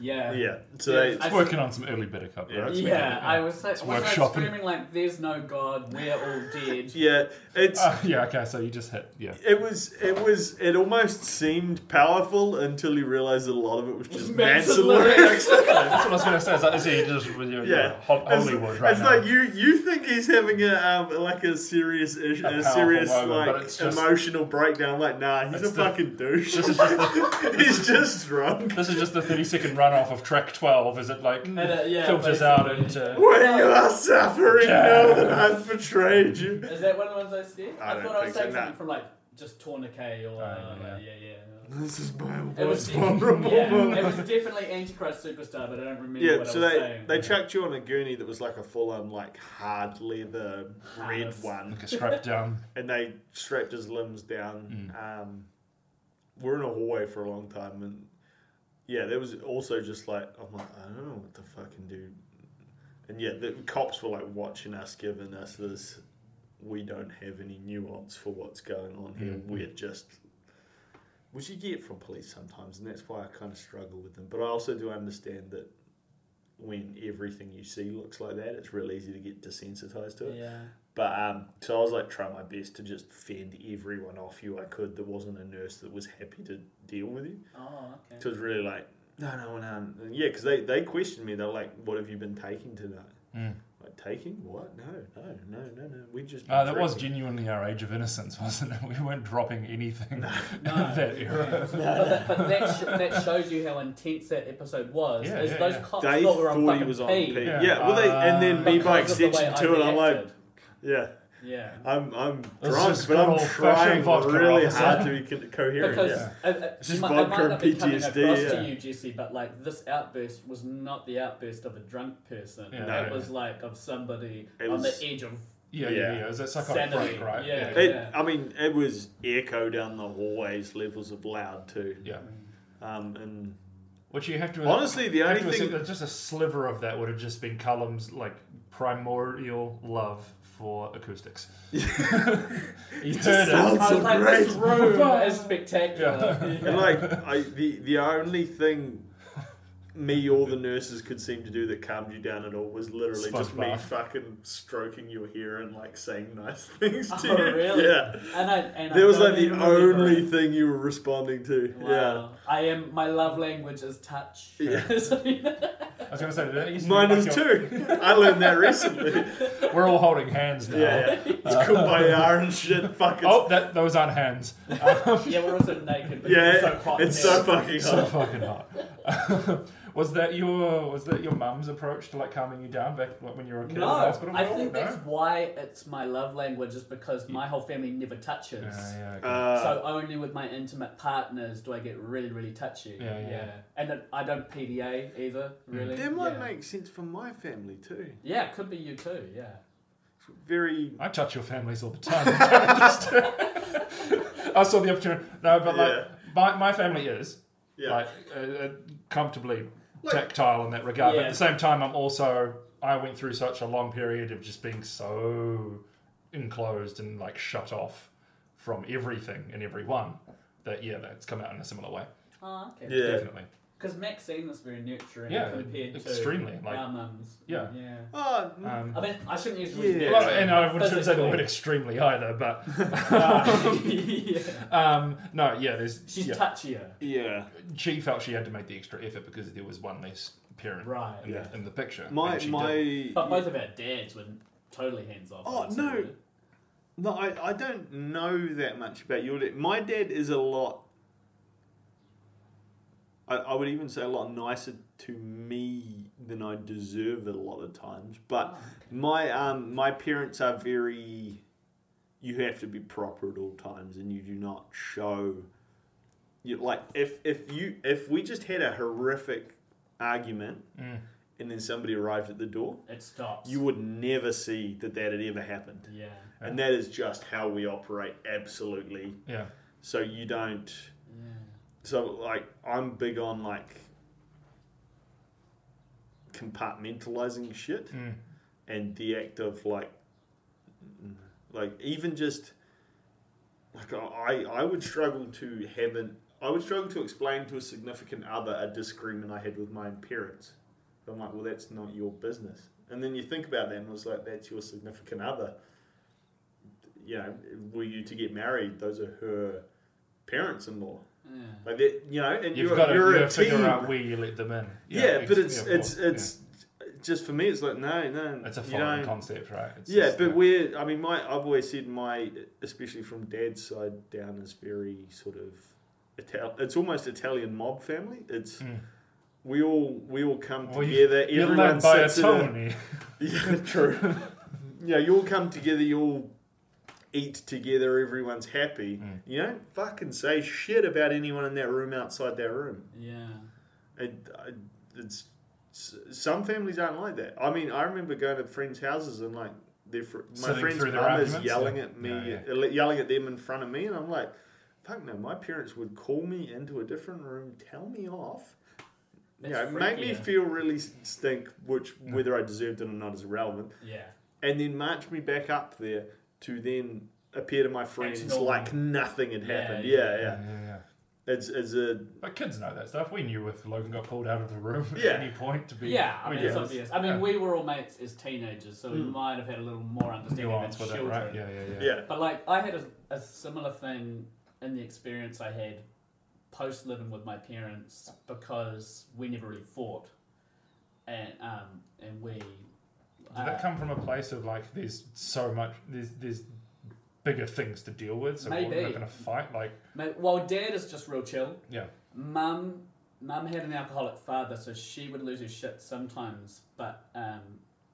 Yeah.
yeah. So
Yeah,
they,
I-
It's working on some early bitter cup.
Yeah.
right? It's
Yeah,
making-
I was so,
It's
was I
workshopping.
screaming like, "There's no God, we're all dead."
yeah, it's
Uh, yeah, okay, so you just hit. Yeah.
it was it was it almost seemed powerful until you realized that a lot of it was just
Manson
Manson lyrics.
That's what I was going to say. It's like, is he just with your,
Yeah,
your ho-
it's,
Hollywood right
it's
now?
like you you think he's having a um, like a serious issue,
A
a,
powerful
serious
moment, but
like
it's just-
emotional breakdown. Like nah, he's a
It's the-
fucking douche.
this is just the-
he's just drunk.
This is just the 30 second runoff of track 12 as it like
uh, yeah,
filters
basically.
out into.
When you are suffering, know that I've betrayed you.
Is that one of the ones I said?
I don't
thought I
think
was
so,
saying
nah.
something from like just Tourniquet or
Oh,
uh,
yeah.
yeah, yeah.
This is my
It was,
most
yeah,
vulnerable moment.
it was definitely Antichrist Superstar, but I don't remember
Yeah,
what
so
I was
they
saying.
they chucked you on a gurney that was like a full on like hard leather red
Harness.
one,
Like a strap down.
and they strapped his limbs down. Um, we're in a hallway for a long time, and yeah, there was also just like I'm like I don't know what to fucking do, and yeah, the cops were like watching us, giving us this. We don't have any nuance for what's going on here. We're just which you get from police sometimes, and that's why I kind of struggle with them. But I also do understand that when everything you see looks like that, it's real easy to get desensitized to it.
yeah.
But um, so I was like trying my best to just fend everyone off you I could that wasn't a nurse that was happy to deal with you.
Oh, okay.
So it was really like, no, no, no. And yeah, because they, they questioned me. They're like, what have you been taking tonight?
Mm.
Like, taking? What? No, no, no, no, no. We just.
Uh, that was
drinking."
genuinely our age of innocence, wasn't it? We weren't dropping anything in
No.
that era.
but that, but that, sh- that shows you how intense that episode was.
Yeah,
is
yeah,
those
yeah.
cops
They
thought we were on
thought he
fucking
was on
pee
P. Yeah. well, they and then me
because
by
of the way
extension
I
too, and I'm like,
reacted.
yeah,
yeah.
I'm I'm
This
drunk,
is
but
good
I'm
old-fashioned
trying
vodka,
really
officer.
hard to be co- coherent.
Because
yeah.
I- I-
It's just
it might- it might
vodka
not
and
be coming
PTSD,
across
yeah.
to you, Jesse, but like this outburst was not the outburst of a drunk person.
Yeah,
No.
it was like of somebody
It
on
was-
the edge of
Yeah, yeah,
Yeah.
yeah. It was a psychotic
Sanity,
break, right?
yeah.
It,
Yeah.
I mean, it was echo down the hallways, levels of loud too.
Yeah.
Um, and
Which you have to
honestly, the
you have
only
to
thing,
accept that just a sliver of that would have just been Cullum's like primordial love for acoustics. he heard it.
sounds
I
so
was like,
great.
this room is spectacular.
And like, I, the the only thing me or the nurses could seem to do that calmed you down at all was literally just me
SpongeBob.
fucking stroking your hair and like saying nice things to
Oh,
you.
really?
Yeah.
And I, and
That
I
was
don't
like the
even remember
only
it.
thing you were responding to.
Wow. I am. My love language is touch.
Yeah.
So, you know,
I was going to say that
Yeah.
used to be
Mine
like
is
your-
too. I learned that recently.
We're all holding hands now.
Yeah, yeah. It's
Uh,
kumbaya and shit. Fucking.
Oh, that those aren't hands.
yeah, we're also naked. Because
yeah,
it's so hot.
it's
in
so
here.
fucking
so
hot.
fucking hot. was that your was that your mum's approach to like calming you down back like, when you were a kid in the
No,
hospital?
I
No,
think
no.
that's why it's my love language is because my whole family never touches.
Yeah, yeah, okay.
Uh,
So only with my intimate partners do I get really, really touchy.
Yeah, Hmm. yeah.
And it- I don't PDA either, really.
That might
yeah.
make sense for my family too.
Yeah, it could be you too. Yeah.
Very.
I touch your families all the time. Just- I saw the opportunity. No, but like
Yeah.
my, my family is
Yeah.
like uh, uh, comfortably
Like-
tactile in that regard. But
Yeah.
at the same time, I'm also I went through such a long period of just being so enclosed and like shut off from everything and everyone that yeah, that's come out in a similar way.
Oh, okay.
yeah.
Definitely.
Because Maxine is very nurturing
Yeah,
compared
extremely,
to
like-
our mums.
Yeah.
Yeah.
Oh, n-
Um,
I mean, I shouldn't use the
Yeah.
word
well, and I wouldn't say the
Physically.
word extremely either, but
yeah.
um, no, yeah, there's
Uh, She's
yeah.
touchier.
yeah.
she felt she had to make the extra effort because there was one less parent
Right.
in,
Yeah.
the, in the picture.
My
and she did.
my.
But both of our dads were totally hands off.
Oh,
I'd say,
no.
really.
No, I, I don't know that much about your dad. My dad is a lot. I, I would even say a lot nicer to me than I deserve a lot of times. But my um my parents are very. You have to be proper at all times, and you do not show. You like if if you if we just had a horrific argument, and then somebody arrived at the door,
It stops.
you would never see that that had ever happened.
Yeah.
And that is just how we operate, absolutely.
yeah.
So you don't.
Yeah.
So, like, I'm big on, like, compartmentalizing shit
Mm.
and the act of, like, like, even just like I, I would struggle to have an I would struggle to explain to a significant other a disagreement I had with my parents. I'm like, well, that's not your business. And then you think about that, and it was like, that's your significant other. You know, were you to get married, those are her parents-in-law.
Yeah.
Like that, you know, and
You've
you're,
got to,
you're
you
a
gotta figure
team.
out where you let them in.
yeah, but it's
yeah, of
it's
course,
it's just for me. It's like no, no,
yeah. it's a
you
foreign
don't-
concept, right? It's
yeah,
just,
but
uh,
we're. I mean, my I've always said my, especially from dad's side down, is very sort of. Ital- it's almost Italian mob family. It's
Mm.
we all we all come
Well, you-
together.
you're
Everyone
led by a
sits in a-
Tony.
yeah, true. yeah, you all come together. You all eat together. Everyone's happy.
Mm.
You don't fucking say shit about anyone in that room outside that room.
Yeah.
It, I- it's s- some families aren't like that. I mean, I remember going to friends' houses and like their fr- my
Sitting
friend's
through their
mum is
arguments?
yelling
Yeah.
at me,
Yeah,
ele- yelling at them in front of me, and I'm like, "Fuck no!" My parents would call me into a different room, tell me off. You know,
That's
make me
freakier.
feel really s- stink, which whether I deserved it or not is irrelevant,
Yeah.
and then march me back up there to then appear to my friends
normal.
like nothing had
Yeah,
happened.
yeah.
Yeah, yeah.
yeah, yeah, yeah.
It's, it's a
But kids know that stuff. We knew if Logan got pulled out of the room at
Yeah.
any point to be
Yeah, I
we
mean,
knew
it's
it was
obvious. I mean,
Yeah.
we were all mates as teenagers, so we
Mm.
might have had a little more understanding
nuance
than
with it,
children.
right? Yeah, yeah, yeah.
yeah.
But like, I had a, a similar thing in the experience I had post living with my parents because we never really fought, and um, and we.
Did
uh,
that come from a place of like there's so much there's there's bigger things to deal with, so we're
Maybe.
not gonna fight like
ma- well, dad is just real chill.
yeah.
Mum, mum had an alcoholic father, so she would lose her shit sometimes. But um,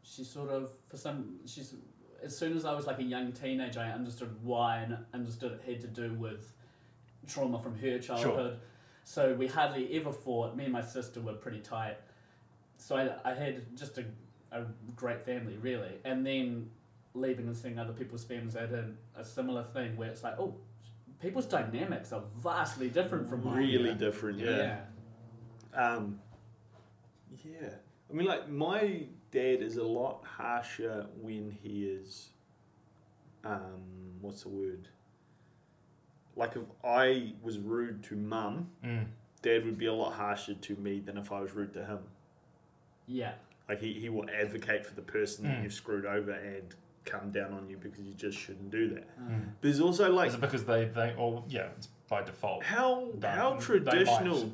she sort of, for some, she's as soon as I was like a young teenager, I understood why and understood it had to do with trauma from her childhood. So we hardly ever fought. Me and my sister were pretty tight. So I, I had just a, a great family, really. And then leaving and seeing other people's families, I had a, a similar thing where it's like, oh, people's dynamics are vastly different from mine.
really different. Yeah.
Yeah.
Um, yeah. I mean, like my dad is a lot harsher when he is. Um, what's the word? Like if I was rude to mum,
Mm.
dad would be a lot harsher to me than if I was rude to him.
Yeah.
Like he, he will advocate for the person that
Mm.
you've screwed over and come down on you because you just shouldn't do that.
Mm.
But it's also like
Is it because they they all yeah, it's by default.
how
They-
how
they
traditional
might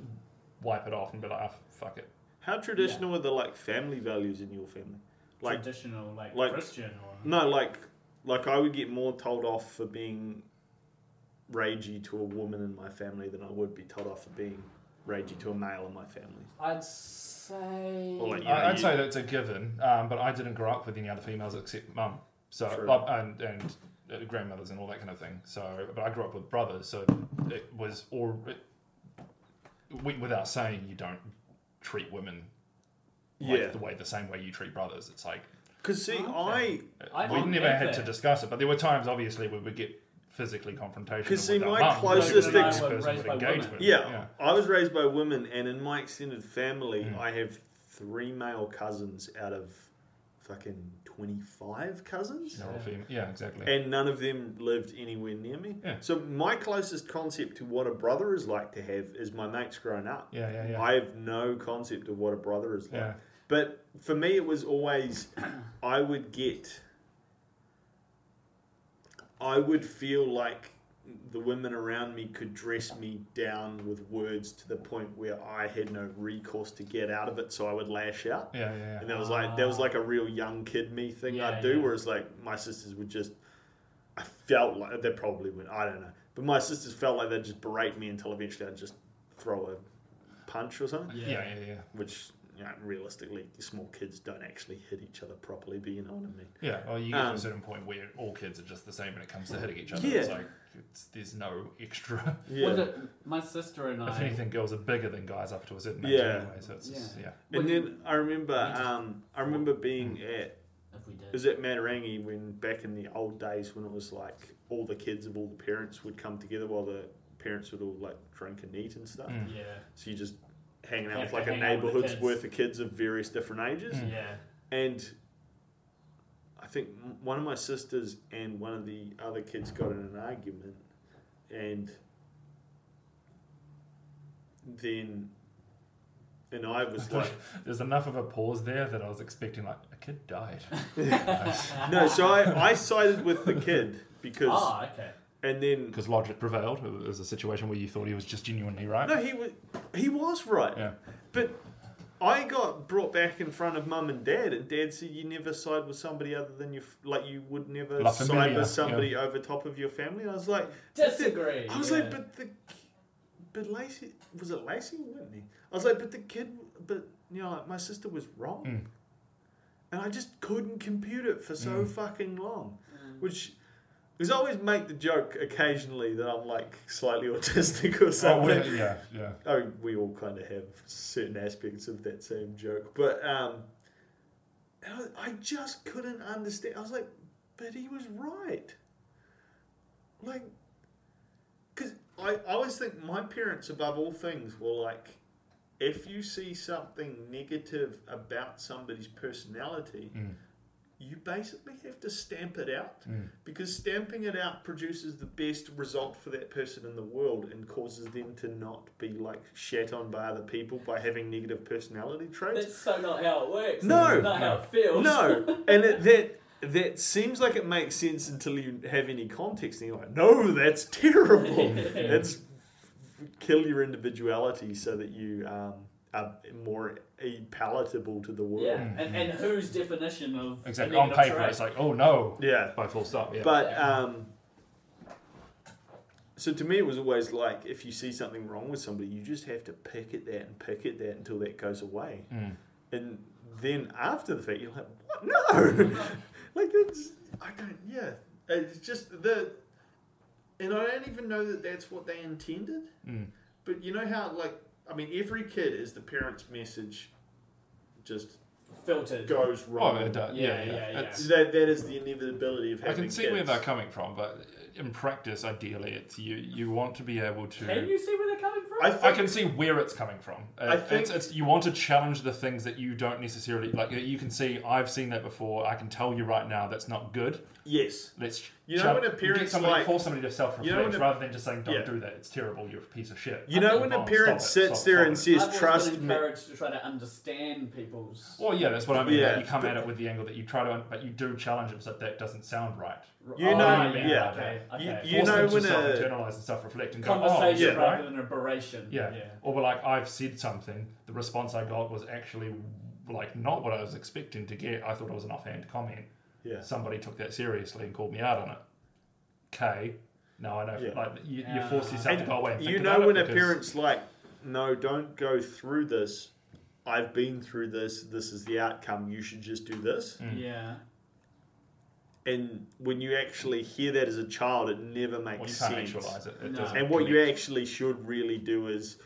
wipe it off and be like, oh, fuck it.
how traditional are the like family values in your family? Like
traditional, like,
like-
Christian or
No, like like I would get more told off for being ragey to a woman in my family than I would be told off for being ragey to a male in my family.
I'd say
Or like- Yeah,
I, I'd
you-
say that's a given, um, but I didn't grow up with any other females except mum. So
True.
like, and and uh, grandmothers and all that kind of thing. So, but I grew up with brothers, so it was all it, wi- without saying you don't treat women like
Yeah.
the way the same way you treat brothers. It's like
Cause see,
Okay.
I
I
we
didn't
never
get
had to
that.
discuss it, but there were times obviously we would get physically confrontational.
Because, see,
with our
my
mum,
closest
because the
ex-
next person would
raised by
engage
women.
with it.
yeah,
yeah. Mm.
I was raised by women, and in my extended family, I have three male cousins out of fucking twenty five cousins.
They're all fem- yeah, exactly.
And none of them lived anywhere near me.
Yeah.
So my closest concept to what a brother is like to have is my mates growing up.
yeah, yeah, yeah.
I have no concept of what a brother is like.
Yeah.
But for me, it was always I would get, I would feel like the women around me could dress me down with words to the point where I had no recourse to get out of it, so I would lash out.
yeah, yeah, yeah.
And that was like that was like a real young kid me thing
Yeah,
I'd do.
yeah.
Whereas like my sisters would just, I felt like they probably would. I don't know, but my sisters felt like they'd just berate me until eventually I'd just throw a punch or something.
Yeah.
yeah, yeah, yeah.
Which you know, realistically, small kids don't actually hit each other properly. But you know what I mean.
Yeah, well, you get to
Um,
a certain point where all kids are just the same when it comes to hitting each other.
Yeah.
It's like it's, there's no extra.
Was it my sister and
If
I?
anything, girls are bigger than guys up to a certain age
Yeah.
anyway. So it's just, yeah.
And
we-
then I remember,
we just- Mm.
um, I remember being at
if we did,
was at Matarangi when back in the old days when it was like all the kids of all the parents would come together while the parents would all like drink and eat and stuff.
Mm.
yeah,
So you're just hanging out
Yeah,
with like a
hang out with the
neighborhood's
kids.
worth of kids of various different ages.
yeah,
And I think m- one of my sisters and one of the other kids got in an argument. and then and I was like,
There's enough of a pause there that I was expecting like a kid died.
no. So I, I sided with the kid because,
Ah, okay.
and then
Because logic prevailed. It was a situation where you thought he was just genuinely right.
no, he was he was right,
Yeah.
but. I got brought back in front of mum and dad, and dad said you never side with somebody other than you, like you would never
La
side
familia,
with somebody over top of your family. And I was like,
Disagree.
I was
yeah.
like, but the, but Lacey was it Lacey or Whitney? I was like, but the kid, but you know, like my sister was wrong,
Mm.
and I just couldn't compute it for so fucking long,
Mm.
which. Because I always make the joke occasionally that I'm like slightly autistic or
Oh,
something.
well, yeah, yeah.
Oh, we all kind of have certain aspects of that same joke, but um, I was- I just couldn't understand. I was like, but he was right. Like, because I, I always think my parents, above all things, were like, if you see something negative about somebody's personality,
Mm.
you basically have to stamp it out
Mm.
because stamping it out produces the best result for that person in the world and causes them to not be like shat on by other people by having negative personality traits.
That's so not how it works.
No.
That's not how it feels.
No, and it, that that seems like it makes sense until you have any context, and you're like, no, that's terrible. That's kill your individuality so that you um, are more eh, palatable to the world.
Yeah, and, and whose definition of a
Hmm. Exactly. On
negative
paper,
trait?
it's like, oh no,
yeah.
by full stop. Yeah.
But um, so to me, it was always like if you see something wrong with somebody, you just have to pick at that and pick at that until that goes away.
Mm.
And then after the fact, you're like, what? No, like that's I don't. Yeah, it's just the, and I don't even know that that's what they intended.
Mm.
But you know how like I mean, every kid is the parent's message. Just
filtered.
goes wrong.
oh, it does. Yeah,
Yeah,
yeah.
yeah, yeah.
It's-
That, that is the inevitability of
I
having.
can see
kids.
where they're coming from, but in practice, ideally, it's you. You want to be able to.
Can you see where they're coming from?
I think
I can see where it's coming from. Uh,
I think-
it's, it's, you want to challenge the things that you don't necessarily like. uh, You can see I've seen that before. I can tell you right now that's not good.
yes.
Let's
You know
chal-
when a
get
parent's
somebody,
like-
force somebody to self-reflect
You know when a-
rather than just saying don't
Yeah.
do that. It's terrible. You're a piece of shit.
You know when a
Mom,
parent
stop it,
sits
stop-
there and
stop it.
I've
says,
always
"Trust
been
me,"
encouraged to try to understand people's.
Well, yeah, that's what I mean.
Yeah,
like, you come
but-
at it with the angle that you try to, but you do challenge it. It's like that doesn't sound right.
You
Oh,
know-
yeah,
yeah.
okay,
You-
okay.
you
Force
know
them to
when a-
self-internalize and self-reflect and go, oh, yeah,
conversation
yeah,
rather
right.
than aberration.
Yeah.
yeah.
Or were like, I've said something. The response I got was actually like not what I was expecting to get. I thought it was an offhand comment.
Yeah.
Somebody took that seriously and called me out on it. Okay. No, I know.
Yeah.
Like you, you
Yeah.
force yourself to
And
go away. And think
you
about
know
it
when a
because-
parent's like, "No, don't go through this. I've been through this. This is the outcome. You should just do this."
Mm. Hmm.
Yeah.
And when you actually hear that as a child, it never makes
well, you can't
sense.
actualize it. it
No.
doesn't
And what you
connect.
actually should really do is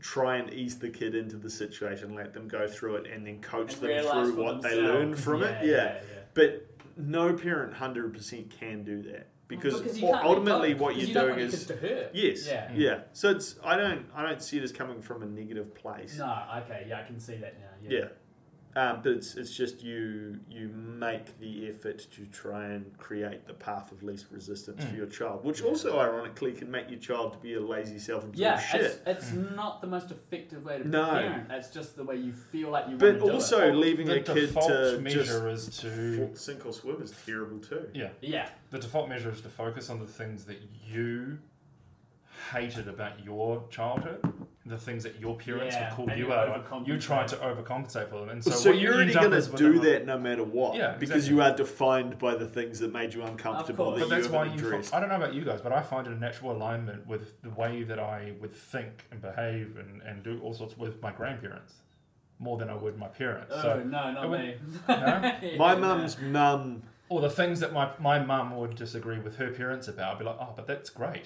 try and ease the kid into the situation, let them go through it, and then coach
And
them
realise
through
for
what they
themselves.
learn from
Yeah,
it.
yeah, yeah.
But no parent hundred percent can do that because,
you can't
ultimately,
let go,
what you're
because you don't
doing
want your
is
kids to hurt.
Yes. Yeah.
Yeah.
So it's I don't I don't see it as coming from a negative place.
No. Okay. Yeah, I can see that now. Yeah.
Yeah. Um, but it's it's just you you make the effort to try and create the path of least resistance
Mm.
for your child, which also ironically can make your child to be a lazy self-absorbed
Yeah, it's,
shit.
it's not the most effective way to
No.
parent. It's just the way you feel like you
But
want to do
also leaving
the
a kid
default
to just
measure is to
fo- sink or swim is terrible too.
yeah.
it. Yeah.
The default measure is to focus on the things that you hated about your childhood, the things that your parents
Yeah,
would call
and
you
you
out on. You
overcompensate.
try to overcompensate for them, and so,
So,
what you
you're already
end up
going
is
to
with
do
a-
that no matter what,
Yeah,
because you are defined by the things that made you uncomfortable
course.
that
But that's
you
why
haven't
you.
addressed.
I don't know about you guys, but I find it a natural alignment with the way that I would think and behave and, and do all sorts with my grandparents, more than I would my parents.
Oh
so,
no, not
it would-
me.
no?
My mum's mum
or the things that my my mum would disagree with her parents about, I'd be like, oh, but that's great.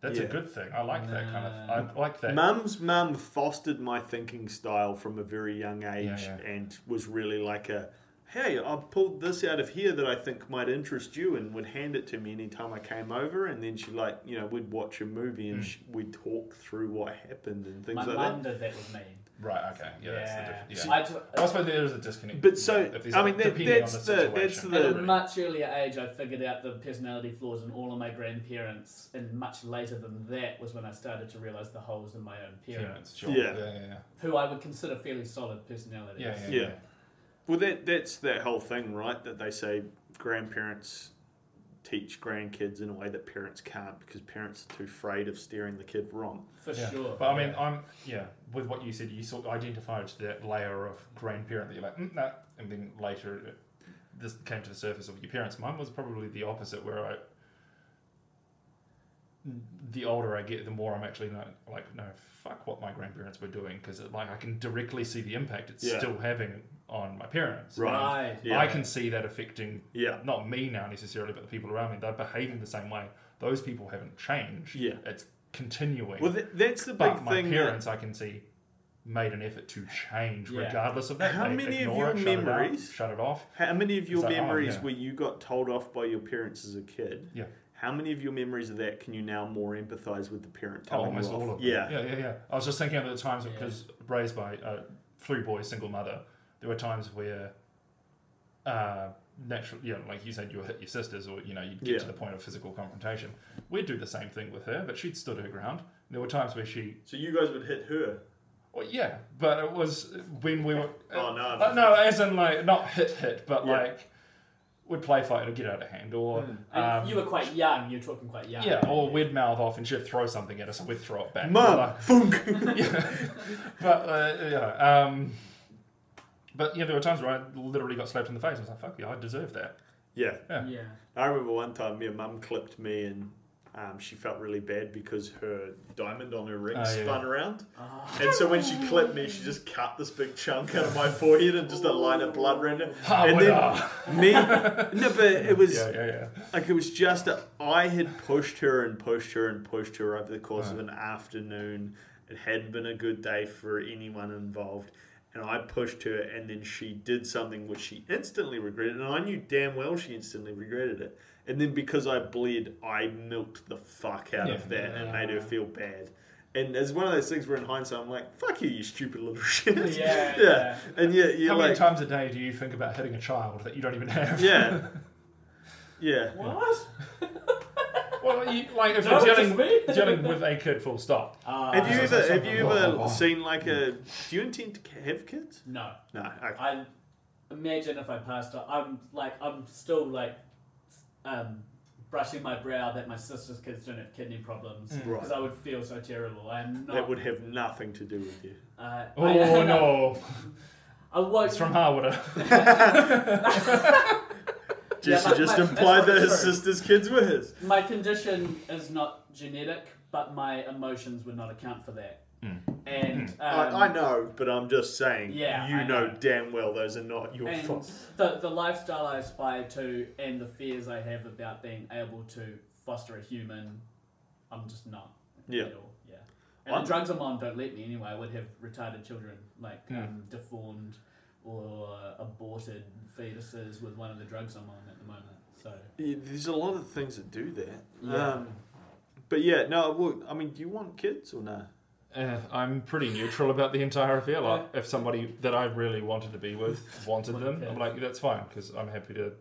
That's a
Yeah.
good thing. I like that kind
Nah.
of. I like that.
Mum's mum fostered my thinking style from a very young age
yeah.
and was really like a hey, I pulled this out of here that I think might interest you, and would hand it to me anytime I came over. And then she like, you know, we'd watch a movie
Hmm.
and sh we'd talk through what happened and things
My
like
mum
that.
did that with me.
Right. Okay. Yeah. That's the difference. Yeah.
I
I,
took-
suppose there is a disconnect.
But so,
if there's
I
a-
mean, that-
depending
that's
on
the- that's
situation.
the-
At a much earlier age, I figured out the personality flaws in all of my grandparents, and much later than that was when I started to realise the holes in my own parents,
Parents, sure.
Yeah.
Yeah. Yeah. Yeah.
who I would consider fairly solid personalities.
Yeah. Yeah.
Yeah.
yeah.
Well, that that's that whole thing, right? That they say grandparents teach grandkids in a way that parents can't because parents are too afraid of steering the kid wrong.
For
Yeah.
sure.
But I mean, I'm yeah. With what you said, you sort of identified that layer of grandparent that you're like, mm, nah. and then later, it, this came to the surface of your parents. Mine was probably the opposite, where I, the older I get, the more I'm actually not, like, no, fuck what my grandparents were doing because like I can directly see the impact it's
Yeah.
still having on my parents.
Right.
Right.
Yeah.
I can see that affecting
Yeah.
not me now necessarily, but the people around me. They're behaving the same way. Those people haven't changed.
Yeah.
It's continuing.
Well, that, that's the
But
big
my
thing. that-
parents, I can see, made an effort to change
Yeah.
regardless of that.
How
They
many of
ignore
your
it, shut it out,
memories-
Shut it off.
How many of your
It's like, oh,
memories
yeah.
where you got told off by your parents as a kid?
Yeah.
How many of your memories of that can you now more empathize with the parent
Oh,
telling
almost
you off?
all of them.
Yeah.
yeah, yeah, yeah. I was just thinking of the times
Yeah.
because raised by uh, three boys, single mother. There were times where, uh, natural, yeah, like you said, you would hit your sisters, or you know, you'd get
Yeah.
to the point of physical confrontation. We'd do the same thing with her, but she'd stood her ground. There were times where she
So you guys would hit her.
Well, yeah, but it was when we were.
Oh, no.
Uh, no, as in like not hit hit, but
Yeah. Hmm.
like we'd play fight and get out of hand, or
And
um,
you were quite young. You're talking quite young.
yeah, or we'd mouth off and she'd throw something at us and we'd throw it back.
Mum, Ah, funk.
Like, yeah. but uh, yeah, um, but yeah, there were times where I literally got slapped in the face. I was like, "Fuck yeah, I deserve that."
yeah.
Yeah.
I remember one time, my mum clipped me, and um, she felt really bad because her diamond on her ring
Oh, yeah.
spun around.
Ah.
And so when she clipped me, she just cut this big chunk out of my forehead and just a line of blood ran down.
Ah,
and
well,
me, no, but it was
Yeah, yeah, yeah.
like it was just that I had pushed her and pushed her and pushed her over the course of an afternoon. It hadn't been a good day for anyone involved. And I pushed her, and then she did something which she instantly regretted. And I knew damn well she instantly regretted it. And then because I bled, I milked the fuck out of
Yeah.
that and made her feel bad. And it's one of those things where, in hindsight, I'm like, fuck you, you stupid little shit.
Yeah,
yeah.
yeah.
And yeah, you're
How many
like,
times a day do you think about hitting a child that you don't even have?
yeah. Yeah.
What?
Well, you, like if
No,
you're
just
dealing,
me.
dealing with a kid, full stop.
Ah,
Have you
Uh,
ever
so
have you
something-
ever
Oh, oh.
seen like a? Do you intend to have kids?
No.
No. Okay.
I imagine if I passed up, I'm like I'm still like um, brushing my brow that my sister's kids don't have kidney problems because
Hmm.
Right.
I would feel so terrible. I am not.
That would have nothing to do with you.
uh,
Oh
I,
no,
I won't.
it's from Harwood.
Jesse
my-
just
my-
implied
that's
that
not
his
true.
sister's kids were his.
my condition is not genetic, but my emotions would not account for that.
Hmm.
And um,
I, I know, but I'm just saying.
Yeah,
you
I
know,
know.
damn well those are not your
and
fault.
the, the lifestyle I aspire to and the fears I have about being able to foster a human, I'm just not.
Yeah.
At all. Yeah. And
I'm-
the drugs I'm on don't let me anyway. I would have retarded children, like
Hmm.
um, deformed or aborted fetuses with one of the drugs I'm on at the moment. So
Yeah, There's a lot of things that do that.
Yeah.
Um, but yeah, no. Well, I mean, do you want kids or no?
Uh, I'm pretty neutral about the entire affair. Like, if somebody that I really wanted to be with wanted them, I'm like, that's fine, because I'm happy to.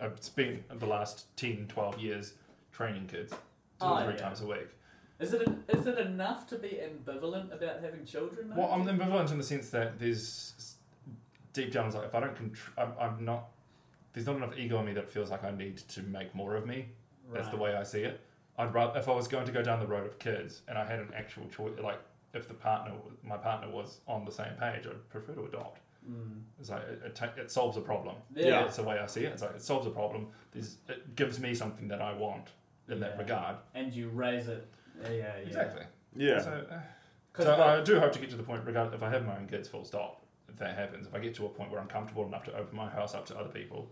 I've spent the last 10, 12 years training kids two
Oh,
or three
yeah.
times a week.
is it an, is it enough to be ambivalent about having children?
Well, I'm
Matthew?
ambivalent in the sense that there's deep down, it's like if I don't control, I'm, I'm not. There's not enough ego in me that feels like I need to make more of me. That's the
Right.
way I see it. I'd rather if I was going to go down the road of kids and I had an actual choice, like if the partner, my partner was on the same page, I'd prefer to adopt.
Mm.
It's like it, it, ta- it solves a problem.
Yeah. Yeah.
that's the way I see it. It's like it solves a problem. There's, it gives me something that I want in that
Yeah.
regard.
And you raise it. Yeah, yeah, yeah.
Exactly.
Yeah.
So, uh,
'Cause
so
what-
I do hope to get to the point, regard if I have my own kids, full stop. If that happens, if I get to a point where I'm comfortable enough to open my house up to other people,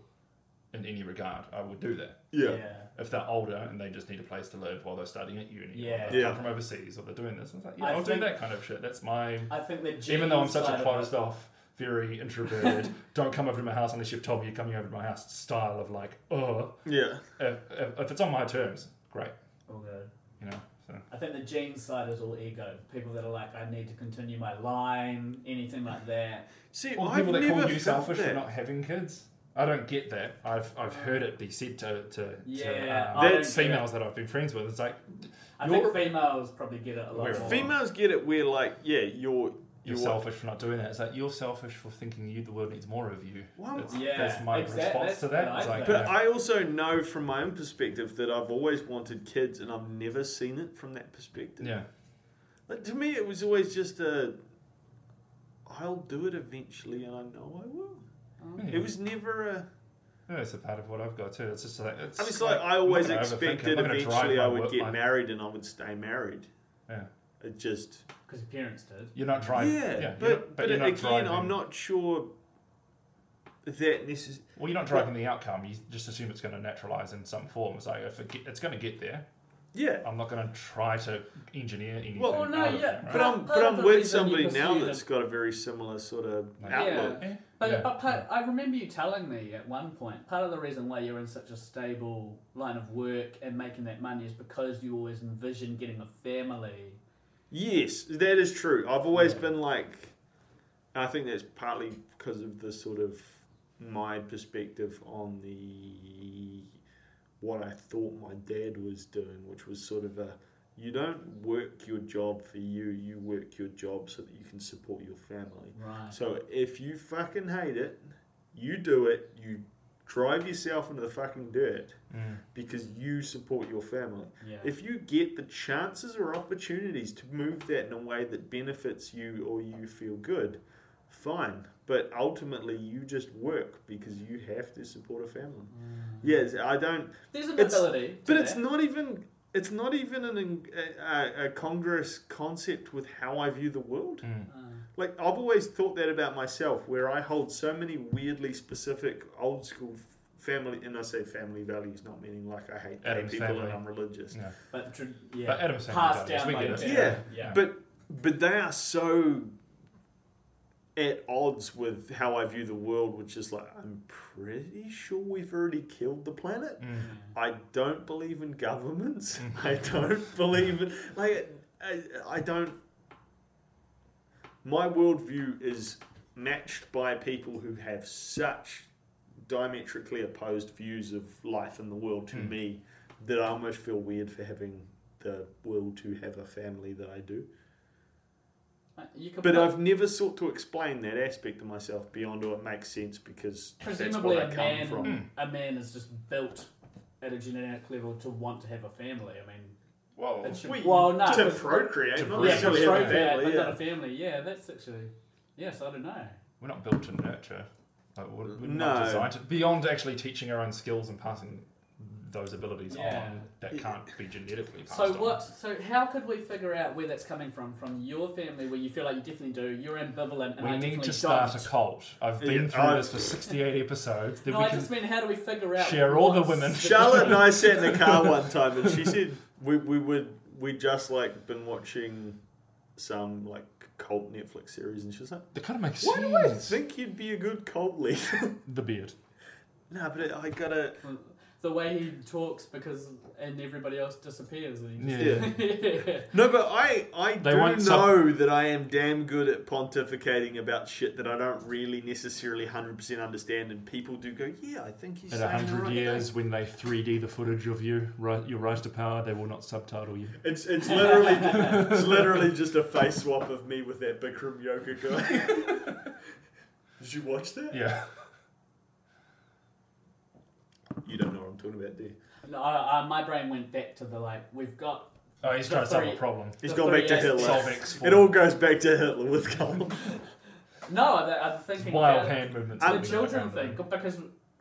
in any regard, I will do that.
yeah.
yeah.
If they're older and they just need a place to live while they're studying at uni, or
Yeah.
they
Yeah.
come from overseas, or they're doing this, I was like, yeah,
I
I'll do
think-
that kind of shit. That's my
I think the
even though I'm
genes
such
side
a
of it-
closed off very introverted, don't come over to my house unless you've told me you're coming over to my house style of like, oh,
Yeah.
if, if, if it's on my terms, great,
All good.
you know. So
I think the gene side is all ego. People that are like, I need to continue my line, anything like that.
See,
all the
I've
people that
never
call you
felt
selfish
that.
for not having kids. I don't get that. I've I've heard it be said to to,
Yeah,
to um,
I don't
get
females that I've been friends with. It's like
I
You're-
think females probably get it a lot
We're
more.
Females get it where, like, yeah, you're.
you're
You're
selfish for not doing that. It's like you're selfish for thinking you the world needs more of you.
Well,
that's,
Yeah,
that's my
exact-
response
that's
to that.
what
It's
I
like,
think.
But I also know from my own perspective that I've always wanted kids and I've never seen it from that perspective.
yeah,
Like, to me, it was always just a. I'll do it eventually and I know I will. It was never a.
Yeah, it's a part of what I've got too. It's just like it's.
I mean, it's like I
I'm
always
not gonna overthink it.
expected
I'm not gonna drive
eventually
my
I would
work- my-
get married and I would stay married.
Yeah,
It just.
Because your parents did.
you're not driving.
yeah,
you're not-
but, but,
you're not
again, I'm
driving-
not sure that necessarily.
Well, you're not driving the outcome. You just assume it's going to naturalize in some form. It's like if it get, it's going to get there,
Yeah,
I'm not going to try to engineer anything.
Well,
well, no,
out of
yeah,
it, right?
but I'm
Part
but
of
I'm
the
with
reason you
somebody now
pursue
that's got a very similar sort of
Like-
outlook.
Yeah. But,
Yeah.
but part, I remember you telling me at one point part of the reason why you're in such a stable line of work and making that money is because you always envision getting a family.
Yes, that is true. I've always been like, and I think that's partly because of the sort of my perspective on the what I thought my dad was doing, which was sort of a you don't work your job for you, you work your job so that you can support your family.
Right.
So if you fucking hate it, you do it, you drive yourself into the fucking dirt
Mm.
because you support your family.
Yeah.
If you get the chances or opportunities to move that in a way that benefits you or you feel good, fine. But ultimately, you just work because you have to support a family.
Mm.
Yes, I don't.
There's an
it's-
ability. to
But it's
that.
not even. It's not even an, en- a, a congruous concept with how I view the world.
Hmm.
Like I've always thought that about myself, where I hold so many weirdly specific old school f- family, and I say family values, not meaning like I hate gay
Adam's
people
family.
and I'm religious.
Yeah.
But, tr- yeah.
But Adam Sandler
passed
does,
down
we
by
get
your
it.
Yeah,
parents. Yeah.
but but they are so at odds with how I view the world, which is like I'm pretty sure we've already killed the planet. I don't believe in governments. I don't believe in like I, I don't. My worldview is matched by people who have such diametrically opposed views of life and the world to me that I almost feel weird for having the will to have a family that I do.
you could
But
put-
I've never sought to explain that aspect of myself beyond what makes sense because
presumably a
that's where I
man, Hmm.
come from.
a man is just built at a genetic level to want to have a family. I mean,
Well,
it should,
Well,
well, no,
to
because-
procreate,
To
not
yeah,
procreate,
necessarily have a
procreate,
family.
but
yeah.
not a family. Yeah, that's actually yes. I don't know.
we're not built to nurture. Like, we're, we're
No.
not designed to, beyond actually teaching our own skills and passing those abilities
Yeah.
on that can't be genetically passed
So
on.
what? So how could we figure out where that's coming from from your family, where you feel like you definitely do, you're ambivalent, and
We
I
need
definitely
to start
don't.
a cult. I've been
Yeah,
through
I-
this for 68 episodes. Then
No,
we
I
can
just mean how do we figure out?
share all the
what's-
women.
Charlotte and I sat in the car one time, and she said we we would we just like been watching some like cult Netflix series, and she was like,
That kind of makes
"Why do I
sense.
think you'd be a good cult leader?"
The beard.
no, but it, I gotta.
The way he talks because and everybody else disappears. And he
Yeah.
just, yeah.
No, but I I
They
do know
want some-
that I am damn good at pontificating about shit that I don't really necessarily hundred percent understand, and people do go, "Yeah, I think he's
In a
saying the
hundred
right
years, when they 3D the footage of you, ri- your rise to power, they will not subtitle you.
It's it's literally it's literally just a face swap of me with that Bikram yoga guy. Did you watch that?
Yeah.
You don't know what I'm talking about, do you?
No, I, I, my brain went back to the like we've got
Oh, he's
The
trying to solve
three-
a problem.
He's
The
gone back to
three S's.
Hitler.
Solve X.
It all goes back to Hitler with Cole.
no. I, I'm thinking
Wild
about
hand movements.
the
that we don't
children
have there.
thing because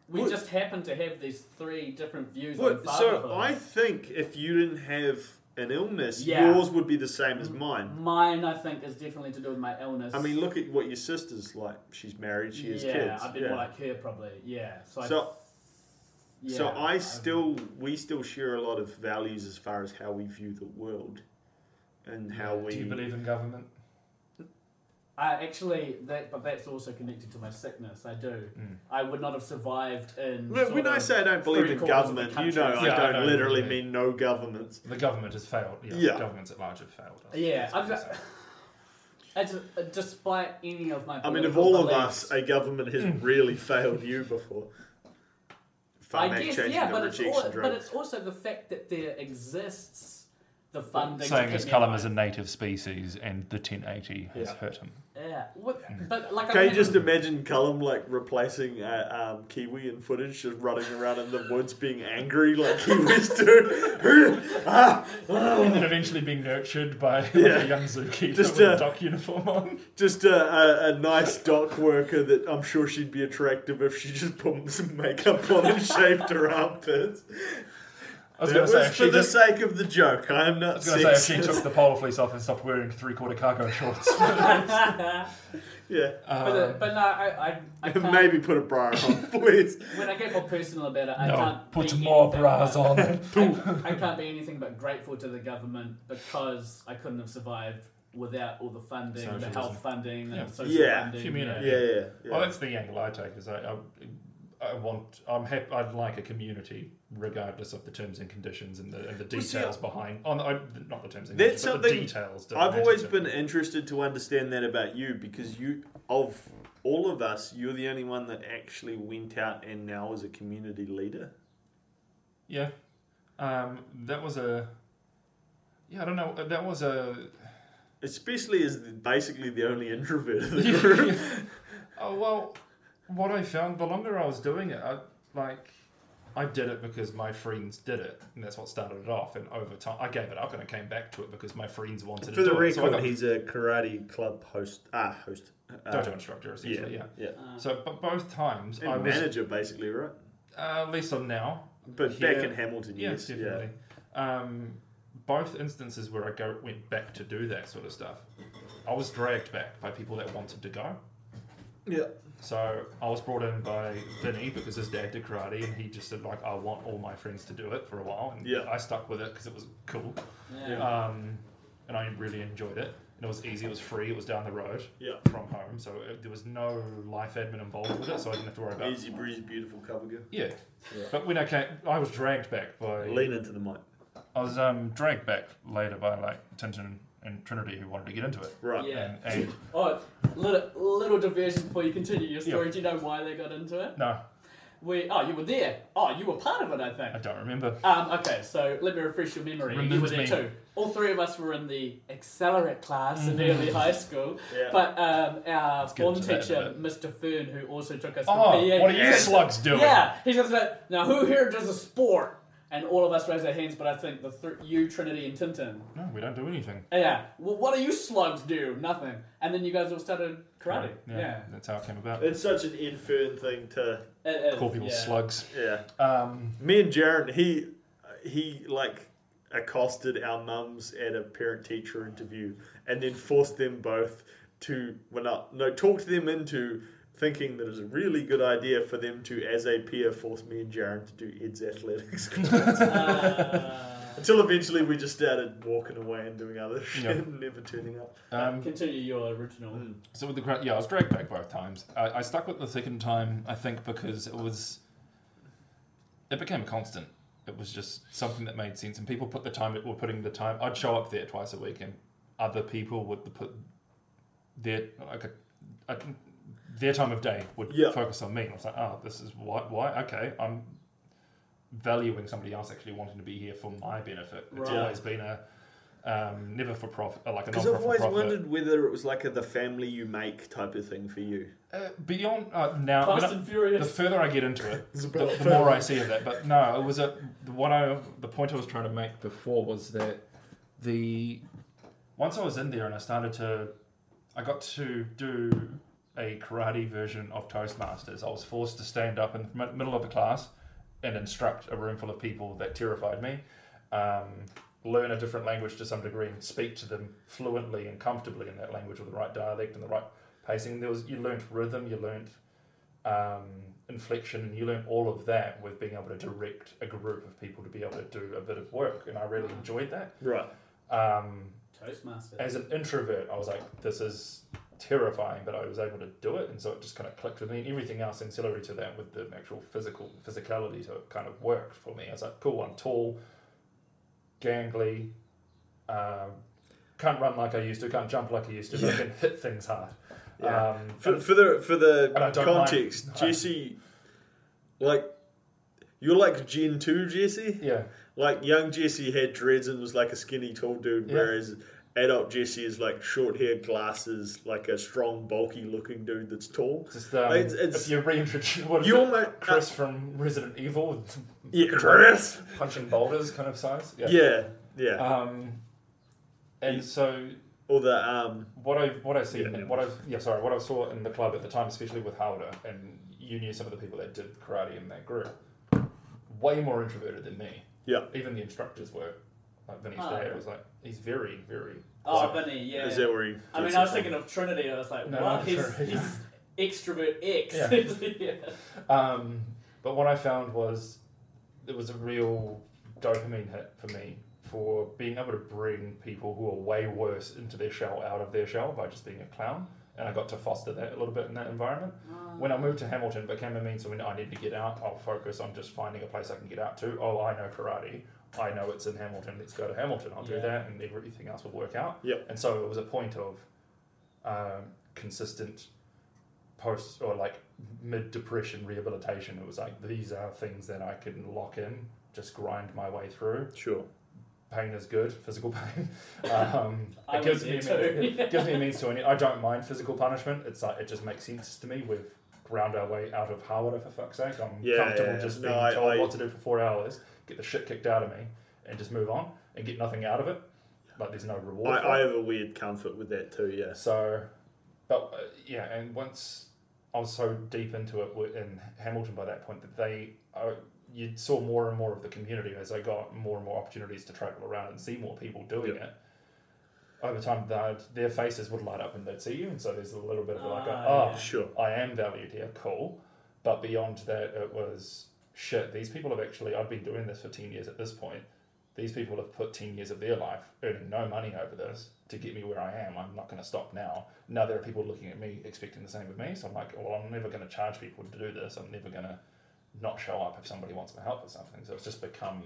we
Well-
just happen to have these three different views
Well,
on fatherhood.
so I think if you didn't have an illness,
Yeah.
yours would be the same as mine.
Mine, I think, is definitely to do with my illness.
I mean, look at what your sister's like. She's married. She has
yeah,
kids.
I'd be
yeah.
more like her probably. Yeah. So, I,
So-
yeah,
so I
I'm-
still, we still share a lot of values as far as how we view the world, and how we.
Do you believe in government?
I actually, that, but that's also connected to my sickness. I do.
Mm.
I would not have survived in.
Look,
sort
when I
of
say I don't believe in
three-quarters of the
government, you know
countries.
I
Yeah,
don't
I know.
literally mean no governments.
The government has failed. Yeah,
Yeah.
governments at large have failed. us.
Yeah,
That's what
I've-
they say.
It's, uh, despite any of my.
I mean, of
political
all of
beliefs-
us, a government has really failed you before. Farm
I
Act
guess,
changing
yeah,
the
but it's,
rejection
all, but
drugs.
it's also the fact that there exists the funding. to
saying
keep
his
me
column is a
alive.
native species and the 1080 has
Yeah.
hurt him.
Yeah, What-
Hmm.
but like.
Can
I
you just
remember-
imagine Cullum like replacing uh, um, Kiwi in footage, just running around in the woods being angry like Kiwis do? Ah,
And then eventually being nurtured by like,
Yeah.
a young zookeeper
Just,
with
uh,
a dock uniform on.
just a, a, a nice dock worker that I'm sure she'd be attractive if she just put some makeup on and shaved her armpits.
I was
it
going
was
to say, if
for
she
the
just-
sake of the joke. I am
I
not
was gonna say if she
sexist.
took the polo fleece off and stopped wearing three-quarter cargo shorts.
Yeah.
but, uh,
Um,
but no, I, I, I
Uh-huh.
can't,
Maybe put a bra on, please.
when I get more personal about it, I
no,
can't
put
be
more
anything
bras
but-
on.
I, I can't be anything but grateful to the government because I couldn't have survived without all the funding, the
Socialism.
health funding,
Yeah.
and social
Yeah.
funding.
Community.
yeah, yeah. yeah.
Well, that's the angle I take. Is I, I, I want, I'm happy. I'd like a community, regardless of the terms and conditions and the, and the
Well, see,
details behind. On I, not the terms and
That's
conditions, but the
something
details. that
I've
matter
always
to
been
me.
interested to understand that about you because you, of all of us, you're the only one that actually went out and now is a community leader.
Yeah, um, that was a. Yeah, I don't know. That was a.
Especially as the, basically the only introvert of the group.
oh well, what I found the longer I was doing it, I, like I did it because my friends did it, and that's what started it off. And over time, I gave it up and I came back to it because my friends wanted
For
to
the
do it. So I
record,
got
he's a karate club host. Ah, host. Uh,
dojo instructor
yeah,
essentially. Yeah. Um,
yeah.
So, but both times
And
I was
manager, basically, right?
uh, at least on now.
But
Yeah.
back in Hamilton,
Yes,
yes,
definitely. Um, both instances where I go went back to do that sort of stuff, I was dragged back by people that wanted to go.
yeah, yeah.
So I was brought in by Vinny because his dad did karate, and he just said like, "I want all my friends to do it for a while," and
Yeah.
I stuck with it because it was cool,
Yeah.
um, and I really enjoyed it. And it was easy, it was free, it was down the road
Yeah.
from home, so it, there was no life admin involved with it, so I didn't have to worry about.
Easy breeze, beautiful cover girl.
Yeah.
Yeah.
but when I came, I was dragged back by.
Lean into the mic.
I was um, dragged back later by like Tintin and Trinity who wanted to get into it,
Right.
Yeah.
Uh, and, and
Oh, little, little diversion before you continue your story.
Yeah.
Do you know why they got into it?
no,
We, oh, you were there. Oh, you were part of it, I think.
I don't remember.
Um, okay, so let me refresh your memory. you were
Remember
there
me.
too. All three of us were in the Accelerate class in early high school,
Yeah.
but um,
Mm-hmm.
our
get
form
into that in a
teacher,
bit.
Mr. Fern, who also took us
Oh,
to PA,
what are you slugs doing?
Yeah, he just like, now who here does a sport? And all of us raise our hands, but I think the th- you, Trinity, and Tintin.
No, we don't do anything.
Yeah, well, what do you slugs do? Nothing. And then you guys all started karate.
Yeah,
Yeah.
that's how it came about.
It's such an infern thing to.
It is,
Call people
yeah.
slugs.
Yeah.
Um,
Me and Jaron, he he like accosted our mums at a parent teacher interview and then forced them both to well not no talked them into thinking that it was a really good idea for them to as a peer force me and Jaron to do Ed's athletics
Uh,
until eventually we just started walking away and doing other shit
Yeah.
and never turning up.
um,
continue your original.
so with the crowd, yeah, I was dragged back both times. I, I stuck with the second time, I think, because it was it became a constant. It was just something that made sense, and people put the time. Were putting the time. I'd show up there twice a week, and other people would put their like a, a, their time of day would
Yeah.
focus on me. And I was like, oh, this is why. Why? Okay, I'm valuing somebody else actually wanting to be here for my benefit. It's
Right.
always been a um, never for profit, like a
Because
non-profit.
I've always
profit.
wondered whether it was like a the family you make type of thing for you.
Uh, beyond uh, now, when
Fast
I-
and
the
Furious.
further I get into it,
It's
the,
about
the more I see of that. But no, it was a the what I the point I was trying to make before was that the once I was in there and I started to, I got to do a karate version of Toastmasters. I was forced to stand up in the mid- middle of the class and instruct a room full of people that terrified me. Um, learn a different language to some degree and speak to them fluently and comfortably in that language with the right dialect and the right pacing. There was you learnt rhythm, you learnt um, inflection, and you learn all of that with being able to direct a group of people to be able to do a bit of work. And I really enjoyed that.
Right.
Um,
Toastmaster.
as an introvert, I was like, this is terrifying, but I was able to do it, and so it just kind of clicked with me. And everything else ancillary to that, with the actual physical physicality, so it kind of worked for me. I was like, cool, I'm tall, gangly, um, can't run like I used to, can't jump like I used to, but I can hit things hard.
Yeah.
Um,
For, for the for the
And I don't
context,
mind-
Jesse, like you're like Gen two Jesse.
yeah,
Like young Jesse had dreads and was like a skinny tall dude,
Yeah.
whereas adult Jesse is like short hair, glasses, like a strong bulky looking dude that's tall.
just um,
It's- it's-
if you reintroduce what is
You
it?
almost- uh,
Chris from Resident Evil,
Yeah, Chris.
punching boulders kind of size. Yeah.
Yeah, yeah.
Um, and so
or the um,
what I what I see
Yeah.
what I yeah sorry what I saw in the club at the time, especially with Halder, and you knew some of the people that did karate in that group, way more introverted than me.
Yeah.
even the instructors were. Like Vinny's
Oh,
dad
okay.
was like, he's very very.
Oh,
quiet.
Vinny, yeah.
is that where he?
I mean, I was thinking of Trinity. I was like,
No,
what?
I'm
He's,
sorry.
he's extrovert X.
Yeah.
Yeah.
Um, but what I found was it was a real dopamine hit for me for being able to bring people who are way worse into their shell out of their shell by just being a clown. And I got to foster that a little bit in that environment. When I moved to Hamilton, it became a means to when I need to get out, I'll focus on just finding a place I can get out to. Oh, I know karate. I know it's in Hamilton. Let's go to Hamilton. I'll do
Yeah.
that, and everything else will work out.
Yep.
And so it was a point of um, consistent post or like mid depression rehabilitation. It was like these are things that I can lock in, just grind my way through.
Sure.
Pain is good, physical pain. Um,
I
it gives me, a means,
was there too.
it gives me a means to an end. I don't mind physical punishment. It's like it just makes sense to me. We've ground our way out of Howard for fuck's sake. I'm
Yeah,
comfortable
yeah.
just
No,
being
I-
told
I-
what to do for four hours, get the shit kicked out of me, and just move on and get nothing out of it. Like there's no
I,
reward. for it.
I have a weird comfort with that too. Yes.
So, but uh, yeah, and once I was so deep into it wi- in Hamilton by that point that they, uh, you saw more and more of the community as I got more and more opportunities to travel around and see more people doing it. Over time, they'd- their faces would light up and they'd see you, and so there's a little bit of like, a,
Ah,
oh,
yeah.
Sure.
I am valued here, cool. But beyond that, it was shit. These people have actually, I've been doing this for 10 years at this point. These people have put 10 years of their life earning no money over this to get me where I am. I'm not going to stop now. Now there are people looking at me expecting the same of me. So I'm like, well, I'm never going to charge people to do this. I'm never going to not show up if somebody wants my help or something. So it's just become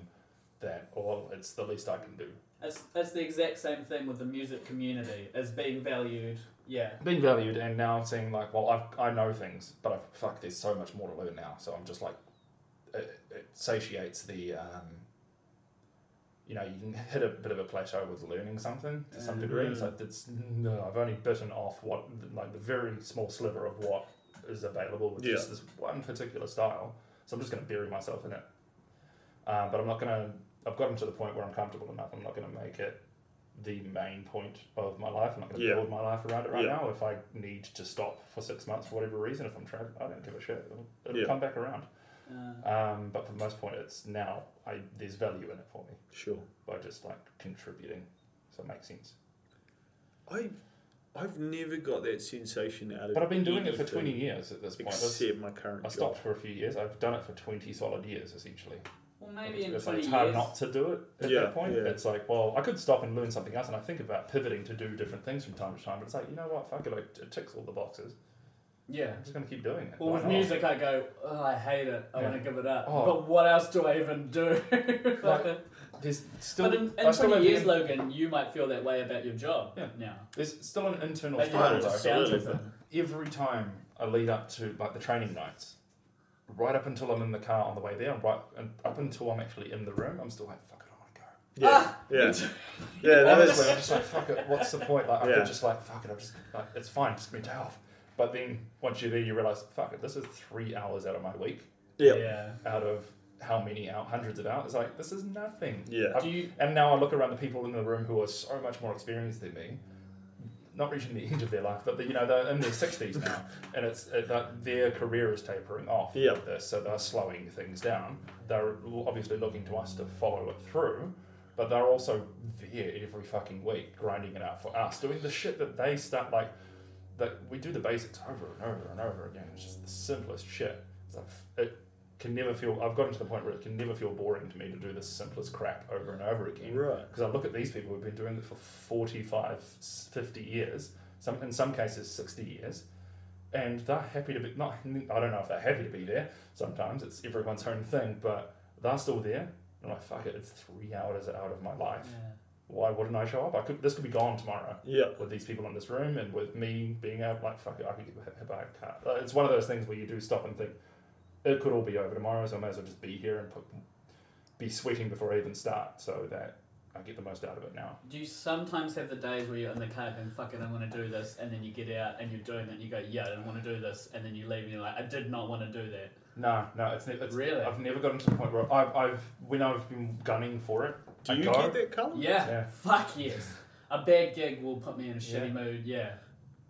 that, well, it's the least I can do.
It's, it's the exact same thing with the music community as being valued. Yeah.
being valued and now seeing like well I've, i know things but I've, fuck there's so much more to learn now so i'm just like it, it satiates the um, you know you can hit a bit of a plateau with learning something to some degree
Mm.
it's like it's no i've only bitten off what like the very small sliver of what is available with
Yeah.
just this one particular style so i'm just going to bury myself in it um, but i'm not going to i've gotten to the point where i'm comfortable enough i'm not going to make it the main point of my life. I'm not going to
Yeah.
build my life around it right
Yeah.
now. If I need to stop for six months for whatever reason, if I'm traveling, I don't give a shit. It'll, it'll
Yeah.
come back around.
Uh,
Um, but for the most part, it's now. I there's value in it for me
Sure.
by just like contributing, so it makes sense.
I've I've never got that sensation out of. E
But I've been doing it for
anything
twenty years at this point. That's-
Except my current
I
job.
stopped for a few years. I've done it for twenty solid years essentially.
well, maybe in
it's
20
it's hard
years.
not to do it at
Yeah,
that point.
yeah.
It's like, well, I could stop and learn something else, and I think about pivoting to do different things from time to time. But it's like, you know what? Fuck it, like, it ticks all the boxes.
Yeah.
I'm just gonna keep doing it.
Well,
Why
with
not?
music, I go, oh, I hate it. I
Yeah.
want to give it up.
Oh.
But what else do I even do? Like,
Like, there's still,
but in,
I
in
still
20
have
years,
the-
Logan, you might feel that way about your job
Yeah.
now.
there's still an internal
Maybe
struggle.
it's
though.
just sounds
absolutely.
of it.
Every time I lead up to like the training nights, right up until I'm in the car on the way there, and right and up until I'm actually in the room, I'm still like, fuck it, I want to go.
Yeah,
Ah!
yeah, yeah. That is
Honestly, I'm just like, fuck it. What's the point? Like, I
Yeah.
could just like, fuck it. I'm just like, it's fine. Just give me a day off. But then once you're there, you realize, fuck it. This is three hours out of my week.
yeah.
Yeah.
Out of how many out? Hundreds of hours. It's like this is nothing.
Yeah.
I've-
Do you-
and now I look around the people in the room who are so much more experienced than me. Not reaching the end of their life, but the, you know they're in their sixties now, and it's uh, that their career is tapering off.
Yeah.
with This, so they're slowing things down. They're obviously looking to us to follow it through, but they're also there every fucking week, grinding it out for us, doing the shit that they start like that we do the basics over and over and over again. It's just the simplest shit. It's like, it can never feel. I've gotten to the point where it can never feel boring to me to do the simplest crap over and over again.
Right.
Because I look at these people who've been doing it for 45, 50 years, some in some cases sixty years, and they're happy to be. Not I don't know if they're happy to be there. Sometimes it's everyone's own thing, but they're still there. And I'm like, fuck it, it's three hours out of my life. Why wouldn't I show up? I could. This could be gone tomorrow
Yeah.
with these people in this room and with me being out like fuck it, I could get hit by a car. Like, It's one of those things where you do stop and think it could all be over tomorrow, so I may as well just be here and put, be sweating before I even start, so that I get the most out of it now.
Do you sometimes have the days where you're in the cab and fuck it, I want to do this, and then you get out and you're doing it and you go, yeah, I don't want to do this, and then you leave and you're like, I did not want to do that.
No, no, it's, ne- it's
Really?
I've never gotten to the point where I've, I've when I've been gunning for it.
Do
I
you
go,
get that colour?
Yeah,
Yeah.
fuck yes. A bad gig will put me in a shitty
Yeah.
mood, yeah.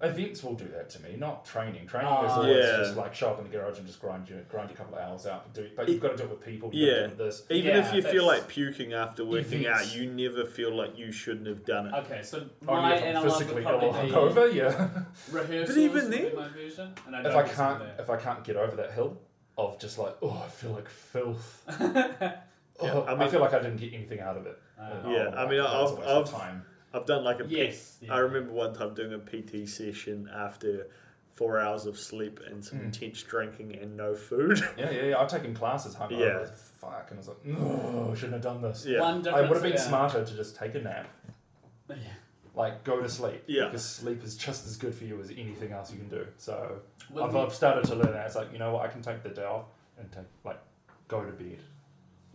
Events will do that to me, not training. Training is
Ah.
always
Yeah.
just like show up in the garage and just grind you grind a couple of hours out. Do, but you've got to do it with people. You've
Yeah.
got to do it with this.
Even
Yeah,
if you feel
that's-
like puking after working
Events.
out, you never feel like you shouldn't have done it.
Okay, so
Only
my
Oh, if I'm
analog would
physically ill
probably be
hungover, yeah.
rehearsals.
But even
would be
then-
my version, and I
if
don't
I
listen
can't
to
if I can't get over that hill of just like oh I feel like filth.
that.
Oh,
Yeah,
I,
I mean-
feel like I didn't get anything out of it.
Uh,
Oh,
Yeah, I mean,
that was a
I've-
waste of
I've-
time.
I've done like a P-
yes. yeah.
I remember one time doing a PT session after four hours of sleep and some
Mm.
intense drinking and no food.
Yeah, yeah, yeah. I've taken classes hungover.
Yeah.
Fuck, and I was like, no, shouldn't have done this.
yeah.
I
One difference
would have been
about-
smarter to just take a nap,
Yeah.
like go to sleep.
Yeah.
Because sleep is just as good for you as anything else you can do. So
With
I've,
me-
I've started to learn that. It's like you know what, I can take the day off and take like go to bed.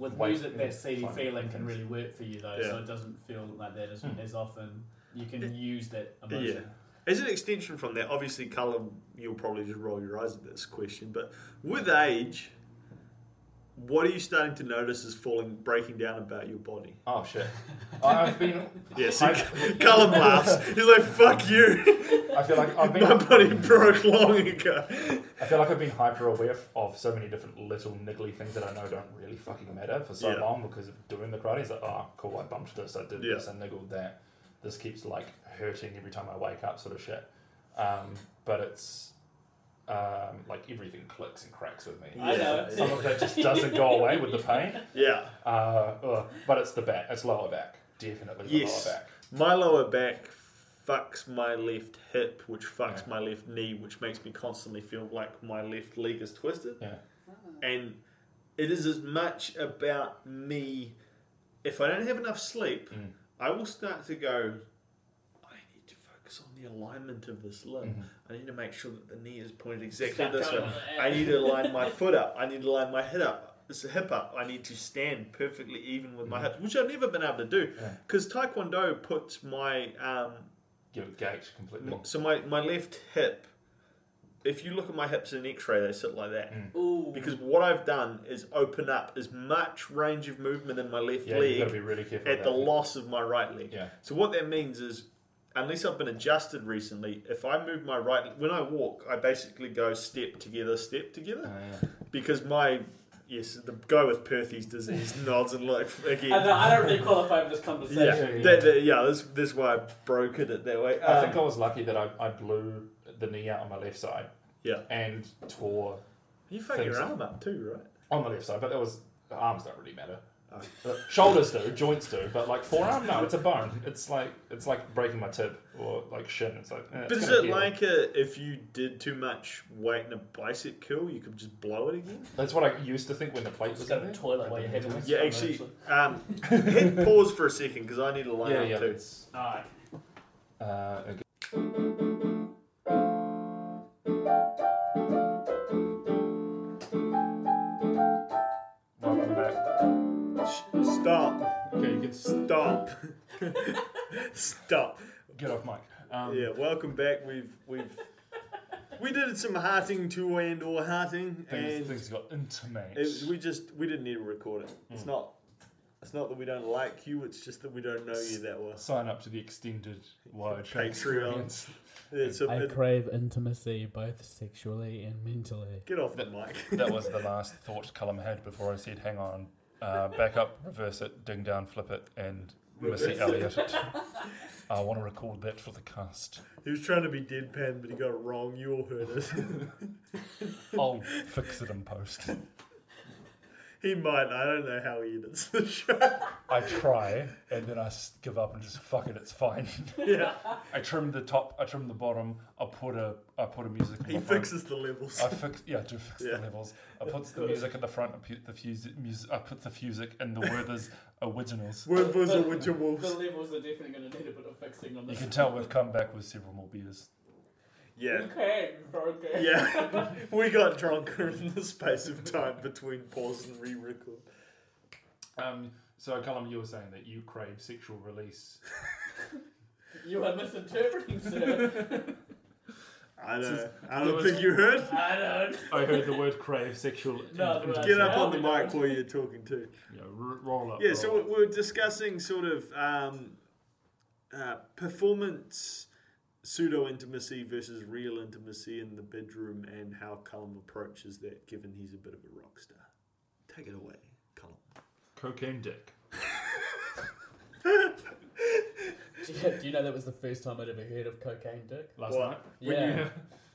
with
Wait,
music,
yeah,
that CD
fine,
feeling
things.
can really work for you though,
Yeah.
so it doesn't feel like that as,
Hmm.
as often. You can use that emotion.
As an extension from that, obviously, Cullen, you'll probably just roll your eyes at this question, but with age, what are you starting to notice is falling, breaking down about your body?
Oh shit! I- I've been.
Yes,
I-
Cullen laughs. He's like, "Fuck you!
I feel like I've been.
My body broke long ago."
I feel like I've been hyper aware of so many different little niggly things that I know don't really fucking matter for so
Yeah.
long because of doing the karate. It's like, oh, cool, I bumped this, I did
Yeah.
this, I niggled that. This keeps like hurting every time I wake up, sort of shit. Um, but it's um, like everything clicks and cracks with me.
I know.
Some of that just doesn't go away with the pain.
Yeah,
Uh, ugh. but it's the back, it's lower back, definitely the
Yes.
lower back.
my lower back fucks my left hip, which fucks
Yeah.
my left knee, which makes me constantly feel like my left leg is twisted.
Yeah.
and it is as much about me. If I don't have enough sleep,
Mm.
I will start to go. I need to focus on the alignment of this limb.
Mm-hmm.
I need to make sure that the knee is pointed exactly
Start
this way.
going like that.
I need to line my foot up. I need to line my head up. It's a hip up. I need to stand perfectly even with my hips, which I've never been able to do
Mm-hmm. Yeah.
because Taekwondo puts my um,
Your gauge completely.
m- so my my left hip. If you look at my hips in an X-ray, they sit like that.
Mm.
Ooh.
Because what I've done is open up as much range of movement in my left
Yeah, you've got to be
leg
really careful.
at
with
the
that.
loss of my right leg.
Yeah.
So what that means is, unless I've been adjusted recently, if I move my right, when I walk, I basically go step together, step
Uh,
together,
yeah.
because my yes, the guy with Perthes disease nods and like
I don't,
again.
uh, I don't really qualify for this
Yeah,
conversation.
that, that- yeah. That's that's why I brokered it that way.
I
Um,
think I was lucky that I, I blew the knee out on my left side.
Yeah.
And tore
you fuck
think
your
so.
arm up too, right?
on the left side, but that was the arms don't really matter.
Oh.
But Shoulders do, joints do, but like forearm, no, it's a bone. It's like it's like breaking my tip or like shin. It's like. eh, it's
But is
gonna
it
heal.
like a, if you did too much weight in a bicep curl, you could just blow it again?
That's what I used to think when the plate was
Just go to
in
the
there.
toilet while you're having this.
Yeah, actually, um, hit pause for a second because I need a line
Yeah,
up
yeah.
too.
It's,
Alright.
uh, okay. Welcome back.
Sh- Stop,
Okay, you can s-
stop, stop.
get off mic. Um,
Yeah, welcome back. We've we've we did some hearting to and or hearting,
things,
and
things got intimate.
it, we just we didn't need to record it.
Mm.
It's not it's not that we don't like you. It's just that we don't know you that well.
Sign up to the extended wide
Patreon.
experience.
Yeah, so uh, it-
crave intimacy both sexually and mentally.
get off the mic.
That was the last thought Cullum had before I said, "Hang on, uh, back up, reverse it, ding down, flip it, and Missy Elliott." it." I want to record that for the cast.
He was trying to be deadpan, but he got it wrong. You all heard it.
I'll fix it in post.
He might. I don't know how he edits the show.
I try and then I s- give up and just fuck it. It's fine.
Yeah,
I trimmed the top. I trimmed the bottom. I put a. I put a music. in
he
my phone.
fixes the levels.
I fix. Yeah, I do fix
Yeah.
the levels. I put the music at the front. I put the fuse, music. I put the fusic in the Werther's originals.
Word was a Witcher Wolves.
The levels are definitely going to need a bit of fixing on
You
this.
can tell we've come back with several more beers.
Yeah.
Okay, okay.
Yeah, we got drunker in the space of time between pause and re-record.
Um, so, Colin, you were saying that you crave sexual release.
You are misinterpreting, sir.
I don't. I
there
don't
was-
think you heard.
I don't.
I heard the word crave sexual.
No, in- in-
Get up
Yeah,
on the
we
mic
don't.
while you're talking too.
roll up.
Yeah, so we- we were discussing sort of um, uh, performance pseudo intimacy versus real intimacy in the bedroom and how Cullum approaches that, given he's a bit of a rock star. Take it away, Cullum.
cocaine dick.
Yeah, do you know that was the first time I'd ever heard of cocaine dick?
Last
What?
night.
Yeah.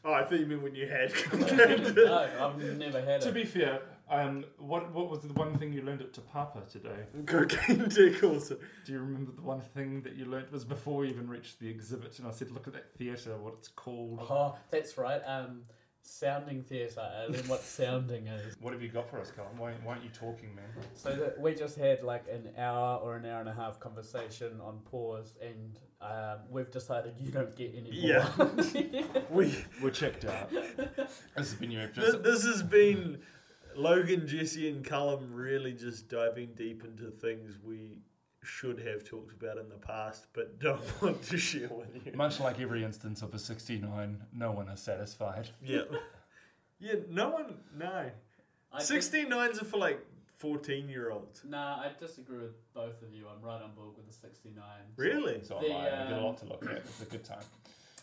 Oh, I thought you meant when you had.
no, I've never had
To
it.
be fair, um, what what was the one thing you learned at Te Papa today?
Cocaine dick also.
Do you remember the one thing that you learnt was before we even reached the exhibit? And I said, look at that theatre, what it's called.
Oh, that's right. Um, sounding theatre. I learned what sounding is.
What have you got for us, Colin? Why, why aren't you talking, man?
So that we just had like an hour or an hour and a half conversation on pause, and um, we've decided you don't get any more.
Yeah. We
We're checked out. this has been your
Th-
episode.
this has been Logan, Jesse, and Cullum really just diving deep into things we should have talked about in the past, but don't want to share with you.
Much like every instance of a 69, no one is satisfied.
Yeah, yeah. No one, no.
I dis-
Sixty nines are for like fourteen-year-olds.
nah, I disagree with both of you. I'm right on board with the 69.
Really,
So am
The,
I. We got a lot
um,
to look at. It's a good time.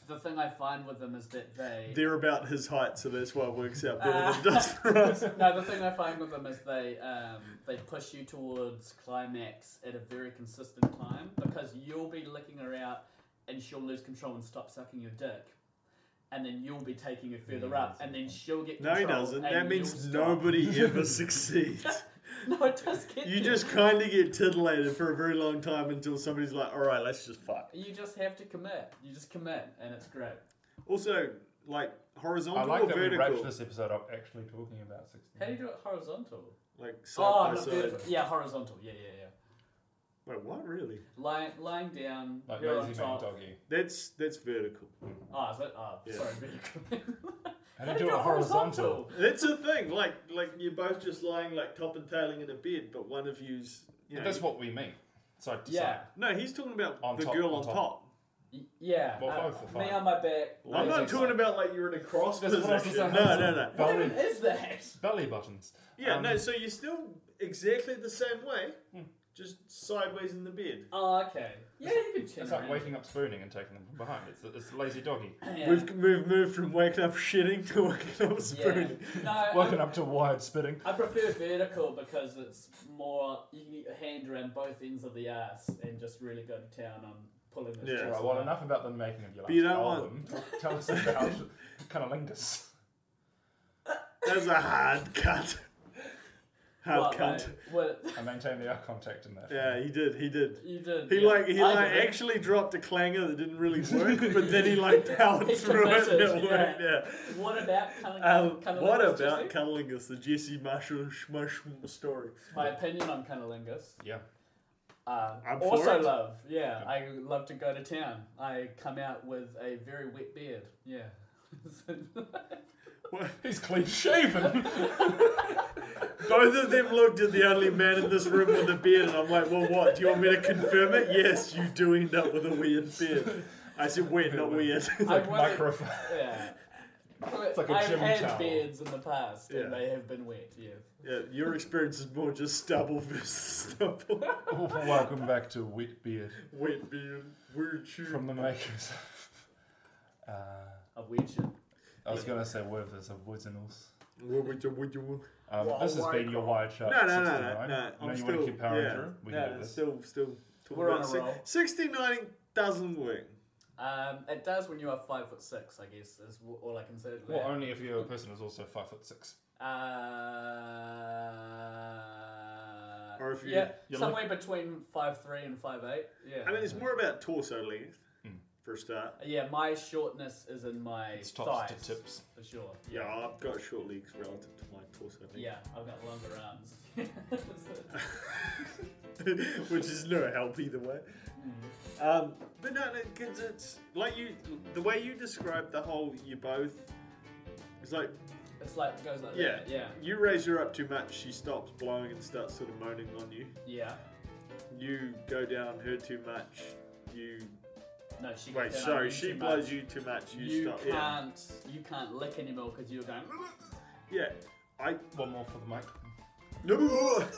The thing I find with them is that they.
they're about his height, so that's why it works out better
Ah.
than it does for us.
no, the thing I find with them is they um, they push you towards climax at a very consistent time because you'll be licking her out and she'll lose control and stop sucking your dick, and then you'll be taking her further up, and then she'll get
No, he
control
doesn't.
and
That
you'll
means
stop.
nobody ever succeeds.
No, it does get
You just kind of get titillated for a very long time until somebody's like, "All right, let's just fuck."
You just have to commit. You just commit, and it's great.
Also, like horizontal
I like
or
that we
vertical,
wrapped this episode up actually talking about 69.
How do you do it horizontal?
like side
Oh,
by
not
side.
vertical. Yeah, horizontal. Yeah, yeah, yeah.
Wait, what? Really?
Lying, lying down.
Like
you're
lazy
on
man
top.
doggy.
That's that's vertical.
Oh, is it? Oh,
Yeah.
sorry. vertical.
How do you do it horizontal?
That's a thing. Like like you're both just lying like top and tailing in a bed, but one of you's you know.
That's what we mean. Side to
Yeah.
side.
no, he's talking about
On
the
top,
girl
on
on
top.
top.
Y- Yeah.
Well,
uh,
both are
me
fine.
on my back.
I'm
lazy
not talking about like you're in a cross
That's what I was
position.
saying.
No, no, no.
What
Belly,
even is that?
belly buttons.
Yeah,
Um, Hmm.
no. So you're still exactly the same way, just sideways in the bed.
Oh, okay. Yeah, you can turn
It's like
around.
waking up spooning and taking them from behind. It's, it's lazy doggy.
Yeah.
We've, we've moved from waking up shitting to waking up
yeah.
spooning.
No,
Waking
I,
up to wired spitting.
I prefer vertical because it's more, you can get your hand around both ends of the ass and just really go to town on pulling this
Yeah.
chest
Alright, Oh, well,
out.
enough about the making of your last
But you don't
album. Tell us about cunnilingus.
That's a hard cut. Hard
What,
cut.
mate? What,
I maintain the eye contact in that.
Yeah, he did. He did.
you did.
He
yeah.
like he
I
like
did it.
actually dropped a clanger that didn't really work, but then he like powered
He
through it. And
committed,
it worked. Yeah.
What about kind of,
Um, what about Cunnilingus, the Jesse Marshall Schmush story?
My opinion on cunnilingus.
Yeah.
Um,
I'm for
also
it.
love, yeah, I love to go to town. I come out with a very wet beard, yeah.
He's clean shaven.
Both of them looked at the only man in this room with a beard, and I'm like, well, what? Do you want me to confirm it? Yes, you do end up with a weird beard. I said, wet, not weird.
I
like
wasn't-
microphone.
yeah. It's
like a
I've
gym
had
towel.
beards in the past,
Yeah.
and they have been wet, yeah.
yeah, your experience is more just stubble versus stubble.
Welcome back to Wet Beard
wet beard, weird shoe.
from the makers. Uh,
A wet shit.
I was going to say Werther's Originals.
What would you- would you-
Um,
Well,
this has
why
been your
not?
wired shot.
No, no, no,
69.
no, no.
No,
I'm
you
still,
want to keep
Um, it does when you are five foot six, I guess, is w- all I can say. to
Well,
that.
only if your person is also five foot six.
Uh,
Or if you-
yeah,
you
somewhere between five three and five eight. Yeah. Uh,
I mean,
Mm.
it's more about torso length for a start.
yeah, my shortness is in my
It's tops
thighs,
to tips.
for sure.
Yeah, I've got short legs relative to my torso length.
Yeah, I've got longer arms.
which is no help either way. Um, but no, because it's like you, the way you describe the whole, you both. It's like,
it's like goes like
yeah,
that. Yeah.
You raise her up too much, she stops blowing and starts sort of moaning on you.
Yeah.
You go down her too much. You
No, she.
wait,
goes down
sorry,
on
she
too
blows
much.
you too much. You,
You
stop.
can't. You can't lick anymore because you're going.
Yeah, yeah. I
One more for the mic.
no.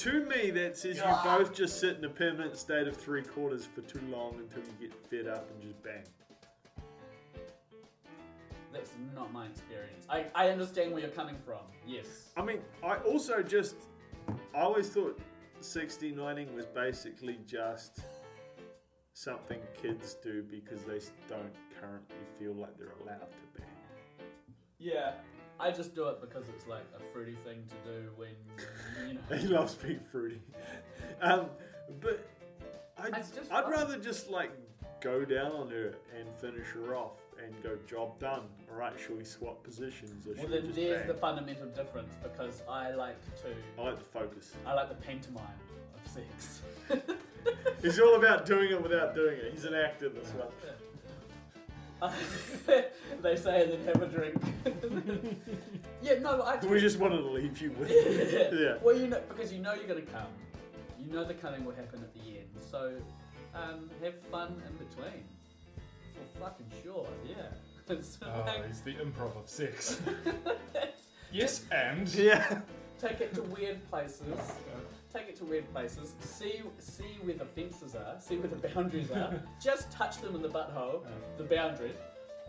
To me, that says
Ah.
you both just sit in a permanent state of three quarters for too long until you get fed up and just bang.
That's not my experience. I, I understand where you're coming from. Yes.
I mean, I also just, I always thought 69ing was basically just something kids do because they s- don't currently feel like they're allowed to bang.
Yeah. I just do it because it's like a fruity thing to do when you know.
He loves being fruity. Um, but I'd,
It's just
I'd
fun.
rather just like go down on her and finish her off and go, job done. All right, shall we swap positions? Or
Well,
shall we
then
just
there's
bang?
the fundamental difference because I like to.
I like the focus.
I like the pantomime of sex.
It's all about doing it without doing it. He's an actor, this one.
they say and then have a drink. yeah, no, I.
We just wanted to leave you with it. Yeah.
Well, you know, because you know you're gonna come. You know the coming will happen at the end. So, um, have fun in between. For fucking sure, yeah. It's
Oh,
like-
it's the improv of six. yes, and
Yeah.
take it to weird places. Take it to weird places. See, see where the fences are. See where the boundaries are. Just touch them in the butthole, the boundary,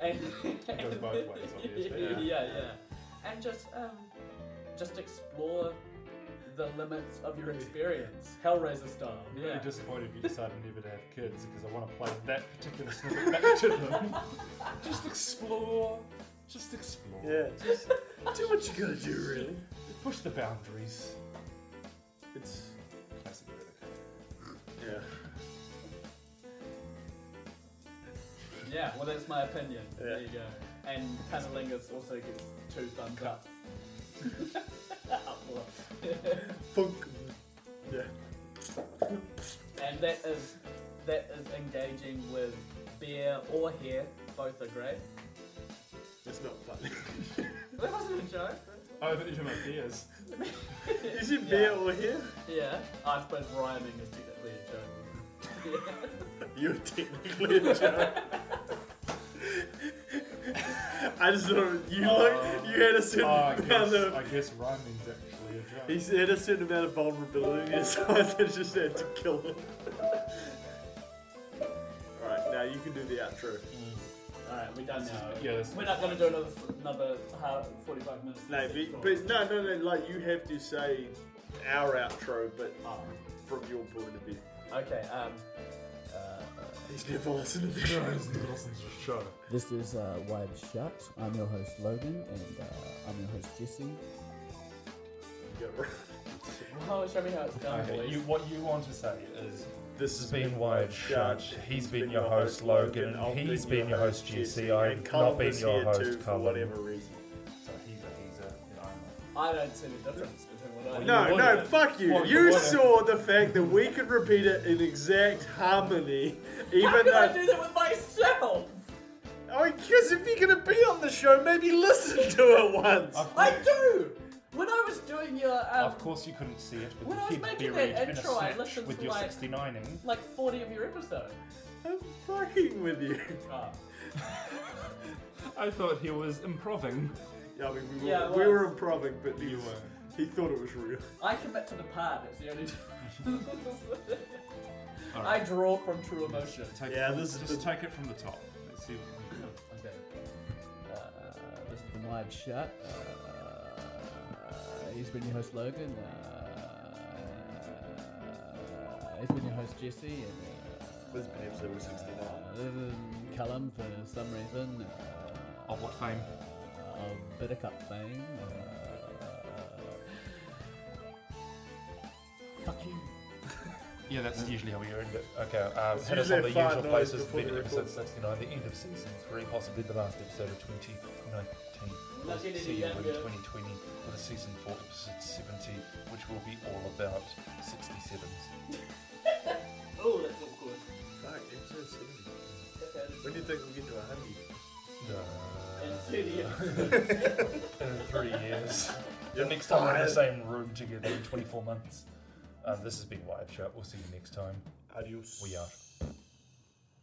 and it
goes both ways, obviously,
Yeah,
yeah.
yeah, and just um, just explore the limits of your experience, Hellraiser style.
I'm really
Yeah.
disappointed you decided never to have kids because I want to play that particular snippet back to them. just explore. Just explore.
Yeah. Just do what you gotta do, really.
Push the boundaries.
It's
Classic Riddick.
yeah.
Yeah, well, that's my opinion. There
Yeah.
you go. And Cunnilingus also gets two thumbs up. Upwards.
Funk. Yeah.
and that is that is engaging with beer or hair. Both are great.
It's not funny.
That wasn't a joke.
Oh, but you're my peers.
Is it beer or here?
Yeah, I suppose rhyming is technically a joke. Yeah.
You're technically a joke. I just thought you
Oh.
look. You had a
Oh,
certain
I
amount
guess,
of.
I guess rhyming's actually a joke.
He's had a certain amount of vulnerability in his eyes. I just had to kill him. All right, now you can do the outro.
All right, we're done now.
yeah, that's-
we're not going to do another another half, forty-five minutes.
No, but, but no, no, no. Like you have to say our outro, but
Ah.
Oh,
from your point of view.
okay. Um, uh,
He's never listened to the show.
This is uh, Wide Shut. I'm your host Logan, and uh, I'm your host Jesse. Oh, show me how it's done,
Okay,
boys.
you, what you want to say is
This
has been Wide Shut. He's been your host, Logan. He's been your host, Jesse. I've
and
not
Colin
been
was
your
here
host,
too, for
Colin.
whatever reason.
so he's a he's a you know, I'm
I don't see the difference between what I do.
No,
You
no,
wouldn't.
fuck you.
Well, you
you
wouldn't.
saw the fact that we could repeat it in exact harmony, even
how could
though.
I do that with myself?
I guess if you're gonna be on the show, maybe listen to it once.
a-
I do. When I was doing your um,
Of course, you couldn't see it, but
When
the
I was
kid
making
buried
that
in a
intro, I
snitch
listened
with
to,
your
like-
69ing.
like forty of your episodes.
I'm fucking with you.
Oh.
I thought he was improving.
Yeah, I mean, we were,
Yeah, it
we were
was.
improving, but he,
You
was-
were.
he thought it was real.
I commit to the part. That's the only. difference. I
Alright.
draw from true emotion.
Take
Yeah,
it,
this is
just
the-
take it from the top. Let's see. what you got.
Okay. Uh, this has been Wide Shut. Uh, he's been your host Logan. Uh, he's been your host Jesse. And, uh,
Lisbon episode was 69.
Um, Callum, for some reason, uh,
Of what fame?
a bit of cup fame. Uh, fuck you.
Yeah, that's usually how we end it. Okay, um,
It's
hit us
usually
on
a fart
the usual
noise
places.
before
Then
the
episode
record.
69, the end of season 3, possibly the last episode of 2019. We'll
Nothing to
see
do
you in
that good.
2020 for the season 4, episode 70, which will be all about 67s.
Oh, that's awkward.
Fuck, episode 70. When do you think we'll get to 100?
And studio.
in three years.
Yeah,
the next time we're in the
five.
same room together in 24 months. Um, this has been Wired Shut. We'll see you next time.
Adios.
We are.